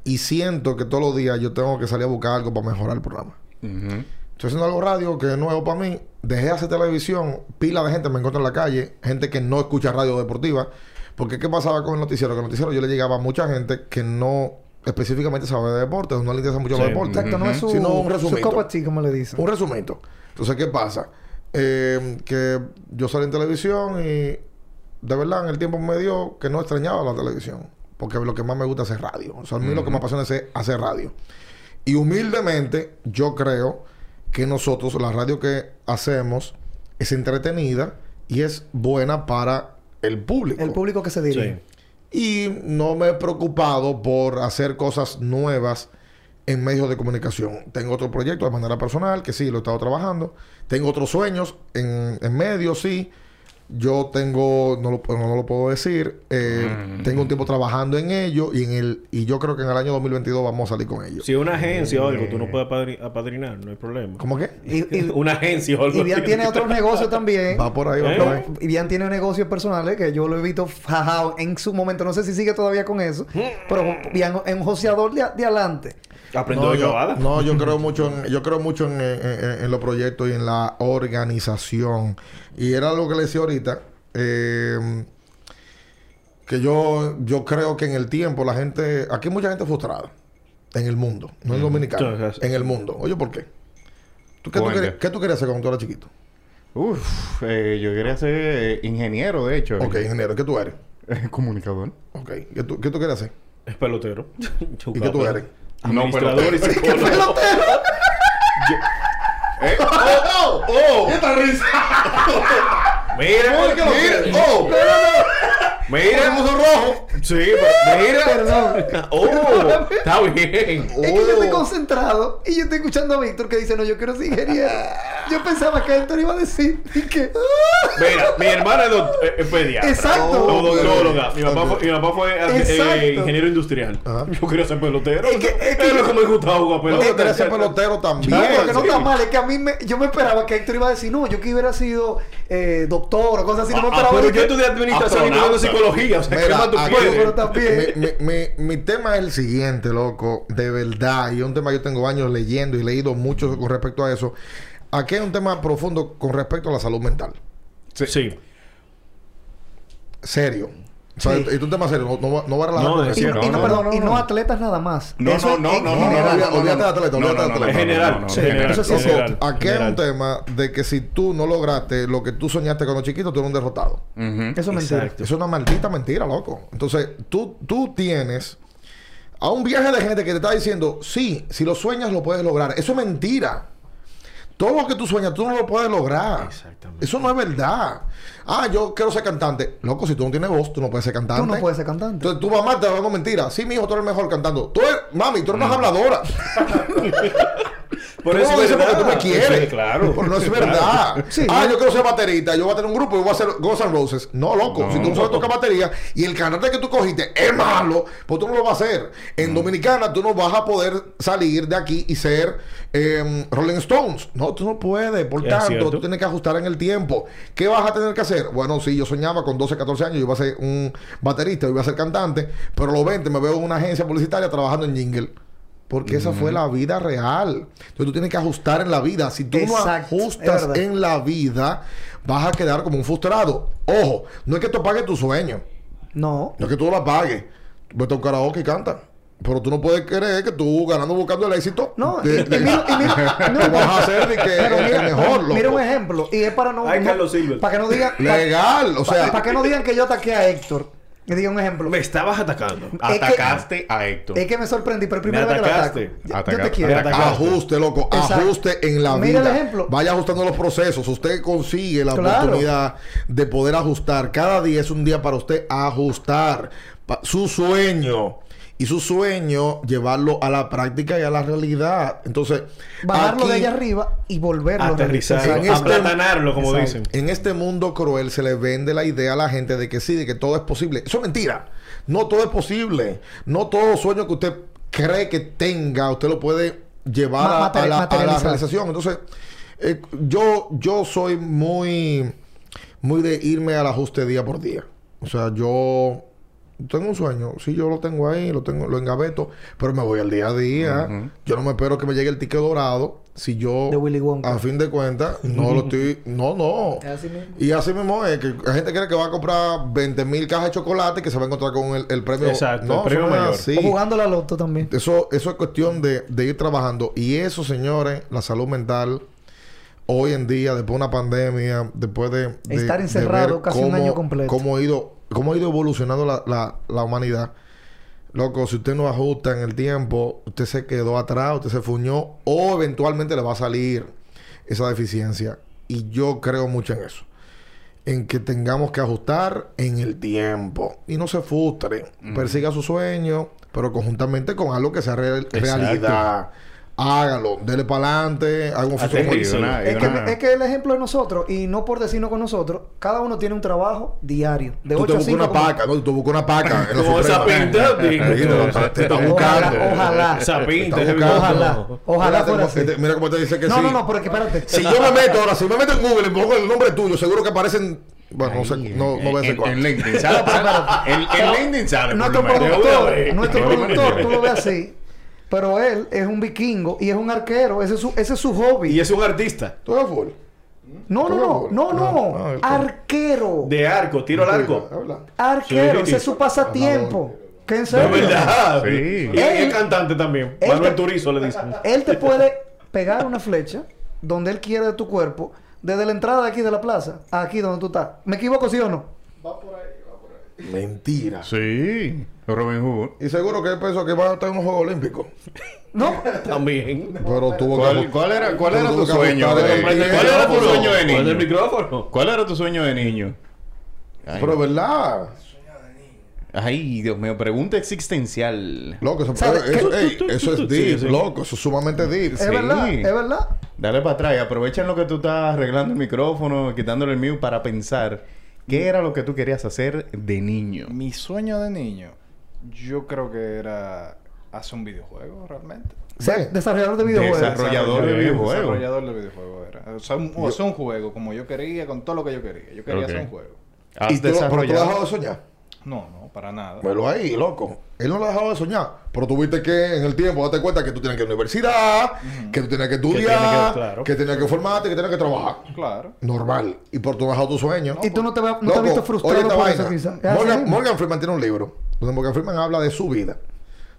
Y siento que todos los días yo tengo que salir a buscar algo para mejorar el programa.
Ujú.
Estoy haciendo algo radio que es nuevo para mí. Dejé de hacer televisión. Pila de gente me encuentro en la calle. Gente que no escucha radio deportiva. Porque ¿qué pasaba con el noticiero? Que el noticiero yo le llegaba a mucha gente que no específicamente sabe de deportes. No le interesa mucho los
Sí.
deportes.
Exacto, no es su,
Si no, un
su
resumito.
copa tea, como le dicen.
Un resumito. Entonces, ¿qué pasa? Eh, que yo salí en televisión y de verdad en el tiempo me dio que no extrañaba la televisión. Porque lo que más me gusta es hacer radio. O sea, a mí lo que me apasiona es hacer radio. Y humildemente, yo creo que nosotros, la radio que hacemos, es entretenida y es buena para el público.
El público que se dirige.
Sí.
Y no me he preocupado por hacer cosas nuevas en medios de comunicación. Tengo otro proyecto de manera personal, que sí, lo he estado trabajando. Tengo otros sueños en, en medios, sí. Yo tengo, no lo, no lo puedo decir, eh, tengo un tiempo trabajando en ello y en el y yo creo que en el año 2022 vamos a salir con ello.
Si una agencia o algo, tú no puedes apadri- apadrinar, no hay problema.
¿Cómo que?
Y, y,
Una agencia o algo.
y Bian tiene
que-
otros negocios también.
Va por ahí, va
¿Eh?
por ahí.
Y Bian tiene negocios personales que yo lo he visto fajado en su momento. No sé si sigue todavía con eso. Pero Bian es un joseador de, de adelante.
Aprendió de
yo,
clavada.
no, yo creo mucho en, yo creo mucho en, en- en- en los proyectos y en la organización. Y era lo que le decía ahorita. eh, que yo, yo creo que en el tiempo la gente, aquí hay mucha gente frustrada. En el mundo, no en dominicano.
Sí, sí, sí.
En el mundo. Oye, ¿por qué? ¿Tú, qué, tú
Cuente.
querías, qué tú querías hacer cuando tú eras chiquito?
Uf, eh, yo quería ser eh, ingeniero, de hecho.
Ok, ingeniero, ¿qué tú eres?
Comunicador.
Ok, ¿qué tú, qué tú querías hacer?
Es pelotero.
¿Y qué tú eres?
Administrador y psicólogo. Yo-
Eh,
¡Oh!
¡Oh!
¡Oh! ¡Esta risa!
Mira,
¿Por qué lo
mira,
quieres? ¡Oh!
mira,
puso rojo!
Sí, pero mira.
Perdón.
Oh, está bien.
Es que yo estoy
Oh.
concentrado y yo estoy escuchando a Víctor que dice, no, yo quiero ser ingeniero. Yo pensaba que Héctor iba a decir y que... "Ah,
Mira, mi hermana es, doc- eh, es pediatra.
Exacto.
O Odontóloga. Mi papá fue, mi papá fue eh,
Exacto.
eh, ingeniero industrial.
Ajá.
Yo quería ser pelotero.
Es que- es que
Es lo
yo-
que me gustaba jugar
Yo
pelota.
quería ser pelotero también.
No, pero que no
sí.
está mal, es que a mí me, yo me esperaba que Héctor iba a decir, no, yo que hubiera sido eh, doctor o cosas así, no me
Ah,
esperaba.
pero
de
yo
que-
estudié administración y
Astronauta.
estudiando psicología. O sea, ¿qué
Mira,
más tú
aquí-
puedes?
Pero también-
mi, mi- mi- mi tema es el siguiente, loco. De verdad. Y es un tema que yo tengo años leyendo y leído mucho con respecto a eso. Aquí hay un tema profundo con respecto a la salud mental.
Sí. sí.
Serio. O sea,
Sí.
es un tema serio. No, no, va- no va a relajar
No,
con
de
eso.
Y,
cierto.
y no,
No, no,
perdón,
no,
y no
no.
atletas nada más.
No,
Eso
no,
es
no,
en
no, no,
general.
no, no, olvídate de atleta,
No, no,
olvídate de
no,
atleta.
no,
General,
no, no, no,
general.
general.
Eso sí es
Loco,
cierto.
aquí hay
General.
un tema de que si tú no lograste lo que tú soñaste cuando chiquito, tú eres un derrotado.
Ujú.
Eso es mentira.
Exacto.
Es una maldita mentira, loco. Entonces, tú, tú tienes a un viaje de gente que te está diciendo, sí, si lo sueñas lo puedes lograr. Eso es mentira. Todo lo que tú sueñas, tú no lo puedes lograr.
Exactamente.
Eso no es verdad. Ah, yo quiero ser cantante. Loco, si tú no tienes voz, tú no puedes ser cantante.
Tú no puedes ser cantante.
Entonces, tu mamá te va con mentira. Sí, mi hijo, tú eres el mejor cantando. Tú eres, mami, tú eres más habladora.
Por
Tú no lo dices porque tú me quieres.
Sí, claro.
Pero no es verdad.
Sí,
ah,
no.
yo quiero ser baterista. Yo voy a tener un grupo y voy a hacer Guns N' Roses. No, loco. Si tú no sabes tocar batería y el cantante que tú cogiste es malo, pues tú no lo vas a hacer.
Mm.
En Dominicana tú no vas a poder salir de aquí y ser eh, Rolling Stones. No, tú no puedes. Por
Es
tanto,
cierto.
tú tienes que ajustar en el tiempo. ¿Qué vas a tener que hacer? Bueno, sí, yo soñaba con 12, 14 años. Yo iba a ser un baterista, yo iba a ser cantante. Pero a los 20 me veo en una agencia publicitaria trabajando en Jingle. Porque esa fue la vida real. Entonces tú tienes que ajustar en la vida. Si tú
Exacto,
no
es
ajustas
verdad.
en la vida, vas a quedar como un frustrado. Ojo, no es que tú apagues tu sueño.
No.
No es que tú lo apagues. Vete a un karaoke y canta. Pero tú no puedes creer que tú ganando buscando el éxito.
No, y,
te-
y
te-
mira, y mira, no,
te vas a hacer de que
pero
el- el
mira,
mejor, loco.
mira un ejemplo, y es para no,
Ay,
no-
Carlos Silver.
para que no digan, para,
Legal, o sea.
para que no digan que yo ataqué a Héctor. Que diga un ejemplo.
Me estabas atacando.
que-
Atacaste a Héctor.
Es que me sorprendí, pero primero vez que lo
atacaste.
ataco. Yo- Yo te
Atacaste,
quiero.
atacaste.
Ajuste, loco,
Exacto.
ajuste en la
Mira el
vida.
ejemplo.
Vaya ajustando los procesos. Usted consigue la
Claro.
oportunidad de poder ajustar. Cada día es un día para usted ajustar pa- su sueño. Y su sueño, llevarlo a la práctica y a la realidad. Entonces,
Bajarlo de
aquí-
allá arriba y volverlo a
Aterrizar.
En este-
Aplatanarlo, como
Exacto.
dicen.
En este mundo cruel se le vende la idea a la gente de que sí, de que todo es posible. Eso es mentira. No todo es posible. No todo sueño que usted cree que tenga, usted lo puede llevar
Ma-
a- a, la, a la
materializar.
realización. Entonces, eh, yo, yo soy muy, muy de irme al ajuste día por día. O sea, yo tengo un sueño. Sí, yo lo tengo ahí, lo tengo, lo engaveto, pero me voy al día a día. Yo no me espero que me llegue el ticket dorado. Si yo,
De Willy Wonka.
a fin de cuentas, no lo estoy. No, no.
Es así mismo.
Y así mismo es que la gente cree que va a comprar 20 mil cajas de chocolate que se va a encontrar con el, el premio.
Exacto, el
No,
premio
eso no es
mayor.
así.
O jugando la loto también.
Eso, eso es cuestión de, de ir trabajando. Y eso, señores, la salud mental, hoy en día, después de una pandemia, después de... de-
Estar
de
encerrado
ver
casi un año completo.
Cómo ha ido, cómo ha ido evolucionando la, la- la humanidad. Loco, si usted no ajusta en el tiempo, usted se quedó atrás, usted se fuñó o eventualmente le va a salir esa deficiencia. Y yo creo mucho en eso en que tengamos que ajustar en el tiempo. Y no se frustre. Persiga su sueño, pero conjuntamente con algo que sea re- realidad. Hágalo. Dele para adelante. Haga un
Y
futuro
Aterriza.
mejor.
una- y
Es que,
una-
es que el ejemplo de nosotros, y no por decirnos con nosotros, cada uno tiene un trabajo diario. De
Tú
8
te
a
buscas
5.
una
como-
paca. No, tú buscas una paca. en la
Como esa
Suprema.
pinta, digo.
Ahí te la- te está
Ojalá,
buscando.
ojalá.
Esa pinta.
Está
ese
buscando.
bigote.
Ojalá. Ojalá
Mira,
fuera
te-
así.
te- Mira cómo te dice que
No,
sí.
no, no, pero que espérate.
Si yo me meto ahora, si me meto en Google y pongo el nombre tuyo, seguro que aparecen. Bueno, no sé. No, no voy a decir
en,
cuál.
en LinkedIn sale. En en LinkedIn sale. por
Nuestro
lo menos.
vez.
productor,
De
nuestro
una
productor,
vez.
tú lo ves así. Pero él es un vikingo y es un arquero. Ese es su, ese es su hobby.
Y es un artista.
¿Tú eres full?
No, no, no, no,
No, no,
no.
el-
Arquero.
De arco. Tiro al
Es
arco.
verdad.
Arquero,
Sí.
ese es su pasatiempo. ¿Qué en
Es
serio?
verdad.
Sí.
Y es cantante también.
Él-
Manuel Turizo le dicen.
Él te puede pegar una flecha donde él quiera de tu cuerpo, desde la entrada de aquí de la plaza, a aquí donde tú estás. ¿Me equivoco, sí o no?
Mentira.
Sí, Robin Hood.
Y seguro que él pensó que va a estar en los Juegos Olímpicos.
No,
También.
Pero tuvo
¿Cuál, cuál era, cuál era tu sueño?
¿Cuál
de- ¿Cuál era tu sueño de
¿Cuál es el
niño?
micrófono?
¿Cuál era tu sueño de niño? Ay,
Pero verdad.
ay, Dios mío, pregunta existencial.
Loco, eso,
¿Sabes
eh, eso,
qué?
ey,
Tú, tú,
eso
tú,
es
tú.
deep,
Sí, sí.
loco. Eso es sumamente deep.
es verdad,
Sí.
Ah, es verdad.
Dale para atrás, aprovecha en lo que tú estás arreglando el micrófono, quitándole el mío para pensar qué era lo que tú querías hacer de niño.
Mi sueño de niño, yo creo que era hacer un videojuego realmente.
Ve,
Pues, Desarrollador de videojuegos.
Desarrollador de videojuegos.
Desarrollador de videojuegos era. O sea, un, o hacer un juego como yo quería, con todo lo que yo quería. Yo quería
Ok.
hacer un juego.
Has
¿Y tú, lo- pero tú has dejado
desarrollado.
de soñar?
No, no, para nada.
Velo ahí, loco. Él no lo ha dejado de soñar. Pero tuviste que en el tiempo date cuenta que tú tienes que ir a la universidad, que tú tienes que estudiar, que,
tienes que- claro.
tienes que formarte, que tienes que trabajar.
Claro.
Normal. Y por tú has dejado tu sueño.
Y tú no te, va- no te has visto frustrado por eso, quizás.
Morgan, Morgan Freeman tiene un libro donde Morgan Freeman habla de su vida.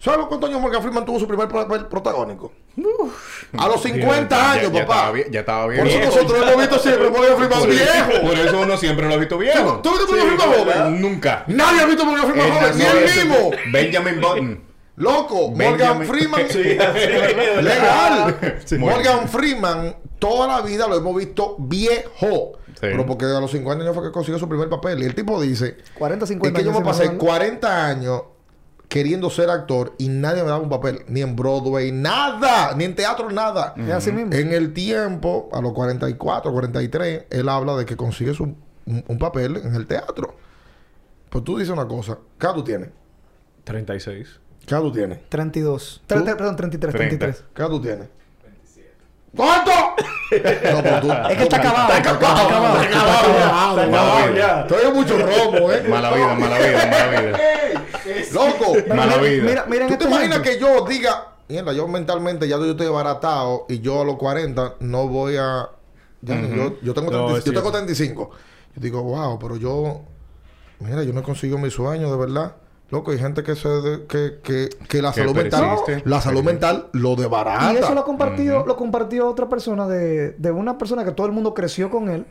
¿Sabes cuántos años Morgan Freeman tuvo su primer papel protagónico? a los 50 años,
ya
papá.
Estaba, vie- ya estaba
Por eso
viejo.
nosotros lo hemos visto siempre Morgan Freeman
Por eso-
viejo.
Por eso uno siempre lo ha visto viejo.
¿Tú viste Morgan Freeman joven?
Nunca.
Nadie ha visto Morgan Freeman
Él
joven, ni
nació
él
de-
mismo.
Benjamin Button.
Loco, Morgan
Benjamin-
Freeman. Legal. Morgan Freeman, toda la vida lo hemos visto viejo. Pero porque a los 50 años fue que consiguió su primer papel. Y el tipo dice:
40,
Es
50
que yo me
años,
pasé
¿no?
40 años queriendo ser actor y nadie me daba un papel. Ni en Broadway, nada. Ni en teatro, nada.
Es así mismo.
En el tiempo, a los 44, 43, él habla de que consigues un, un- un papel en el teatro. Pues tú dices una cosa. ¿Qué edad tú tienes?
36.
¿Qué edad tú tienes?
32. Tre- tre- perdón, 33,
30.
33.
¿Qué edad tú tienes? 27. ¿Cuánto? no, pero tú...
Es que está acabado. Está acabado.
Está
Está
acabado,
acabado ya.
Te oye mucho romo, ¿eh?
Mala vida, mala vida, mala vida.
Loco.
Mala
Mira,
vida.
Mira, mira,
¿Tú
este
te imaginas
ejemplo.
que yo diga, mierda, yo mentalmente ya yo estoy abaratado y yo a los 40 no voy a... ya, yo, yo tengo
No,
30
es
yo
cierto.
tengo 35. Yo digo, wow, pero yo... Mira, yo no consigo mi sueño, de verdad. Loco, hay gente que se de- que, que, que la
Que
salud mental...
persiste.
La salud mental lo debarata.
Y eso lo compartió, lo compartió otra persona de, de una persona que todo el mundo creció con él,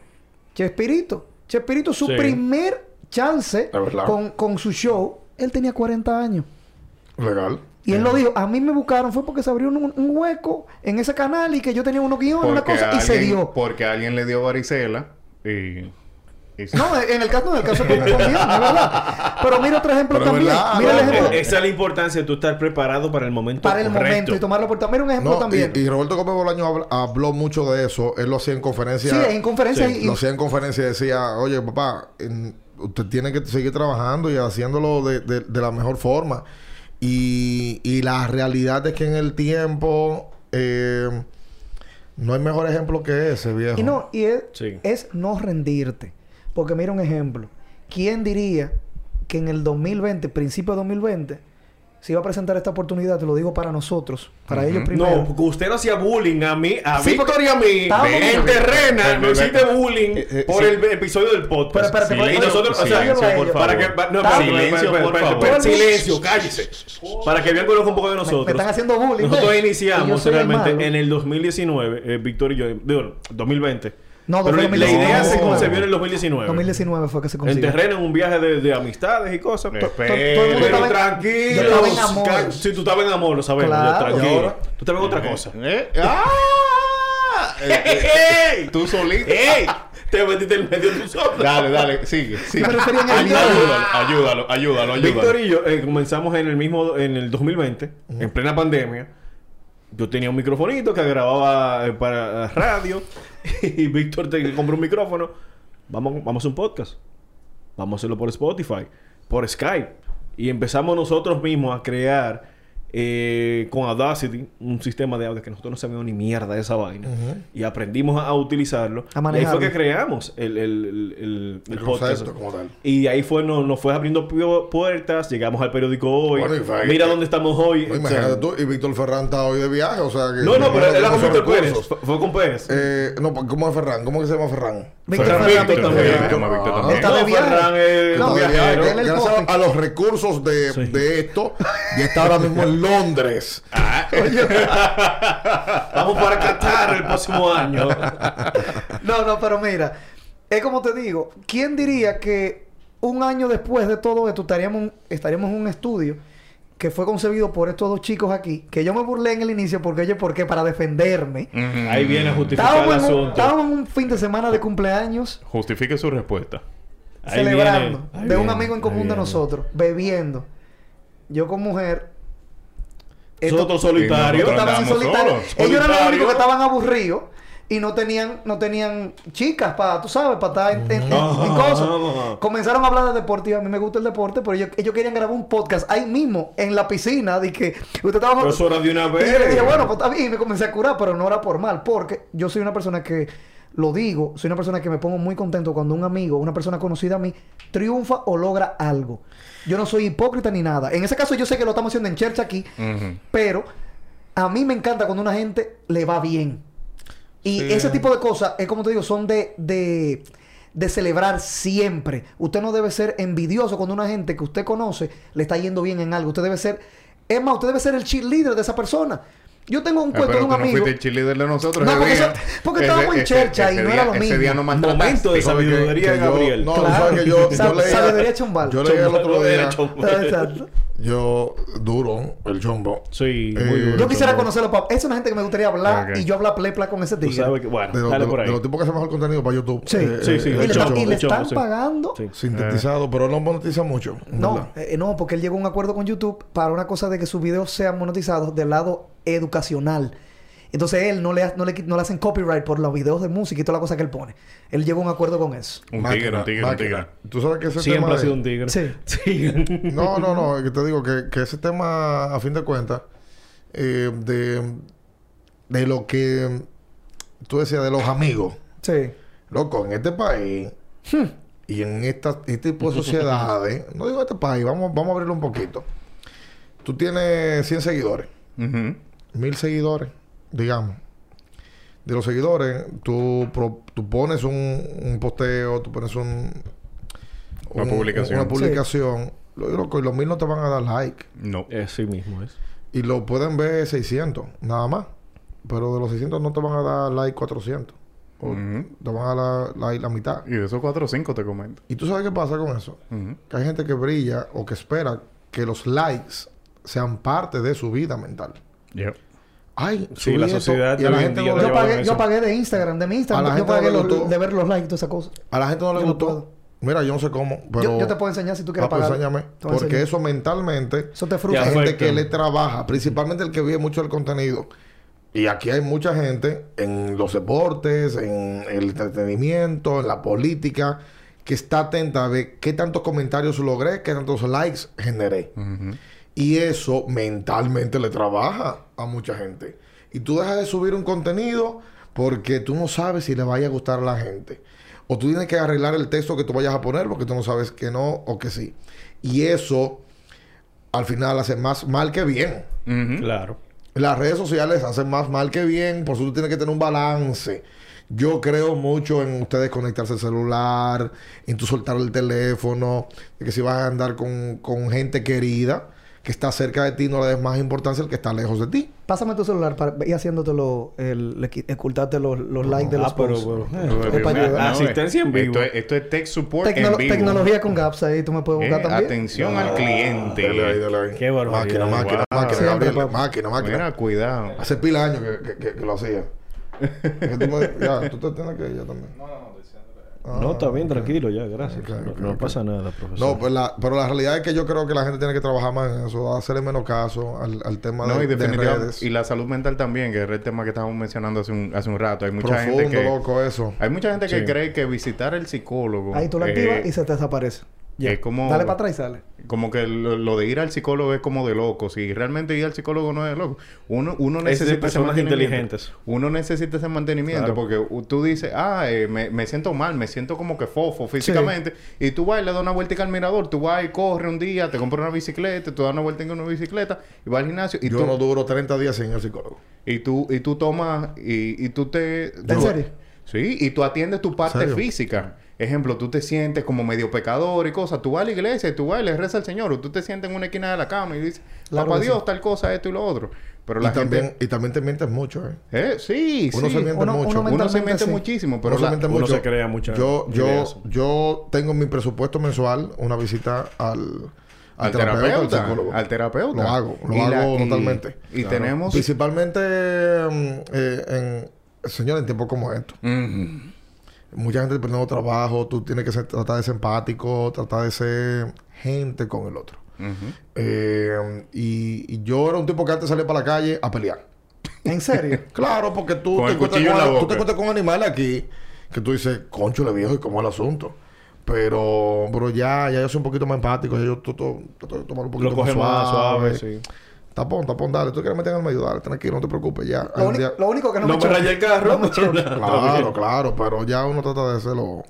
Chespirito. Chespirito, su
Sí.
primer chance
Es verdad.
con, con su show, él tenía 40 años.
Legal.
Y él lo dijo, a mí me buscaron fue porque se abrió un, un hueco en ese canal y que yo tenía unos guiones, una
Porque
cosa, y se
alguien-
dio.
Porque alguien le dio varicela y... y se-
No, en el caso, no, en el caso con, con guiones, es verdad. Pero mira otro ejemplo
Pero es
también.
verdad,
mira
¿no?
el ejemplo
Eh,
Esa es la importancia de tú estar preparado para el momento
para el
correcto.
momento y tomarlo por... Mira un ejemplo
No,
también.
y, y Roberto Gómez Bolaño habla- habló mucho de eso. Él lo hacía en conferencia.
sí, en conferencias
Sí,
y...
lo hacía en conferencia y decía, oye, papá, en- usted tiene que seguir trabajando y haciéndolo de, de- de la mejor forma. Y, y la realidad es que en el tiempo eh, no hay mejor ejemplo que ese, viejo.
Y no, y es,
Sí.
es no rendirte. Porque mira un ejemplo. ¿Quién diría que en el 2020, principio de 2020, se iba a presentar esta oportunidad? Te lo digo para nosotros, para ellos primero.
No, porque usted no hacía bullying a mí, a
Sí,
Víctor y a mí.
Estábamos-
En
Ve,
terrena
ve,
no
ve,
hiciste
ve.
bullying
Eh, eh,
por
sí.
el episodio del podcast.
Pero, espérate,
y
pero-
nosotros, o sea,
silencio, por
para
favor.
que pa- no, espérate,
Silencio,
espérate,
por
espérate,
favor.
espérate, silencio, cállese. Para que vean que conozco un poco de nosotros.
me están haciendo bullying,
Nosotros
¿ves? Y yo
iniciamos
soy el
realmente
malo.
en el 2019, eh, Víctor y yo, digo, 2020.
No,
pero la- la
2019.
idea se concebibió en el 2019.
2019 fue que se
En
consiguió.
terreno, en un viaje de, de amistades y cosas.
Espera.
To- todo el mundo
Pero
estaba en- yo
tranquilo.
estaba en amor.
Si tú estabas en amor, lo sabemos. Ya,
Claro.
¿Y
tranquilo.
ahora?
Tú estabas en otra cosa.
¿Eh? ¡Ah! Eh, eh,
¡Ey!
Tú eh, solito.
¡Ey! Te metiste en medio de tu sopla.
Dale, dale, sigue, sigue.
Me refería en el
ayúdalo, ayúdalo, ayúdalo,
Víctor
ayúdalo.
y yo eh, comenzamos en el mismo, en el 2020, en plena pandemia. Yo tenía un microfonito que grababa eh, para radio y Víctor te compró un micrófono. Vamos, vamos a hacer un podcast. Vamos a hacerlo por Spotify, por Skype. Y empezamos nosotros mismos a crear eh, con Audacity un sistema de audio que nosotros no sabíamos ni mierda de esa vaina. Y aprendimos a, a utilizarlo. y
A
ahí
manejarlo.
fue que creamos el, el- el- el- el
El
podcast.
concepto como tal.
Y ahí fue, nos, nos fue abriendo pu- puertas, llegamos al periódico hoy.
Bueno, y fue-
Mira dónde estamos hoy.
No,
O sea,
imagínate tú, y Víctor Ferrán está hoy de viaje, o sea que...
no, no, pero él era con
esos
Víctor Pérez.
recursos.
Fue fue con Pérez.
Eh, no, ¿cómo es Ferrán? ¿Cómo que se llama Ferrán?
Víctor
Ferran
Ferran,
Víctor
Víctor
también.
Ferran.
Víctor, Víctor
Ah.
también.
Está de
No,
viaje.
Ferran, eh,
No,
un
Porque,
viaje,
eh,
viajero.
él es el
gracias
Boeing.
a los recursos de,
Sí.
de esto, y está ahora mismo en Londres.
Ah,
Vamos para Qatar el próximo año.
No, no, pero mira, es como te digo, ¿quién diría que un año después de todo esto estaríamos, estaríamos en un estudio que fue concebido por estos dos chicos aquí, que yo me burlé en el inicio porque, oye, ¿por qué? Para defenderme.
Ahí viene a justificar el
Estábamos en, un,
asunto.
estábamos en un fin de semana de cumpleaños
Justifique su respuesta.
Ahí
celebrando
viene,
de
ahí
un
viene,
amigo en
ahí
común de
viene.
nosotros, bebiendo. Yo con mujer. Esto-
Nosotros solitarios.
Nosotros
estaban en
andábamos
solitario.
solos.
Ellos eran los
Solitario.
únicos que estaban aburridos y no tenían, no tenían chicas para, tú sabes, para estar en, en- en- en cosas.
No.
Comenzaron a hablar de deporte. y A mí me gusta el deporte, pero ellos, ellos querían grabar un podcast ahí mismo, en la piscina. De que usted estaba
Pero eso era de una
y yo le
vez.
dije, bueno, pues está bien, y me comencé a curar, pero no era por mal, porque yo soy una persona que, lo digo, soy una persona que me pongo muy contento cuando un amigo, una persona conocida a mí, triunfa o logra algo. Yo no soy hipócrita ni nada. En ese caso yo sé que lo estamos haciendo en church aquí,
Ujú.
pero a mí me encanta cuando una gente le va bien. Y ese tipo de cosas, es como te digo, son de, de, de celebrar siempre. Usted no debe ser envidioso cuando una gente que usted conoce le está yendo bien en algo. Usted debe ser, es más, usted debe ser el cheerleader de esa persona. Yo tengo un
Ah,
cuento de
pero
un
tú no
amigo.
fuiste el cheerleader de nosotros.
No,
ese
porque
día.
eso- porque estábamos en chercha y
ese
no
día-
era lo
Ese
mismo.
día no maltrataste.
Momento de
Porque-
sabiduría,
que yo-
Gabriel.
No,
Claro.
o sea que yo,
Sa-
yo leía.
sabiduría Chumbal.
Yo leía el otro día.
Exacto.
Yo, duro, el chombo.
Sí,
Eh,
muy duro.
Yo quisiera
Chombo.
conocerlo. pa- Es una gente que me gustaría hablar
Ok.
y yo hablar plepla con ese
Tú sabes
tigre.
que,
De,
bueno,
los-
dale
de-
por
de
ahí.
los tipos que hace mejor contenido para YouTube. Eh,
Sí.
Sí, sí,
Y
el
le,
el
están-
chombo,
y le
el chombo,
están
sí.
pagando
Sí.
Sintetizado, pero él no monetiza mucho.
No,
¿verdad?
eh, no, porque él llegó a un acuerdo con YouTube para una cosa de que sus videos sean monetizados del lado educacional. Entonces él no le, ha- no le, qui- no le hacen copyright por los videos de música y toda la cosa que él pone. Él llegó a un acuerdo con eso.
Un
Máquina,
tigre, un tigre, un
máquina.
tigre.
Tú sabes que ese
Siempre
tema.
ha
de-
sido un tigre.
Sí.
Sí.
No, no, no. Que te digo que, que ese tema, a fin de cuentas, eh, de, de lo que tú decías, de los amigos.
Sí.
Loco, en este país y en esta, este tipo de sociedades, no digo este país, vamos, vamos a abrirlo un poquito. Tú tienes 100 seguidores,
Ujú.
1000 seguidores, digamos. De los seguidores, tú, pro- tú pones un, un posteo, tú pones un,
Una
un-
publicación.
Una publicación. Lo- Loco, y los 1000 no te van a dar like.
No.
Es sí mismo es.
Y lo pueden ver 600, nada más. Pero de los 600 no te van a dar like 400. O
Mm.
Ujú.
Te van a dar like la mitad.
Y de esos cuatro o cinco te comento.
¿Y tú sabes qué pasa con eso?
Ujú.
Que hay gente que brilla o que espera que los likes sean parte de su vida mental.
Yep.
Ay,
Sí,
subí
la
esto,
sociedad
y a
de
la
hoy en
gente
día
no
la
le,
Yo
lleva- llevaron
pagué, yo
eso.
pagué de Instagram, de mi
A la
Instagram. Yo
gente no
pagué
le
los-
gustó.
de ver los likes y toda esa cosa.
a la gente no le
Yo no
gustó.
puedo.
Mira, yo no sé cómo, pero
Yo, yo te puedo enseñar si tú quieres
Ah, pues,
pagar.
enséñame,
Te voy a
porque
enseñar.
eso mentalmente
Eso te
Ya
Hay
frustra.
fue.
gente
Afecta.
que le trabaja, principalmente el que vive mucho el contenido. Y aquí hay mucha gente en los deportes, en el entretenimiento, en la política, que está atenta a ver qué tantos comentarios logré, qué tantos likes generé. Y eso mentalmente le trabaja a mucha gente. Y tú dejas de subir un contenido porque tú no sabes si le vaya a gustar a la gente. O tú tienes que arreglar el texto que tú vayas a poner porque tú no sabes que no o que sí. Y eso al final hace más mal que bien.
Ujú.
Claro.
Las redes sociales hacen más mal que bien, por eso tú tienes que tener un balance. Yo creo mucho en ustedes conectarse al celular, en tú soltar el teléfono, de que si vas a andar con, con gente querida que está cerca de ti, no le des más importancia al que está lejos de ti.
Pásame tu celular para ir haciéndotelo, el, el- ocultarte los, los likes de los
Ah, pero,
posts.
pero, eh,
Es para ayudar.
No, eh,
Asistencia en vivo.
Esto es, esto es tech support
Tecnolo-
en vivo.
Tecnología con Gaps ahí, tú me puedes
Eh,
buscar también.
atención al cliente.
Qué barbaridad.
Máquina, máquina,
Wow.
máquina,
Siempre,
Gabriel,
papá.
máquina, máquina.
Mira, cuidado.
Hace pila de años que, que- que- que lo hacía. Que tú me- ya, tú te tienes que ir ya también. Ah.
No, no, no, estoy diciendo que-
No, está bien, tranquilo ya, gracias.
Ok, ok,
no
ok.
pasa nada, profesor.
No, pues la- pero la realidad es que yo creo que la gente tiene que trabajar más en eso, hacerle menos caso al, al tema
No,
de,
y
de
definitivamente.
redes.
Y la salud mental también, que era el tema que estábamos mencionando hace un, hace un rato. Hay mucha
Profundo,
gente que.
loco, eso.
Hay mucha gente que
Sí.
cree que visitar el psicólogo.
Ahí tú lo
eh,
activas y se te desaparece.
Es como,
Dale para atrás y sale.
como que lo, lo de ir al psicólogo es como de locos. Y realmente ir al psicólogo no es de loco. Uno, uno
de
necesita
personas
mantenimiento.
inteligentes.
Uno necesita ese
Claro.
mantenimiento porque u- tú dices, ah, eh, me, me siento mal, me siento como que fofo físicamente. Y tú vas y le das una vuelta al mirador. Tú vas y corre un día, te compras una bicicleta, tú das una vuelta en una bicicleta y vas al gimnasio. Y
yo
tú,
no duro 30 días sin el psicólogo.
y tú, y tú tomas y, y tú te...
¿En serio?
Sí, y tú atiendes tu parte
serio?
física. Ejemplo, tú te sientes como medio pecador y cosas. Tú vas a la iglesia, y tú vas y le rezas al Señor. O tú te sientes en una esquina de la cama y dices,
Claro
papá
que sí.
Dios, tal cosa, esto y lo otro. Pero la
Y también,
gente...
y también te mientes mucho, ¿eh?
Eh, sí,
Uno
sí.
se miente
uno-
mucho.
Uno
uno
se
mentalmente
miente
sí.
muchísimo,
pero
pero la-
uno se crea mucha
Yo,
idea
yo,
eso.
yo tengo en mi presupuesto mensual una visita al,
al terapeuta,
psicólogo.
al terapeuta.
Lo hago, lo
Y la-
hago
y-
totalmente.
Y tenemos...
Principalmente, mm, eh, en, señor, en tiempos como estos.
Ujú.
Mucha gente perdiendo trabajo, tú tienes que ser- tratar de ser empático, tratar de ser gente con el otro. Eh, y, y yo era un tipo que antes salía para la calle a pelear.
¿En serio?
Claro, porque tú,
Con
te
el
encuentras
cuchillo
con,
en la
tú
boca.
te encuentras con animales aquí que tú dices, conchole viejo, ¿y cómo es el asunto? Pero, pero ya, ya yo soy un poquito más empático, ya yo to- to- trato de tomar un poquito
Lo coge más suave, sí.
Tapón, tapón, dale, tú quieres meter en el medio, dale, tranquilo, no te preocupes, ya.
Lo,
Algún
uni-
día-
lo único que no,
No me
choca-
rayé el carro.
no me choca.
pero nada, está
Claro,
bien.
claro, pero ya uno trata de hacerlo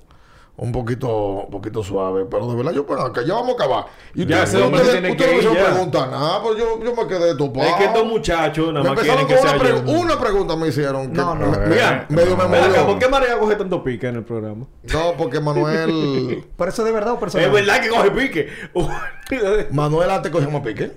un poquito, un poquito suave. Pero de verdad, yo, pues, acá ya vamos a acabar. Y
Ya, ese hombre se tiene que
ustedes
ir,
no me
ya.
preguntan nada, pues yo, yo me quedé topado.
Es que estos muchachos
Me
nada más
empezaron
quieren
con
que
una,
sea
pregu-
yo.
una pregunta me hicieron. que
No, no.
me-
Mira,
medio me
ven acá,
murió.
¿por qué Marea coge tanto pique en el programa?
No, porque Manuel.
¿Pero eso de verdad o personal?
Es verdad que coge pique.
Manuel antes cogió más pique.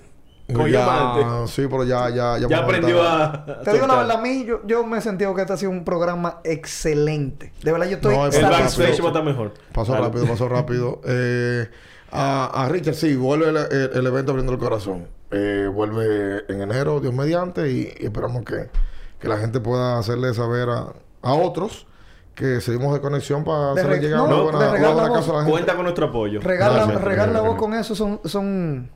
Cogió más
Ya,
antes.
sí, pero ya, ya,
ya
ya. Manuel
aprendió
estaba-
a. a
Te digo la
soltar.
verdad, a mí yo, yo me he sentido que este ha sido un programa excelente. De verdad, yo estoy
No, es
El
verdad,
satisfecho.
backstage
rápido.
va a estar mejor.
Pasó
Dale.
rápido, pasó rápido. Eh, a, a Richard, sí, vuelve el, el- el evento abriendo el corazón. Eh, vuelve en enero, Dios mediante, y, y esperamos que, que la gente pueda hacerle saber a, a otros que seguimos de conexión para
De
hacerle
re-
llegar
no,
una
de
buena, una
regalo
buena
a vos.
casa a la gente.
Cuenta con nuestro apoyo.
Regala,
Gracias,
regala
gracias.
vos con eso son, son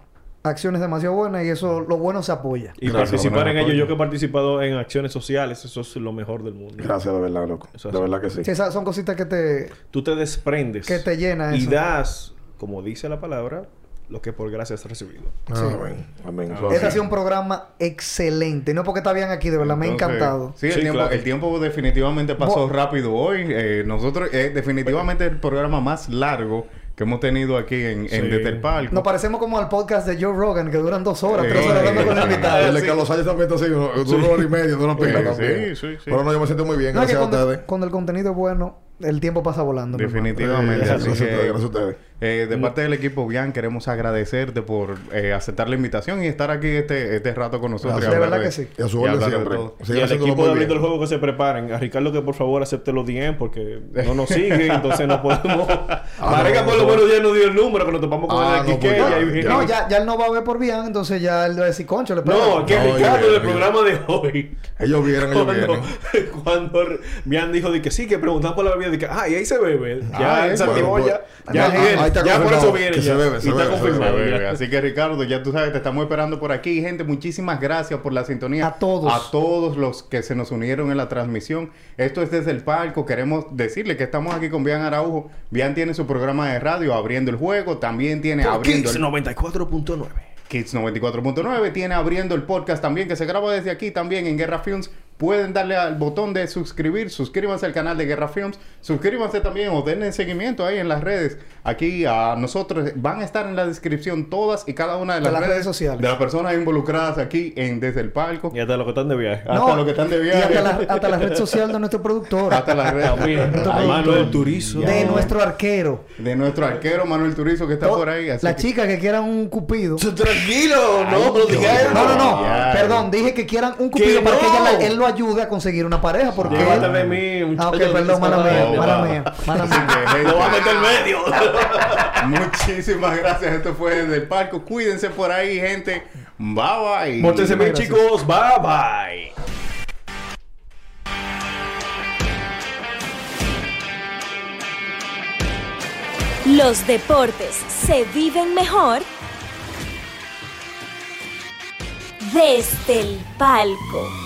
acciones demasiado buenas y eso, lo bueno se apoya.
Y
Gracias,
participar en
buena
ello.
apoyo.
Yo que he participado en acciones sociales, eso es lo mejor del mundo.
Gracias, de verdad, loco.
Eso es
de
así.
verdad que sí.
Sí, esas son cositas que te...
Tú te desprendes.
Que te llena
Y
eso.
das, como dice la palabra, lo que por gracia has recibido.
Ah, Amén. Amén. Eso
Este ha
así.
sido un programa excelente. No porque está bien aquí, de verdad, me ha
Entonces,
encantado.
Sí, el,
Sí,
tiempo,
claro.
el tiempo definitivamente pasó
Bo-
rápido hoy. Eh, nosotros, es definitivamente el programa más largo que hemos tenido aquí en, en
Sí.
Desde el Palco.
Nos parecemos como al podcast de Joe Rogan, que duran dos horas,
Sí,
Eh,
tres horas hablando
sí,
con el
sí.
invitado.
El de Carlos Sánchez también está así, dura una hora y media, dura una pila
Sí, sí,
también.
sí, sí.
Pero no, yo me siento muy bien,
No, es que
gracias a ustedes.
cuando, cuando el contenido es bueno, el tiempo pasa volando. mi hermano.
Definitivamente.
Gracias
Así
a ustedes,
que,
gracias a ustedes.
eh, de parte del equipo Bian, queremos agradecerte por eh, aceptar la invitación y estar aquí este, este rato con nosotros.
Gracias.
y
De
hablar
verdad que sí.
Y a
y
su orden
hablar de
siempre.
todo.
Sigan
y al
haciéndolo
equipo
muy
de abriendo
bien.
el juego que se preparen. A Ricardo que por favor acepte los DM porque no nos siguen, entonces no podemos. Marega
Ah, no,
por
no.
lo menos ya nos dio el número, que nos topamos con
Ah,
el
no, pues
Quique
ya,
y ahí viene-
No, ya, ya él no va a ver por bien, entonces ya él va a decir, concho, le
No, es que
No, yo
Ricardo del
vieron,
programa de hoy.
Ellos vieron, ellos
Cuando,
vieron.
cuando Bian dijo de que sí, que preguntaban por la bebida, de que, ah, y ahí se bebe. Ya
Ah,
él
eh,
se activó,
bueno,
ya. Ya,
bueno.
viene,
Ahí está
ya por eso
confirmado
viene.
que
ya.
se bebe, se
y está
bebe, se
confirmado.
bebe,
ya.
Bebé. Así que Ricardo, ya tú sabes, te estamos esperando por aquí. Gente, muchísimas gracias por la sintonía.
A todos.
A todos los que se nos unieron en la transmisión. Esto es desde el palco. Queremos decirle que estamos aquí con Bian Araujo. Bian tiene su programa de radio Abriendo el Juego. También tiene
Por
Abriendo
Kiss
el
94.9.
Kids 94.9 tiene abriendo el podcast también que se graba desde aquí también en Guerra Films. Pueden darle al botón de suscribir, suscríbanse al canal de Guerra Films, suscríbanse también o denle seguimiento ahí en las redes. Aquí a nosotros van a estar en la descripción todas y cada una de las,
las redes sociales.
de las personas involucradas aquí en Desde el Palco.
Y hasta los que están de viaje.
Ah,
hasta los que están de viaje.
Y hasta la, hasta la red social de nuestro productor.
Hasta las redes
También.
Ahí
Mano
todo.
del Turizo.
de
Ya.
nuestro arquero.
de nuestro arquero Manuel Turizo que está por ahí. así
la
que-
chica que quiera un cupido.
Tranquilo, no, pero diga
No,
eso.
no, no.
Ya.
Perdón, dije que quieran un cupido
Que
para que
no.
ella la- él lo ayude a conseguir una pareja. Porque
Llévate
él-
de mí,
Ah, ok,
muchacho,
perdón, mala mía,
Oh,
mala
wow.
mía, mala
Así
mía.
que, eh, gente,
Lo va a meter medio.
Muchísimas gracias. Esto fue desde el palco. Cuídense por ahí, gente. Bye bye.
Pórtense bien,
Gracias.
chicos. Bye bye.
Los deportes se viven mejor desde el palco.